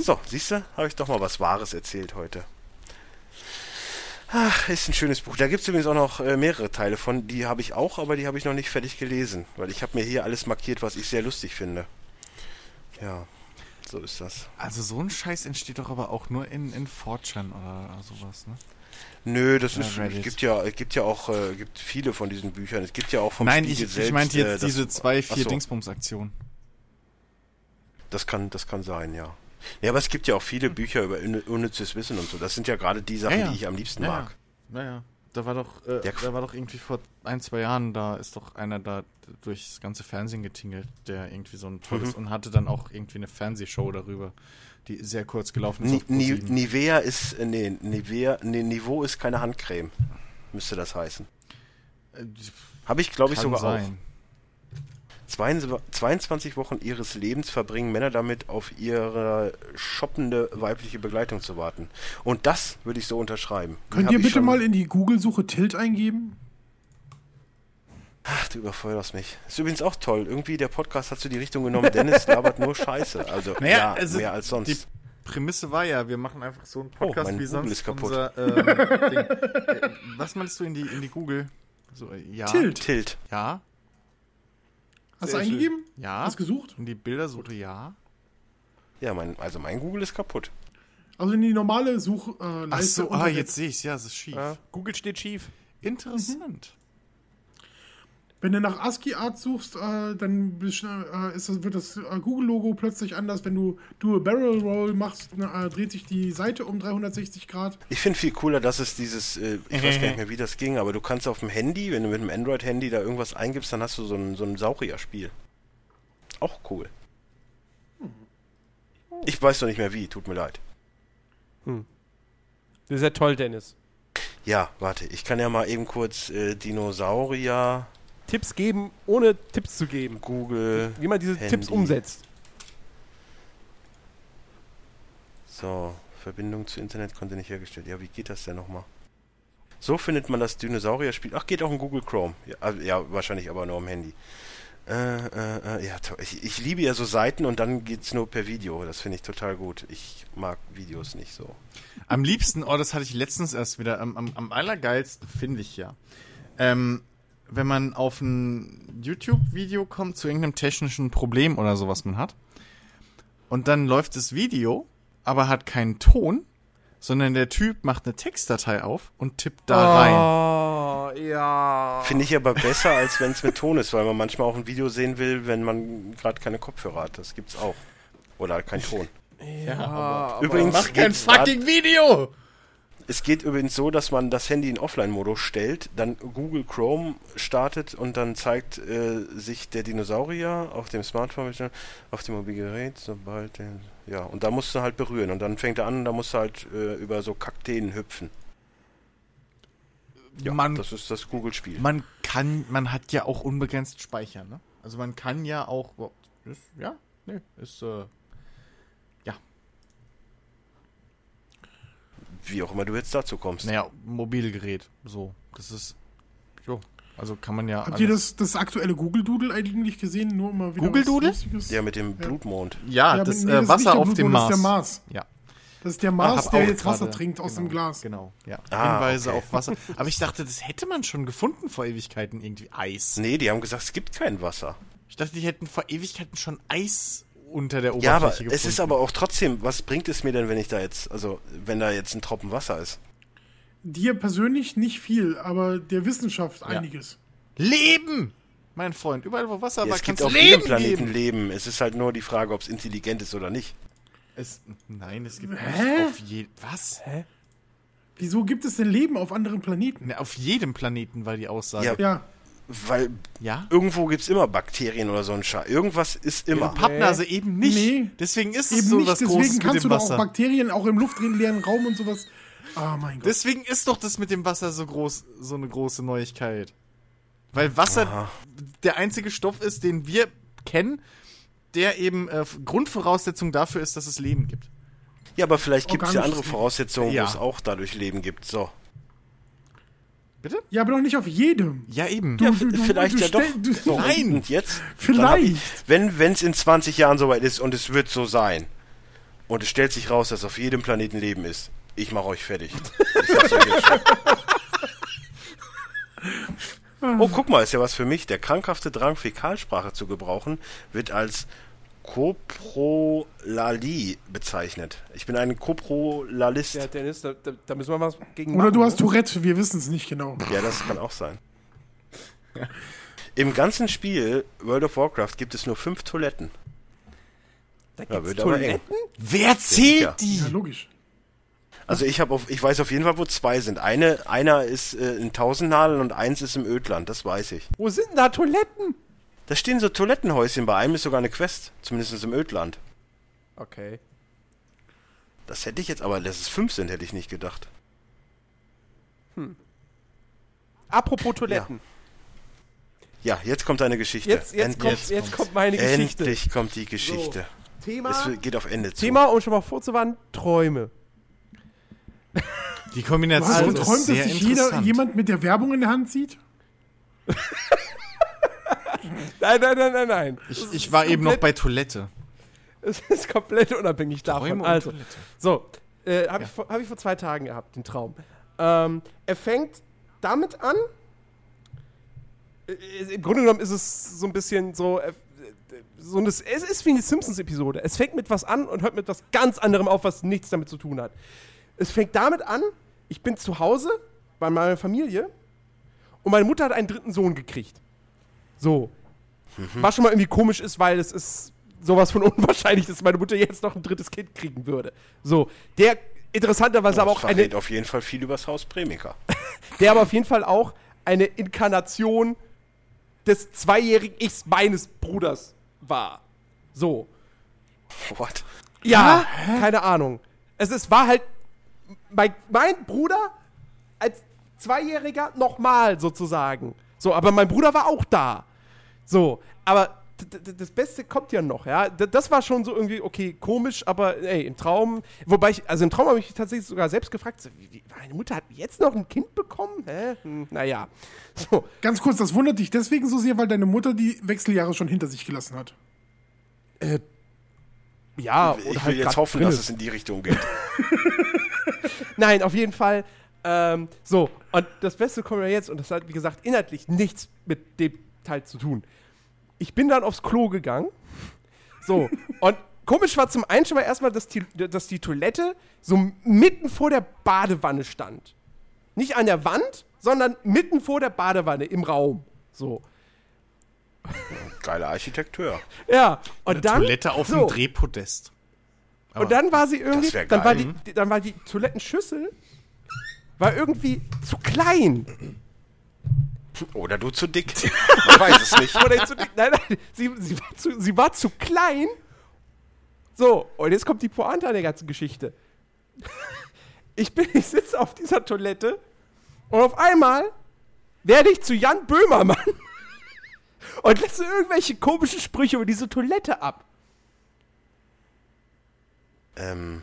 S1: So, siehst du, habe ich doch mal was Wahres erzählt heute. Ach, ist ein schönes Buch. Da gibt es übrigens auch noch äh, mehrere Teile von. Die habe ich auch, aber die habe ich noch nicht fertig gelesen, weil ich habe mir hier alles markiert, was ich sehr lustig finde. Ja, so ist das.
S2: Also so ein Scheiß entsteht doch aber auch nur in, in 4chan oder sowas, ne?
S1: Nö, das
S2: Ja,
S1: ist. Es
S2: Reddit.
S1: gibt ja, es gibt ja auch, äh, gibt viele von diesen Büchern. Es gibt ja auch vom
S2: Nein,
S1: Spiegel
S2: ich,
S1: selbst,
S2: ich meinte
S1: äh,
S2: jetzt
S1: das-
S2: diese zwei, vier
S1: Ach so,
S2: Dingsbums-Aktionen.
S1: Das kann, das kann sein, ja. Ja, aber es gibt ja auch viele Bücher über unnü- unnützes Wissen und so. Das sind ja gerade die Sachen,
S2: Ja, ja.
S1: die ich am liebsten
S2: Ja, ja.
S1: mag.
S2: Naja, da war doch, äh,
S1: Ja,
S2: da war doch irgendwie vor ein, zwei Jahren, da ist doch einer da durchs ganze Fernsehen getingelt, der irgendwie so ein
S1: Mhm.
S2: tolles und hatte dann auch irgendwie eine Fernsehshow darüber, die sehr kurz gelaufen ist.
S1: Ni
S2: auf
S1: Ni
S2: ProSieben.
S1: Nivea ist, äh, nee, Nivea, nee, Niveau ist keine Handcreme, müsste das heißen.
S2: Äh,
S1: Habe ich, glaube ich,
S2: kann
S1: sogar
S2: sein.
S1: auch. 22 22 Wochen ihres Lebens verbringen Männer damit, auf ihre shoppende weibliche Begleitung zu warten. Und das würde ich so unterschreiben. Die
S4: Könnt
S1: hab
S4: ihr
S1: ich
S4: bitte
S1: schon-
S4: mal in die Google-Suche Tilt eingeben?
S1: Ach, du überfeuerst mich. Ist übrigens auch toll. Irgendwie der Podcast hat so die Richtung genommen, Dennis labert nur Scheiße. Also, ja, mehr als sonst.
S2: Die Prämisse war ja, wir machen einfach so einen Podcast
S1: Oh, mein
S2: wie
S1: Google
S2: sonst.
S1: ist kaputt.
S2: Unser, ähm, Ding. Äh, Was meinst du in die, in die Google? So, äh, ja.
S4: Tilt.
S1: Tilt.
S2: Ja.
S4: Hast du
S2: Sehr
S4: eingegeben?
S2: Ja.
S4: Hast gesucht?
S2: In die Bildersuche, ja.
S1: Ja, mein, also mein Google ist kaputt.
S4: Also in die normale Suchleiste.
S2: Ach so,
S4: unter
S2: ah,
S4: Web-
S2: jetzt sehe ich's. Ja, es ist schief.
S3: Ja. Google steht schief.
S4: Mhm.
S2: Interessant.
S4: Wenn du nach ASCII-Art suchst, äh, dann bist, äh, ist das, wird das äh, Google-Logo plötzlich anders. Wenn du Dual Barrel Roll machst, na, äh, dreht sich die Seite um 360 Grad.
S1: Ich finde viel cooler, dass es dieses, äh, ich weiß gar nicht mehr, wie das ging, aber du kannst auf dem Handy, wenn du mit dem Android-Handy da irgendwas eingibst, dann hast du so ein, so ein Saurier-Spiel. Auch cool. Ich weiß noch nicht mehr wie, tut mir leid.
S3: Das ist ja toll, Dennis.
S1: Ja, warte, ich kann ja mal eben kurz äh, Dinosaurier,
S3: Tipps geben, ohne Tipps zu geben.
S1: Google,
S3: Wie man diese
S1: Handy.
S3: Tipps umsetzt.
S1: so, Verbindung zu Internet konnte nicht hergestellt. Ja, wie geht das denn nochmal? So findet man das Dinosaurier-Spiel. Ach, geht auch in Google Chrome. Ja, ah, ja wahrscheinlich aber nur am Handy. Äh, äh, äh, ja, to- ich, ich liebe ja so Seiten und dann geht's nur per Video. Das finde ich total gut. Ich mag Videos nicht so.
S2: Am liebsten, oh, das hatte ich letztens erst wieder, am, am, am allergeilsten finde ich ja. Ähm, wenn man auf ein YouTube-Video kommt zu irgendeinem technischen Problem oder sowas man hat. Und dann läuft das Video, aber hat keinen Ton, sondern der Typ macht eine Textdatei auf und tippt da rein.
S3: Oh, ja.
S1: Finde ich aber besser, als wenn's mit Ton ist, weil man manchmal auch ein Video sehen will, wenn man gerade keine Kopfhörer hat. Das gibt's auch. Oder halt kein Ton.
S3: aber-
S1: Übrigens geht's grad-
S2: Video!
S1: Es geht übrigens so, dass man das Handy in Offline-Modus stellt, dann Google Chrome startet und dann zeigt äh, sich der Dinosaurier auf dem Smartphone, auf dem Mobilgerät, sobald der, ja, und da musst du halt berühren und dann fängt er an, da musst du halt äh, über so Kakteen hüpfen. Ja,
S2: man,
S1: das ist das Google-Spiel.
S2: man kann, man hat ja auch unbegrenzt Speicher, ne? Also man kann ja auch, ist, ja, nee, ist, äh,
S1: Wie auch immer du jetzt dazu kommst.
S2: Naja, Mobilgerät, so. Das ist. Jo. Also kann man ja.
S4: Habt ihr das, das aktuelle Google-Doodle eigentlich gesehen? Nur mal wieder
S2: Google
S4: was
S2: Doodle?
S4: Lustiges?
S1: Ja, mit dem Blutmond.
S2: Ja,
S4: Ja,
S2: das
S4: nee,
S2: äh,
S4: ist
S2: Wasser
S4: nicht der
S2: auf dem
S4: Blutmond,
S2: Mars.
S4: Das ist der
S2: Ja.
S4: Mars. Das ist der
S2: Hab
S4: Mars,
S2: auch
S4: der jetzt
S2: gerade-
S4: Wasser trinkt aus
S2: genau,
S4: dem Glas.
S2: Genau, ja.
S1: Ah,
S2: Hinweise
S1: okay.
S2: auf Wasser. Aber ich dachte, das hätte man schon gefunden vor Ewigkeiten, irgendwie Eis.
S1: Nee, die haben gesagt, es gibt kein Wasser.
S2: Ich dachte, die hätten vor Ewigkeiten schon Eis unter der Oberfläche
S1: Ja, aber
S2: gefunden.
S1: es ist aber auch trotzdem, was bringt es mir denn, wenn ich da jetzt, also wenn da jetzt ein Tropfen Wasser ist?
S4: Dir persönlich nicht viel, aber der Wissenschaft einiges.
S2: Leben, mein Freund. Überall, wo Wasser
S1: Ja,
S2: war,
S1: es gibt
S2: kannst
S1: auf
S2: du
S1: jedem
S2: Leben
S1: Planeten
S2: geben.
S1: Leben. Es ist halt nur die Frage, ob es intelligent ist oder nicht.
S2: Es, nein, es gibt
S4: Hä?
S2: nicht auf jedem... Was? Hä?
S4: Wieso gibt es denn Leben auf anderen Planeten?
S2: Ne, auf jedem Planeten war die Aussage.
S1: Ja.
S4: Ja,
S1: Weil
S2: Ja?
S1: irgendwo gibt es immer Bakterien oder so ein Scheiß. Irgendwas ist immer.
S2: Pappnase eben nicht.
S4: Nee.
S2: Deswegen ist es
S4: eben
S2: so
S4: nicht.
S2: was
S4: Deswegen
S2: Großes mit
S4: kannst du
S2: dem
S4: doch auch
S2: Wasser.
S4: Bakterien auch im luftleeren Raum und sowas. Ah, mein Gott.
S2: Deswegen ist doch das mit dem Wasser so groß, so eine große Neuigkeit. Weil Wasser der einzige Stoff ist, den wir kennen, der eben äh, Grundvoraussetzung dafür ist, dass es Leben gibt.
S1: Ja, aber vielleicht gibt es ja
S4: Organisches
S1: andere Voraussetzungen,
S2: Ja.
S1: wo es auch dadurch Leben gibt. So.
S2: Bitte?
S4: ja, aber doch nicht auf jedem.
S2: Ja, eben.
S1: Ja,
S4: Du- du-
S1: v-
S4: du-
S1: Äh, vielleicht
S4: du
S1: ja doch.
S4: stell- du-
S1: so, und-
S2: Nein.
S1: Und jetzt? Dann hab ich,
S4: Vielleicht.
S1: wenn es in 20 Jahren soweit ist und es wird so sein und es stellt sich raus, dass auf jedem Planeten Leben ist, ich mache euch fertig. Ich sag's euch jetzt schon. oh, guck mal, ist ja was für mich. Der krankhafte Drang, Fäkalsprache zu gebrauchen, wird als Koprolalie bezeichnet. Ich bin ein Koprolalist.
S3: Ja, Dennis, da, da, da müssen wir was gegen
S4: Oder du
S3: machen,
S4: hast
S3: ne?
S4: Tourette, wir wissen es nicht genau.
S1: Ja, das kann auch sein. Im ganzen Spiel World of Warcraft gibt es nur fünf Toiletten.
S3: Da
S1: Ja,
S3: gibt's
S1: wird aber eng.
S3: Toiletten?
S2: Wer zählt
S1: Ja.
S2: die?
S4: Ja, logisch.
S1: Also ich habe auf, ich weiß auf jeden Fall, wo zwei sind. Eine, einer ist äh, in Tausendnadeln und eins ist im Ödland, das weiß ich.
S3: Wo sind denn da Toiletten?
S1: Da stehen so Toilettenhäuschen, bei einem ist sogar eine Quest, zumindest im Ödland.
S3: Okay.
S1: Das hätte ich jetzt aber, dass es fünf sind, hätte ich nicht gedacht.
S3: Apropos Toiletten.
S1: Ja, jetzt kommt eine Geschichte.
S3: Jetzt, jetzt, kommt, jetzt, kommt meine Geschichte.
S1: Endlich kommt die Geschichte.
S3: Thema,
S1: Es geht auf Ende zu.
S3: Thema, um schon mal vorzuwarnen, Träume.
S2: Die
S4: Du
S2: Kombination
S4: hast
S2: also, ist
S4: geträumt,
S2: sehr
S4: dass sich jeder,
S2: interessant.
S4: jemand mit der Werbung in der Hand sieht?
S3: Nein, nein, nein, nein, nein.
S2: ich, ich war eben noch bei Toilette.
S3: Es ist komplett unabhängig davon.
S2: Träume und
S3: Also,
S2: Toilette.
S3: so, äh, habe ich, vor- hab ich vor zwei Tagen gehabt, den Traum. Ähm, er fängt damit an, äh, im Grunde genommen ist es so ein bisschen so, äh, so eine, es ist wie eine Simpsons-Episode. Es fängt mit was an und hört mit was ganz anderem auf, was nichts damit zu tun hat. Es fängt damit an, ich bin zu Hause bei meiner Familie und meine Mutter hat einen dritten Sohn gekriegt. So. Was schon mal irgendwie komisch ist, weil es ist sowas von unwahrscheinlich, dass meine Mutter jetzt noch ein drittes Kind kriegen würde. So. Der interessanterweise aber auch
S1: das
S3: eine
S1: verrät auf jeden Fall viel übers Haus Premiker.
S3: der aber auf jeden Fall auch eine Inkarnation des zweijährigen Ichs meines Bruders war. So.
S1: What?
S3: Ja, keine Ahnung. Es ist, war halt mein, mein Bruder als Zweijähriger nochmal sozusagen. So, aber mein Bruder war auch da. So, aber d- d- das Beste kommt ja noch, ja. D- Das war schon so irgendwie, okay, komisch, aber ey, im Traum, wobei ich, also im Traum habe ich mich tatsächlich sogar selbst gefragt, so, wie, wie, meine Mutter hat jetzt noch ein Kind bekommen? Hä? Hm, naja. So,
S4: Ganz kurz, das wundert dich deswegen so sehr, weil deine Mutter die Wechseljahre schon hinter sich gelassen hat.
S2: Oh,
S3: ja, oder
S1: Ich
S3: halt
S1: will jetzt
S3: grad
S1: hoffen,
S3: drin
S1: dass
S3: ist.
S1: es in die Richtung geht.
S3: Nein, auf jeden Fall. Ähm, so, und das Beste kommt ja jetzt, und das hat, wie gesagt, inhaltlich nichts mit dem Teil zu tun. Ich bin dann aufs Klo gegangen. So, und komisch war zum einen schon mal erstmal, dass die, dass die Toilette so mitten vor der Badewanne stand. Nicht an der Wand, sondern mitten vor der Badewanne im Raum. So.
S1: Geiler Architekteur.
S3: Ja, und dann.
S2: Toilette auf
S3: so.
S2: dem Drehpodest.
S3: Und dann war sie irgendwie,
S1: Das wär
S3: dann war,
S1: geil.
S3: die, die- dann war die Toilettenschüssel war irgendwie zu klein.
S1: Oder du zu dick. Man weiß es nicht.
S3: Oder zu, dick. nein, nein, sie, sie, war zu, sie war zu klein. So, und jetzt kommt die Pointe an der ganzen Geschichte. Ich bin, ich sitze auf dieser Toilette und auf einmal werde ich zu Jan Böhmermann und lasse irgendwelche komischen Sprüche über diese Toilette ab.
S1: Ähm,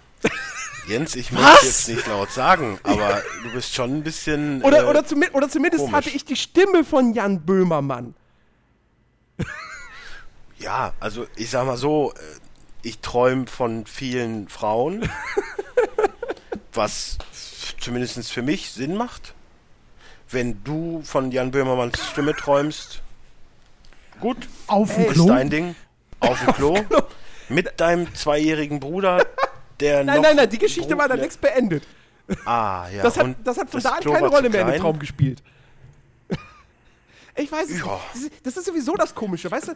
S1: Jens, ich muss
S3: Was?
S1: jetzt nicht laut sagen, aber du bist schon ein bisschen.
S3: Oder,
S1: äh,
S3: oder, zumi oder zumindest
S1: komisch.
S3: hatte ich die Stimme von Jan Böhmermann.
S1: Ja, also ich sag mal so, äh, ich träume von vielen Frauen, was zumindest für mich Sinn macht. Wenn du von Jan Böhmermanns Stimme träumst, gut,
S4: Auf dem
S1: ist
S4: Klo?
S1: dein Ding. Auf dem Klo. Mit deinem zweijährigen Bruder, der
S3: Nein,
S1: noch ne?
S3: nein, nein, die Geschichte
S1: Bro-
S3: war dann längst beendet.
S1: Ah, ja.
S3: Das hat,
S1: und
S3: das hat von
S1: das
S3: da an
S1: Klo
S3: keine
S1: war zu
S3: Rolle mehr in dem
S1: klein.
S3: Traum gespielt. Ich weiß es
S1: Ja.
S3: nicht. Das ist- Das ist sowieso das Komische, weißt du?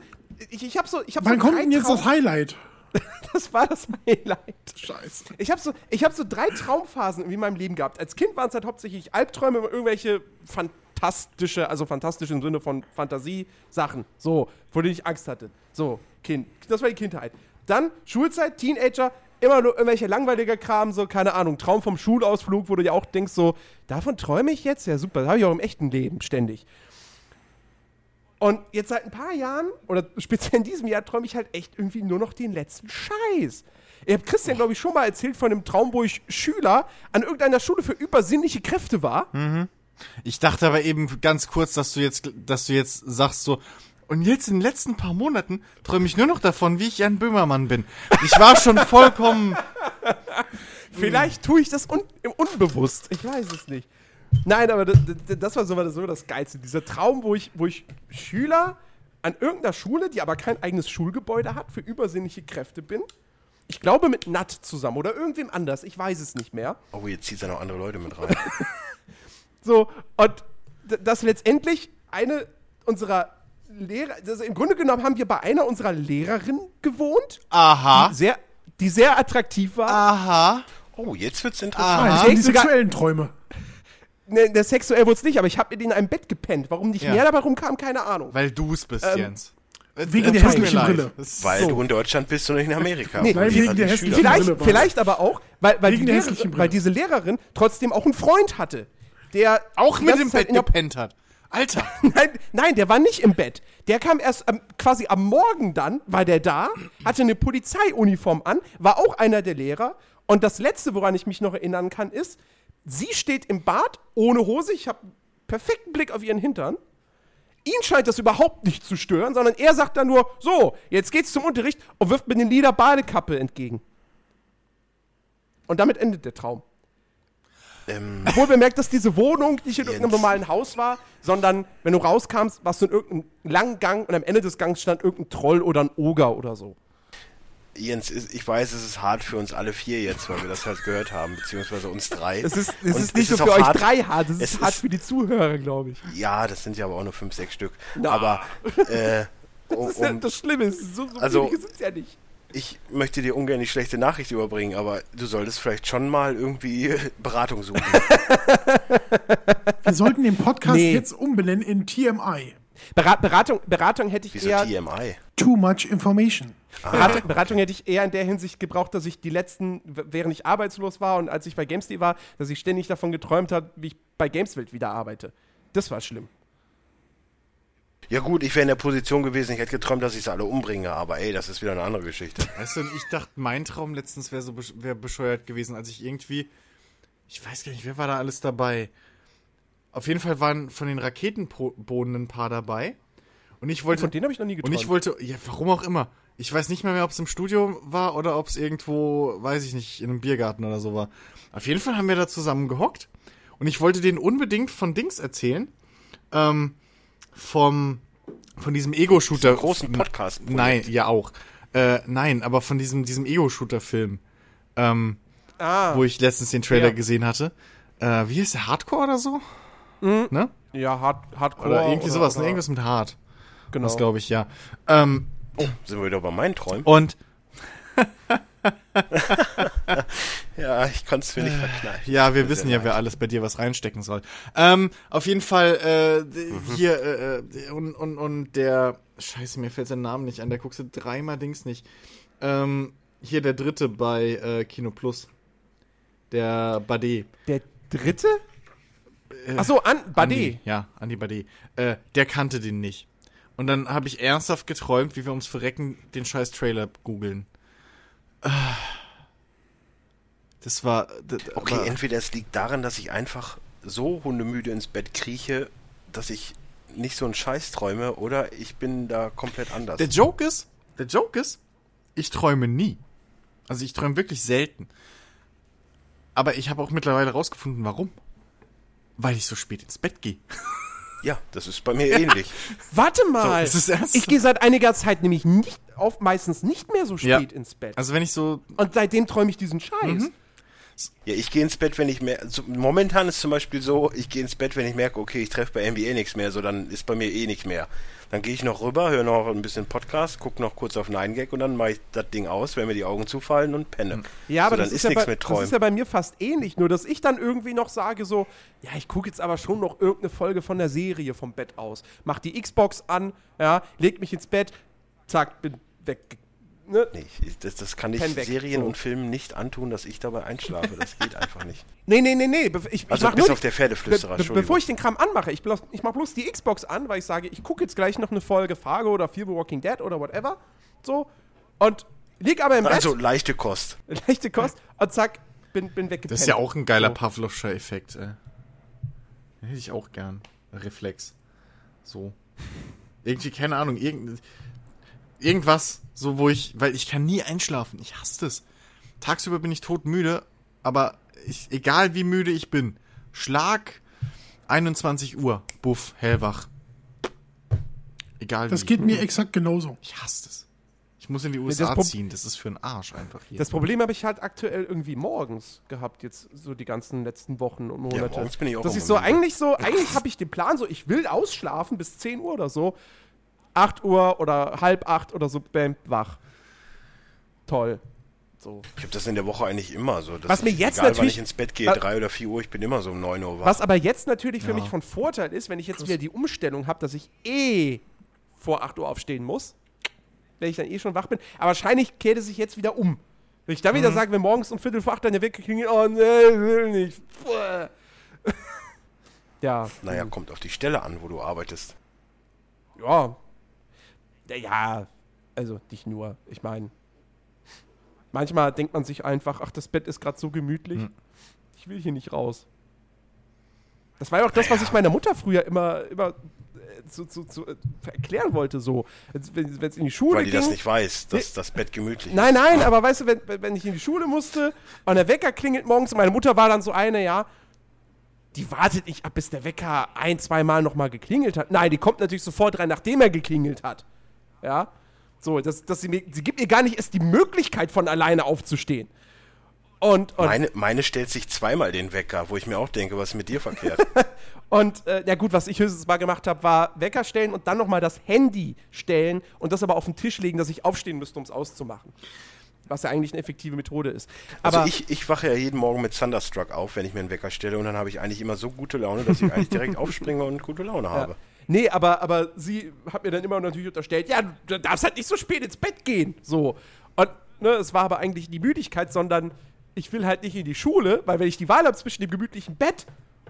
S3: Ich, ich hab so, ich hab
S4: Wann
S3: so
S4: kommt
S3: drei
S4: denn jetzt
S3: Traum-
S4: das Highlight?
S3: Das war das Highlight.
S4: Scheiße.
S3: Ich habe so, ich hab so drei Traumphasen irgendwie in meinem Leben gehabt. Als Kind waren es halt hauptsächlich Albträume, irgendwelche fantastische, also fantastisch im Sinne von Fantasie-Sachen, so, vor denen ich Angst hatte. So, Kind. Das war die Kindheit. Dann Schulzeit, Teenager, immer nur irgendwelche langweiliger Kram, so, keine Ahnung, Traum vom Schulausflug, wo du dir auch denkst, so, davon träume ich jetzt? Ja, super, das habe ich auch im echten Leben ständig. Und jetzt seit ein paar Jahren, oder speziell in diesem Jahr, träume ich halt echt irgendwie nur noch den letzten Scheiß. Ihr habt Christian, glaube ich, schon mal erzählt von einem Traum, wo ich Schüler an irgendeiner Schule für übersinnliche Kräfte war.
S2: Ich dachte aber eben ganz kurz, dass du jetzt, dass du jetzt sagst so, und jetzt in den letzten paar Monaten träume ich nur noch davon, wie ich Jan Böhmermann bin. Ich war schon vollkommen.
S3: Vielleicht tue ich das un im Unbewusst. Ich weiß es nicht. Nein, aber das, das war so das, so das Geilste. Dieser Traum, wo ich, wo ich Schüler an irgendeiner Schule, die aber kein eigenes Schulgebäude hat, für übersinnliche Kräfte bin. Ich glaube mit Nat zusammen oder irgendwem anders. Ich weiß es nicht mehr.
S1: Oh, jetzt zieht er noch andere Leute mit rein.
S3: So, und d- dass letztendlich eine unserer Lehrer, also im Grunde genommen haben wir bei einer unserer Lehrerinnen gewohnt,
S2: Ah. Aha.
S3: sehr, die sehr attraktiv war.
S2: Ah. Aha.
S1: Oh, jetzt wird's interessant.
S4: Das
S3: ich
S4: waren die
S3: denk sogar-
S4: sexuellen Träume.
S3: Ne, der sexuell wurde es nicht, aber ich habe mit in einem Bett gepennt. Warum nicht
S2: Ja.
S3: mehr dabei rumkam, keine Ahnung.
S2: Weil du es bist, Jens.
S4: Ähm,
S2: Äh,
S4: wegen der hässlichen Brille.
S1: Weil du in Deutschland bist und nicht in Amerika.
S3: Ah, Nee,
S1: Weil
S4: wegen
S1: die Schüler-
S4: der hässlichen-
S3: Vielleicht,
S4: Brille war
S3: vielleicht aber auch, weil, weil, die
S4: Wegen der
S3: Lehrer,
S4: hässlichen Brille.
S3: weil diese Lehrerin trotzdem auch einen Freund hatte, der
S2: Auch
S3: die
S2: mit
S3: ganze
S2: dem
S3: Zeit
S2: Bett
S3: in der-
S2: gepennt hat. Alter.
S3: Nein, nein, der war nicht im Bett. Der kam erst am, quasi am Morgen dann, war der da, hatte eine Polizeiuniform an, war auch einer der Lehrer. Und das Letzte, woran ich mich noch erinnern kann, ist, sie steht im Bad ohne Hose. Ich habe perfekten Blick auf ihren Hintern. Ihn scheint das überhaupt nicht zu stören, sondern er sagt dann nur, so, jetzt geht's zum Unterricht und wirft mir den Lieder Badekappe entgegen. Und damit endet der Traum.
S1: Ähm,
S3: Obwohl bemerkt, dass diese Wohnung nicht in irgendeinem
S1: Jens.
S3: normalen Haus war, sondern wenn du rauskamst, warst du in irgendeinem langen Gang und am Ende des Gangs stand irgendein Troll oder ein Oger oder so.
S1: Jens, ist- ich weiß, es ist hart für uns alle vier jetzt, weil wir das halt gehört haben, beziehungsweise uns drei.
S3: Es ist, es
S1: Und
S3: ist nicht nur
S1: auch
S3: für euch
S1: hart-
S3: drei hart, es,
S1: es
S3: ist hart
S1: ist-
S3: für die Zuhörer, glaube ich.
S1: Ja, das sind ja aber auch nur fünf, sechs Stück.
S3: Na.
S1: Aber äh, um,
S3: Das ist ja
S1: um,
S3: das Schlimme, es ist so, so
S1: Also-
S3: wenige sind es ja nicht.
S1: ich möchte dir ungern die schlechte Nachricht überbringen, aber du solltest vielleicht schon mal irgendwie äh, Beratung suchen.
S4: Wir sollten den Podcast
S3: Nee.
S4: jetzt umbenennen in TMI.
S3: Berat, Beratung, Beratung hätte ich
S1: Wieso
S3: eher.
S1: TMI?
S4: Too much information.
S3: Beratung, Beratung hätte ich eher in der Hinsicht gebraucht, dass ich die letzten, w- während ich arbeitslos war und als ich bei GameStay war, dass ich ständig davon geträumt habe, wie ich bei Gameswelt wieder arbeite. Das war schlimm.
S1: Ja gut, ich wäre in der Position gewesen, ich hätte geträumt, dass ich sie alle umbringe, aber ey, das ist wieder eine andere Geschichte.
S2: Weißt du, und ich dachte, mein Traum letztens wäre so besch wär bescheuert gewesen, als ich irgendwie. Ich weiß gar nicht, wer war da alles dabei? Auf jeden Fall waren von den Raketenboden ein paar dabei. Und ich wollte.
S3: Von denen habe ich noch nie
S2: Und
S3: geträumt.
S2: ich wollte, ja, warum auch immer. Ich weiß nicht mehr, mehr ob es im Studio war oder ob es irgendwo, weiß ich nicht, in einem Biergarten oder so war. Auf jeden Fall haben wir da zusammen gehockt und ich wollte denen unbedingt von Dings erzählen. Ähm, vom, von diesem Ego-Shooter.
S1: Großen Podcast.
S2: Nein, ja auch. Äh, nein, aber von diesem, diesem Ego-Shooter-Film, ähm, wo ich letztens den Trailer
S3: Ah. Ja.
S2: gesehen hatte. Äh, wie heißt der? Hardcore oder so? Ne?
S3: ja, hard, Mhm. Hardcore.
S2: Oder irgendwie sowas, ne? Irgendwas mit Hard.
S3: Genau.
S2: Das glaube ich, ja. Ähm,
S1: Sind wir wieder bei meinen Träumen?
S2: und
S1: Ja, ich konnte es mir nicht verkneifen.
S2: Ja, wir wissen ja, wer alles bei dir was reinstecken soll. Ähm, auf jeden Fall, äh, d- hier, äh, äh, und, und, und der, scheiße, mir fällt sein Name nicht an, der guckst du dreimal Dings nicht. Ähm, hier der dritte bei äh, Kino Plus. Der Bade.
S3: Der dritte?
S2: Äh,
S3: Achso, an Bade.
S2: Ja, Andi Bade. Äh, der kannte den nicht. Und dann habe ich ernsthaft geträumt, wie wir ums Verrecken den scheiß Trailer googeln. Ah. Das war. d- d-
S1: Okay,
S2: aber-
S1: entweder es liegt daran, dass ich einfach so hundemüde ins Bett krieche, dass ich nicht so einen Scheiß träume, oder ich bin da komplett anders.
S2: Der Joke ist, der Joke ist, ich träume nie. Also ich träume wirklich selten. Aber ich habe auch mittlerweile rausgefunden, warum. Weil ich so spät ins Bett gehe.
S1: Ja, das ist bei mir ähnlich.
S3: Warte mal.
S2: das ist das Erste.
S3: ich gehe seit einiger Zeit nämlich nicht auf, meistens nicht mehr so
S2: Ja.
S3: spät ins Bett.
S2: Also Mhm. wenn ich so,
S3: Und seitdem träume ich diesen Scheiß.
S1: Ja, ich gehe ins Bett, wenn ich mehr. So, momentan ist zum Beispiel so, ich gehe ins Bett, wenn ich merke, okay, ich treffe bei NBA nichts mehr, so dann ist bei mir eh nichts mehr. Dann gehe ich noch rüber, höre noch ein bisschen Podcast, gucke noch kurz auf 9gag und dann mache ich das Ding aus, wenn mir die Augen zufallen und penne.
S3: Ja, aber
S1: so, dann
S3: das,
S1: ist
S3: ist ja
S1: nichts
S3: bei,
S1: mit
S3: das ist
S1: Träumen.
S3: ja bei mir fast ähnlich, nur dass ich dann irgendwie noch sage so, ja, ich gucke jetzt aber schon noch irgendeine Folge von der Serie vom Bett aus. Mach die Xbox an, ja, leg mich ins Bett, zack, bin weg. Ne?
S1: Nee, ich- das, das kann ich
S3: Penn weg,
S1: Serien
S3: so.
S1: und Filmen nicht antun, dass ich dabei einschlafe. Das geht einfach nicht.
S3: Nee, nee, nee, nee. bef- Ich, ich
S1: Also
S3: mach
S1: bis
S3: nur
S1: auf der Pferdeflüsterer,
S3: be, be, Bevor
S1: Entschuldigung.
S3: ich den Kram anmache, ich, bloß, ich mach bloß die Xbox an, weil ich sage, ich gucke jetzt gleich noch eine Folge Fargo oder Fear the Walking Dead oder whatever. So. Und lieg aber im
S1: Also
S3: Bett,
S1: leichte Kost.
S3: leichte Kost, und zack, bin, bin weggepennt.
S2: das ist ja auch ein geiler
S3: So.
S2: Pavlovscher Effekt. Ey. Hätte ich auch gern. Reflex. So. Irgendwie, keine Ahnung, irgend, irgendwas, so wo ich, weil ich kann nie einschlafen. Ich hasse das. Tagsüber bin ich todmüde, aber ich, egal wie müde ich bin, Schlag 21 Uhr, buff, hellwach. Egal
S4: Das
S2: wie.
S4: geht mir exakt genauso.
S2: Ich hasse das. Ich muss in die USA
S3: Pro-
S2: ziehen. Das ist für einen Arsch einfach hier.
S3: Das Problem habe ich halt aktuell irgendwie morgens gehabt, jetzt so die ganzen letzten Wochen und Monate.
S1: morgens bin ich auch
S3: Dass ich
S1: immer
S3: so
S1: müde.
S3: eigentlich so, eigentlich habe ich den Plan so, ich will ausschlafen bis 10 Uhr oder so. 8 Uhr oder halb 8 oder so, bam, wach. Toll. So.
S1: Ich habe das in der Woche eigentlich immer so. dass
S3: Was mir
S1: ich,
S3: jetzt
S1: egal, wann
S3: natürlich-
S1: ich ins Bett gehe,
S3: Was-
S1: drei oder vier Uhr, ich bin immer so um 9 Uhr wach.
S3: Was aber jetzt natürlich für mich von Vorteil ist, wenn ich jetzt wieder die Umstellung habe, dass ich eh vor 8 Uhr aufstehen muss, wenn ich dann eh schon wach bin. Aber wahrscheinlich kehrt es sich jetzt wieder um. Wenn ich dann wieder sage, wenn morgens um Viertel vor 8 dann der Wecker klingelt, oh nee, will nicht. Puh. ja.
S1: Naja, kommt auf die Stelle an, wo du arbeitest.
S3: Ja. Ja, Ja, also nicht nur. Ich meine, manchmal denkt man sich einfach, ach, das Bett ist gerade so gemütlich.
S1: Hm.
S3: Ich will hier nicht raus. Das war ja auch das, was ich meiner Mutter früher immer, immer äh, zu, zu, zu, äh, erklären wollte, so. Wenn es in die Schule
S1: Weil die
S3: ging.
S1: das nicht weiß, dass das Bett gemütlich
S3: Nein, nein, aber weißt du, wenn, wenn wenn ich in die Schule musste und der Wecker klingelt morgens, und meine Mutter war dann so eine, ja, die wartet nicht ab, bis der Wecker ein, zweimal nochmal geklingelt hat. Nein, die kommt natürlich sofort rein, nachdem er geklingelt hat. Ja, so, dass, dass sie mir, sie gibt mir gar nicht erst die Möglichkeit, von alleine aufzustehen. Und, und,
S1: Meine, meine stellt sich zweimal den Wecker, wo ich mir auch denke, was ist mit dir verkehrt?
S3: und äh, ja gut, was ich höchstens mal gemacht habe, war Wecker stellen und dann nochmal das Handy stellen und das aber auf den Tisch legen, dass ich aufstehen müsste, um es auszumachen. Was ja eigentlich eine effektive Methode ist. Aber
S1: also ich, ich wache ja jeden Morgen mit Thunderstruck auf, wenn ich mir einen Wecker stelle und dann habe ich eigentlich immer so gute Laune, dass ich eigentlich direkt aufspringe und gute Laune habe.
S3: Nee, aber, aber sie hat mir dann immer natürlich unterstellt, ja, du darfst halt nicht so spät ins Bett gehen. So. Und ne, es war aber eigentlich die Müdigkeit, sondern ich will halt nicht in die Schule, weil wenn ich die Wahl habe zwischen dem gemütlichen Bett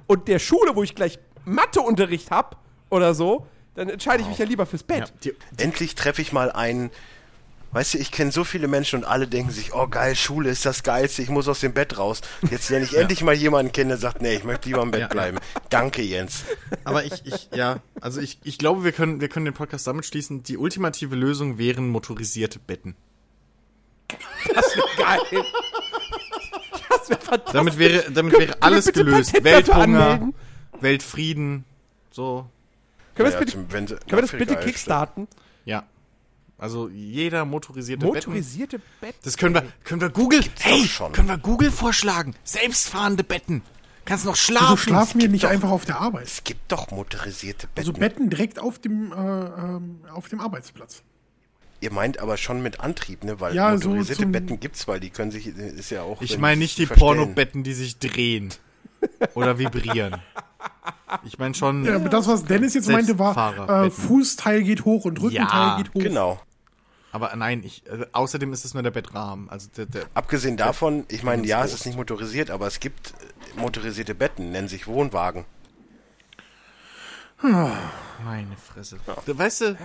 S3: und der Schule, wo ich gleich Matheunterricht habe oder so, dann entscheide ich mich ja lieber fürs
S2: ja,
S3: Bett.
S2: die,
S1: Endlich treffe ich mal einen. Weißt du, ich kenne so viele Menschen und alle denken sich, oh geil, Schule ist das Geilste, ich muss aus dem Bett raus. Jetzt lerne ich endlich mal jemanden kennen, der sagt, nee, ich möchte lieber im Bett
S2: Ja.
S1: bleiben. Danke, Jens.
S2: Aber ich, ich ja, also ich, ich glaube, wir können, wir können den Podcast damit schließen. Die ultimative Lösung wären motorisierte Betten.
S3: Geil. Das wäre fantastisch.
S2: Damit wäre, damit wäre alles
S3: bitte
S2: gelöst.
S3: Patent dafür
S2: Welthunger,
S3: anmelden?
S2: Weltfrieden, so,
S3: Können wir
S1: Ja,
S3: das bitte,
S1: zum- wenn sie
S3: können wir das
S1: nach
S3: bitte
S1: Afrika
S3: kickstarten?
S2: ja. Also jeder motorisierte Betten.
S3: Motorisierte Bett.
S2: Das können wir, können wir Google, hey,
S1: doch schon.
S2: können wir Google vorschlagen. Selbstfahrende Betten. Kannst noch
S4: So
S2: schlafen.
S4: schlafen wir nicht einfach auf der Arbeit.
S1: Es gibt doch motorisierte Betten.
S4: Also Betten direkt auf dem, äh, ähm, auf dem Arbeitsplatz.
S1: Ihr meint aber schon mit Antrieb, ne? Weil
S4: Ja, so
S1: motorisierte
S4: zum-
S1: Betten gibt's, weil die können sich, ist ja auch.
S2: Ich
S1: wenn
S2: meine
S1: sie
S2: nicht die
S1: verstellen.
S2: Pornobetten, die sich drehen. Oder vibrieren. Ich meine schon,
S4: Ja, aber das, was Dennis jetzt meinte, war, äh,
S2: Selbstfahrerbetten.
S4: Fußteil geht hoch und Rückenteil
S2: Ja,
S4: geht hoch.
S1: Genau.
S2: aber nein, ich, äh, außerdem ist es nur der Bettrahmen. Also der, der,
S1: Abgesehen davon, ich meine, ja, es ist nicht motorisiert, aber es gibt äh, motorisierte Betten, nennen sich Wohnwagen.
S2: Meine Fresse. Du, weißt du,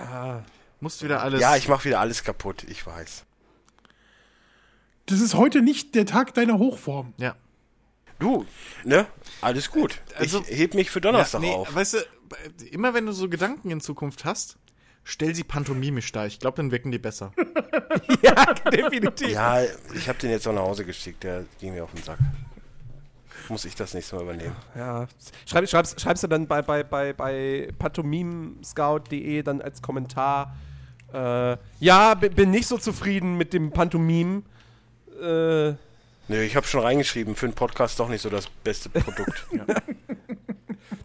S2: musst wieder alles.
S1: Ja, ich mache wieder alles kaputt, ich weiß.
S4: Das ist heute nicht der Tag deiner Hochform.
S2: Ja.
S1: Du, ne? Alles gut.
S2: Also-
S1: ich heb mich für Donnerstag
S2: nee,
S1: auf.
S2: Weißt du, immer wenn du so Gedanken in Zukunft hast, stell sie pantomimisch dar. Ich glaube, dann wirken die besser.
S3: Ja, definitiv.
S1: Ja, ich habe den jetzt auch nach Hause geschickt, der ging mir auf den Sack. Muss ich das nächste Mal übernehmen.
S3: Ja. Schreib, schreib's, schreibst du dann bei, bei, bei, bei pantomimescout.de dann als Kommentar. Äh, ja, bi- bin nicht so zufrieden mit dem Pantomim. Äh,
S1: Nö, ich habe schon reingeschrieben, für einen Podcast doch nicht so das beste Produkt.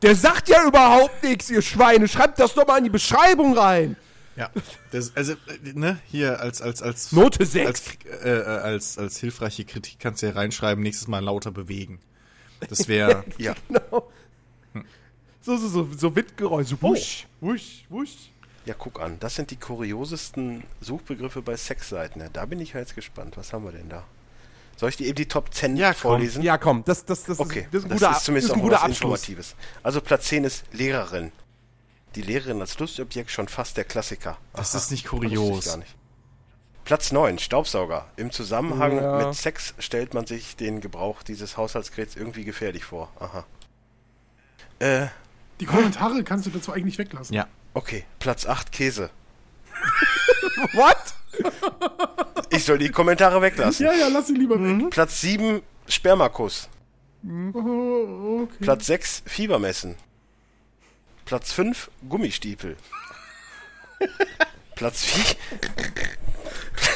S3: der sagt ja überhaupt nichts, ihr Schweine. Schreibt das doch mal in die Beschreibung rein.
S2: Ja, das, also, äh, ne, hier als, als, als,
S3: Note sechs.
S2: Als, äh, äh, als, als hilfreiche Kritik kannst du ja reinschreiben, nächstes Mal lauter bewegen. Das wäre,
S1: ja.
S3: Genau. So, so, so, so Windgeräusche. Wusch, wusch, wusch.
S1: Ja, guck an. Das sind die kuriosesten Suchbegriffe bei Sexseiten. Ja, da bin ich ja jetzt gespannt. Was haben wir denn da? Soll ich dir eben die Top 10
S2: Ja, komm.
S1: vorlesen?
S3: Ja, komm, das, das, das,
S1: Okay,
S3: ist, das ist ein guter,
S1: zumindest
S3: das ist ein
S1: auch
S3: guter
S1: was
S3: Abschluss.
S1: Informatives. Also Platz 10 ist Lehrerin. Die Lehrerin als Lustobjekt schon fast der Klassiker.
S2: das
S1: Aha,
S2: ist nicht
S1: wusste
S2: kurios.
S1: ich gar nicht. Platz 9, Staubsauger. Im Zusammenhang
S3: Ja.
S1: mit Sex stellt man sich den Gebrauch dieses Haushaltsgeräts irgendwie gefährlich vor. Aha. Äh,
S4: Die Kommentare kannst du dazu eigentlich weglassen.
S2: Ja.
S1: okay. Platz 8, Käse.
S3: What?
S1: Ich soll die Kommentare weglassen.
S4: ja, ja, lass ihn lieber weg.
S1: Platz 7, Spermakuss.
S4: Oh, okay.
S1: Platz 6, Fiebermessen. Platz 5, Gummistiefel. Platz 4,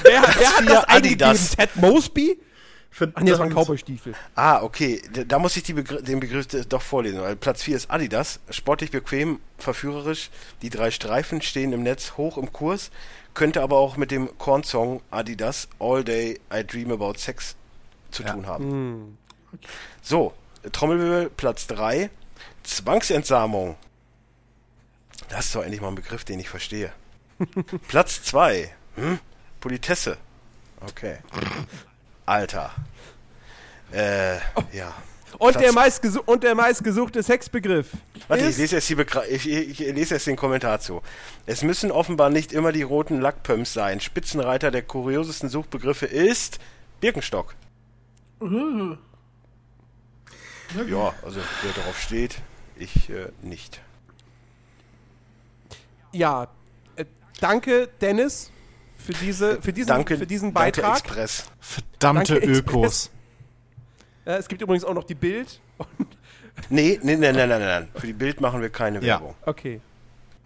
S3: Wer, wer hat
S1: vier
S3: das
S1: Adidas.
S3: eingegeben? Ted Mosby? Ach nee, das waren
S1: Verdammt.
S3: Cowboy-Stiefel.
S1: Ah, okay. Da- Da muss ich die Begr den Begriff doch vorlesen. Weil Platz 4 ist Adidas. Sportlich bequem, verführerisch. Die drei Streifen stehen im Netz hoch im Kurs. Könnte aber auch mit dem Korn-Song Adidas All Day I Dream About Sex zu
S2: Ja.
S1: tun haben. So, Trommelwirbel, Platz 3. Zwangsentsamung. Das ist doch endlich mal ein Begriff, den ich verstehe. Platz 2. Hm? Politesse. Okay. Alter. Äh, ja.
S3: Oh. Und
S1: Platz-
S3: der, meistgesu und der meistgesuchte Sexbegriff.
S1: Warte, ich
S3: ist,
S1: lese, jetzt die Begra- ich, ich, ich lese jetzt den Kommentar zu. Es müssen offenbar nicht immer die roten Lackpumps sein. Spitzenreiter der kuriosesten Suchbegriffe ist Birkenstock.
S4: Äh,
S1: Ja, also wer drauf steht, ich äh, nicht.
S3: ja, äh, danke, Dennis, für, diese, für, diesen,
S1: Danke,
S3: für diesen
S1: danke
S3: Beitrag.
S1: Express.
S2: Verdammte
S3: Danke,
S2: Ökos.
S3: Äh, es gibt übrigens auch noch die Bild. Und,
S1: Nee, nee, nein, nein, nein, nein. Für die Bild machen wir keine
S2: Ja.
S1: Werbung.
S3: okay.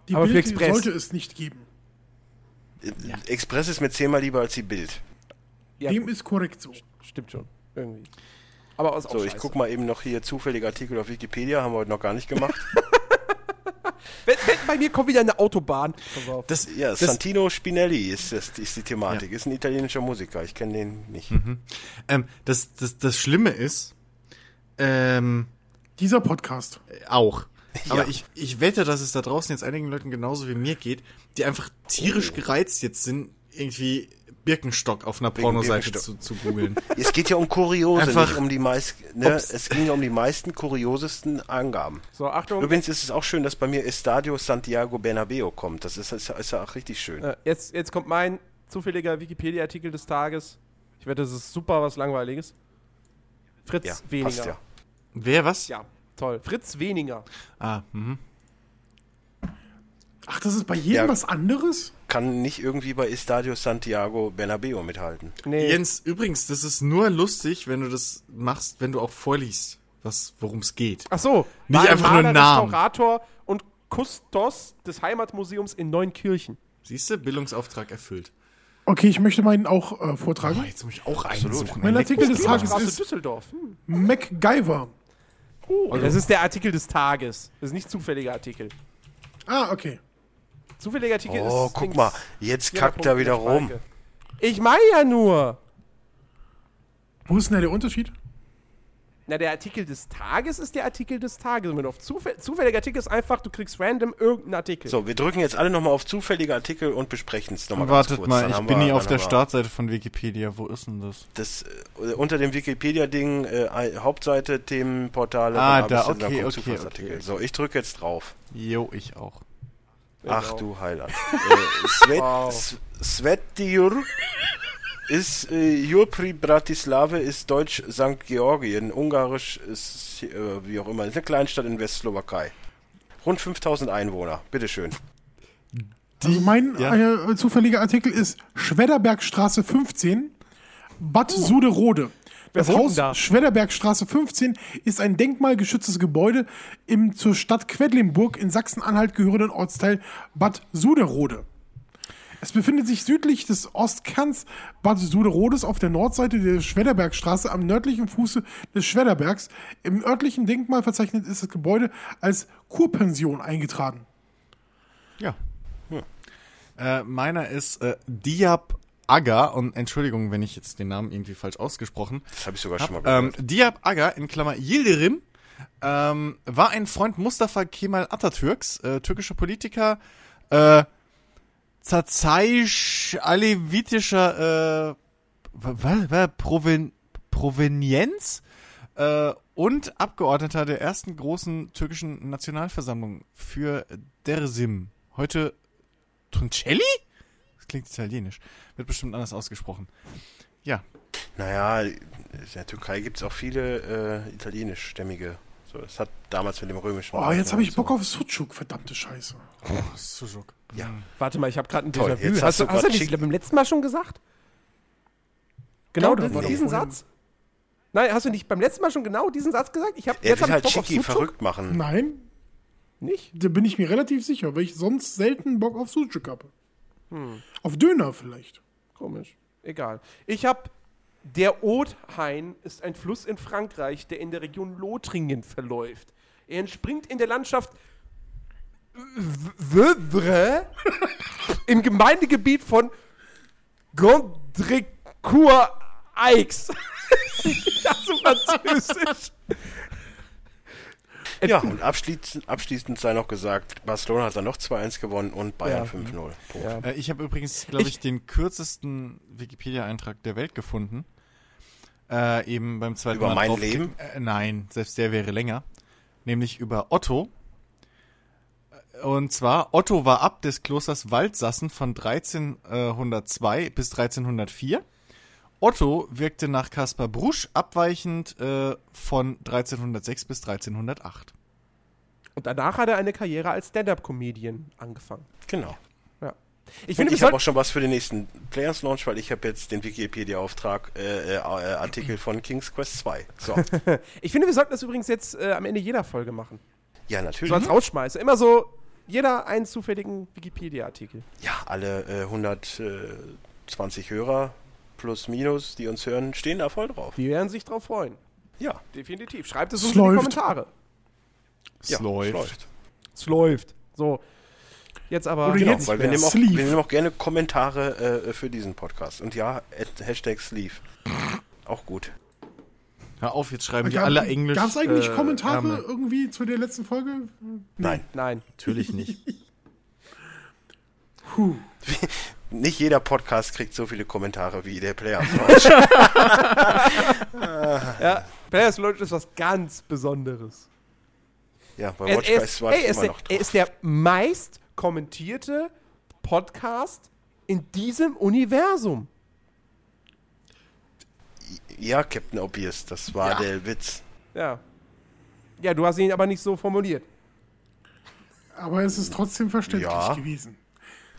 S4: die
S3: Aber für
S4: Bild
S3: Express.
S4: sollte es nicht geben.
S1: Äh, Express ist mir zehnmal lieber als die Bild.
S3: Ja,
S4: Dem ist korrekt so.
S3: stimmt schon. Irgendwie. Aber aus
S1: So, ich guck mal eben noch hier zufällige Artikel auf Wikipedia, haben wir heute noch gar nicht gemacht.
S3: Wenn, wenn, bei mir kommt wieder eine Autobahn. Pass auf.
S2: Das,
S1: Ja,
S2: das,
S1: Santino Spinelli ist, das, ist die Thematik. Ist ein italienischer Musiker, ich kenne den nicht.
S2: ähm, das, das, das Schlimme ist, ähm,
S4: Dieser Podcast.
S2: auch. Aber
S1: Ja.
S2: ich, ich wette, dass es da draußen jetzt einigen Leuten genauso wie mir geht, die einfach tierisch gereizt jetzt sind, irgendwie Birkenstock auf einer
S1: Wegen
S2: Pornoseite zu,
S1: Birkenstock.
S2: zu googeln.
S1: Es geht ja um Kuriose,
S2: Einfach-
S1: nicht um die meisten. Ne?
S2: Ups.
S1: Es ging ja um die meisten kuriosesten Angaben.
S3: So, Achtung.
S1: Übrigens ist es auch schön, dass bei mir Estadio Santiago Bernabeo kommt. Das ist, ist, ist ja auch richtig schön.
S3: Äh, jetzt, jetzt kommt mein zufälliger Wikipedia-Artikel des Tages. Ich wette, das ist super was Langweiliges. Fritz
S1: ja,
S3: Weniger.
S1: passt ja.
S2: Wer was?
S3: Ja, toll. Fritz Weniger.
S2: Ah, mhm.
S4: Ach, das ist bei jedem
S1: Ja.
S4: was anderes?
S1: Kann nicht irgendwie bei Estadio Santiago Bernabeo mithalten.
S3: Nee.
S2: Jens, übrigens, das ist nur lustig, wenn du das machst, wenn du auch vorliest, was worum es geht.
S3: Ach so.
S2: Nicht
S3: war ein
S2: einfach nur
S3: Maler,
S2: Namen.
S3: Restaurator und Kustos des Heimatmuseums in Neunkirchen.
S2: Siehst du, Bildungsauftrag erfüllt.
S4: Okay, ich möchte meinen auch äh, vortragen.
S2: Oh, jetzt muss ich auch einsuchen.
S4: Mein Artikel des Tages
S3: Straße
S4: ist
S3: Düsseldorf. Hm.
S4: MacGyver.
S1: Oh.
S3: Das ist der Artikel des Tages. Das ist nicht zufälliger Artikel.
S4: Ah, okay.
S3: Zufälliger Artikel ist.
S1: Oh, guck
S3: links.
S1: mal, jetzt
S3: Vierer
S1: kackt er
S3: Punkt
S1: wieder
S3: mit
S1: rum.
S3: Schalke. Ich meine ja nur.
S4: Wo ist denn da der Unterschied?
S3: Na, der Artikel des Tages ist der Artikel des Tages. Und Wenn du auf Zufäll zufälliger Artikel ist einfach, du kriegst random irgendeinen Artikel.
S1: So, wir drücken jetzt alle nochmal auf zufällige Artikel und besprechen es nochmal ganz
S2: Wartet
S1: kurz.
S2: mal,
S1: Dann
S2: ich
S1: haben
S2: bin
S1: wir-
S2: nie auf
S1: dann
S2: der
S1: haben wir
S2: Startseite von Wikipedia. Wo ist denn das?
S1: Das, äh, unter dem Wikipedia-Ding, äh, ei- Hauptseite, Themenportale,
S2: Ah,
S1: von A bis
S2: da,
S1: Z, dann
S2: okay,
S1: kommt
S2: okay,
S1: Zufallsartikel.
S2: okay.
S1: So, ich drücke jetzt drauf.
S2: Jo, ich auch.
S1: Ach du Heiland. äh, Svet, S- Svetjur ist äh, Jurpri Bratislave ist Deutsch St. Georgien, Ungarisch ist äh, wie auch immer, ist eine Kleinstadt in Westslowakei. Rund 5000 Einwohner, bitteschön.
S4: also mein
S2: ja.
S4: äh, zufälliger Artikel ist Schwedderbergstraße 15, Bad Suderode.
S3: Oh. Wer
S4: Das
S3: wohnt denn
S4: Haus
S3: da?
S4: Schwedderbergstraße 15 ist ein denkmalgeschütztes Gebäude im zur Stadt Quedlinburg in Sachsen-Anhalt gehörenden Ortsteil Bad Suderode. Es befindet sich südlich des Ostkerns Bad Suderodes auf der Nordseite der Schwedderbergstraße am nördlichen Fuße des Schwedderbergs. Im örtlichen Denkmalverzeichnis ist das Gebäude als Kurpension eingetragen.
S2: Ja. Hm. Äh, meiner ist äh, Diab Aga und Entschuldigung, wenn ich jetzt den Namen irgendwie falsch ausgesprochen
S1: Das habe ich sogar schon mal
S2: Ähm,
S1: gehört.
S2: Diab Aga in Klammer Yildirim ähm, war ein Freund Mustafa Kemal Atatürks, äh, türkischer Politiker, äh, zazaisch alevitischer äh, wa- wa- wa- Proven Provenienz äh, und Abgeordneter der ersten großen türkischen Nationalversammlung für Dersim. Heute Tuncelli? Das klingt italienisch. Wird bestimmt anders ausgesprochen. Ja,
S1: Naja, in der Türkei gibt es auch viele äh, italienischstämmige. So, das hat damals mit dem römischen.
S4: Oh, jetzt
S2: Also.
S4: habe ich Bock auf Sucuk, verdammte Scheiße.
S2: Oh, Sujuk.
S3: Warte mal, ich habe gerade ein
S1: Toll,
S3: Déjà-vu.
S1: jetzt
S3: Hast,
S1: hast
S3: du-
S1: du
S3: hast du
S1: grad
S3: nicht
S1: schick-
S3: beim letzten Mal schon gesagt? Genau
S4: Oder
S3: diesen-
S4: war doch
S3: diesen
S4: vorhin.
S3: Satz? Nein, hast du nicht beim letzten Mal schon genau diesen Satz gesagt? Ich habe
S1: Er
S3: jetzt
S1: will
S3: hab
S1: halt
S3: ich Bock auf
S1: Chiki
S3: Sucuk.
S1: verrückt machen.
S4: Nein,
S3: Nicht?
S4: da bin ich mir relativ sicher, weil ich sonst selten Bock auf Sucuk habe.
S2: Hm.
S4: Auf Döner vielleicht.
S3: Komisch. Egal. Ich habe der Othein ist ein Fluss in Frankreich, der in der Region Lothringen verläuft. Er entspringt in der Landschaft Wövre im Gemeindegebiet von Gondricourt Aix. Ich hasse Französisch. Hm.
S1: Ja, und abschließend, abschließend sei noch gesagt, Barcelona hat dann noch 2-1 gewonnen und Bayern
S3: Ja.
S1: 5-0. Punkt.
S3: Ja.
S2: Äh, ich habe übrigens, glaube ich,
S3: Ich-
S2: den kürzesten Wikipedia-Eintrag der Welt gefunden. Äh, eben beim zweiten
S1: Über
S2: Mal
S1: mein
S2: draufklicken.
S1: Leben?
S2: Äh, nein, selbst der wäre länger. Nämlich über Otto. Und zwar, Otto war Abt des Klosters Waldsassen von 1302 bis 1304. Otto wirkte nach Kaspar Brusch abweichend äh, von 1306 bis 1308.
S3: Und danach hat er eine Karriere als Stand-Up-Comedian angefangen.
S1: Genau.
S3: Ja. Ich
S1: Und
S3: finde,
S1: ich
S3: wir
S1: habe
S3: sollten-
S1: auch schon was für den nächsten Players Launch, weil ich habe jetzt den Wikipedia-Auftrag, äh, äh, äh, Artikel von King's Quest 2. So.
S3: ich finde, wir sollten das übrigens jetzt äh, am Ende jeder Folge machen.
S1: Ja, natürlich.
S3: So
S4: Mhm.
S3: als Rausschmeißer. Immer so jeder einen zufälligen Wikipedia-Artikel.
S1: Ja, alle äh, 120 Hörer plus minus, die uns hören, stehen da voll drauf.
S3: Die werden sich drauf freuen.
S1: Ja,
S3: Definitiv. Schreibt es
S4: Es
S3: uns in die
S4: läuft.
S3: Kommentare.
S1: ja es
S3: Es läuft. So. Jetzt aber.
S4: Oder
S1: Genau,
S4: Jetzt
S1: weil wir
S4: wär's.
S1: nehmen, auch,
S4: Sleeve.
S1: wir nehmen auch gerne Kommentare äh, für diesen Podcast. Und ja, at- Hashtag Sleeve. Auch gut.
S2: Hör auf, jetzt schreiben wir
S4: Gab-
S2: alle Englisch.
S4: Gab's eigentlich
S2: äh,
S4: Kommentare
S2: Ärmel.
S4: irgendwie zu der letzten Folge?
S1: Nein,
S3: Nein.
S2: Natürlich nicht.
S1: nicht jeder Podcast kriegt so viele Kommentare wie der Player. Launch.
S3: Ja. Players Launch ist was ganz Besonderes.
S1: ja, bei
S3: Er,
S1: Watch
S3: er,
S1: Guys
S3: ist,
S1: 2
S3: ey, er,
S1: ist
S3: ist
S1: immer
S3: der,
S1: noch
S3: er
S1: drauf.
S3: ist der meist kommentierte Podcast in diesem Universum.
S1: Ja, Captain Obvious, das war der Witz.
S3: Ja. Ja, du hast ihn aber nicht so formuliert.
S4: Aber es ist trotzdem verständlich
S1: Ja.
S4: gewesen.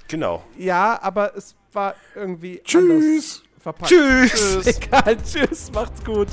S1: Genau.
S3: Ja, aber es war irgendwie
S4: Tschüss.
S3: anders verpackt.
S1: Tschüss.
S3: Egal, tschüss, macht's gut.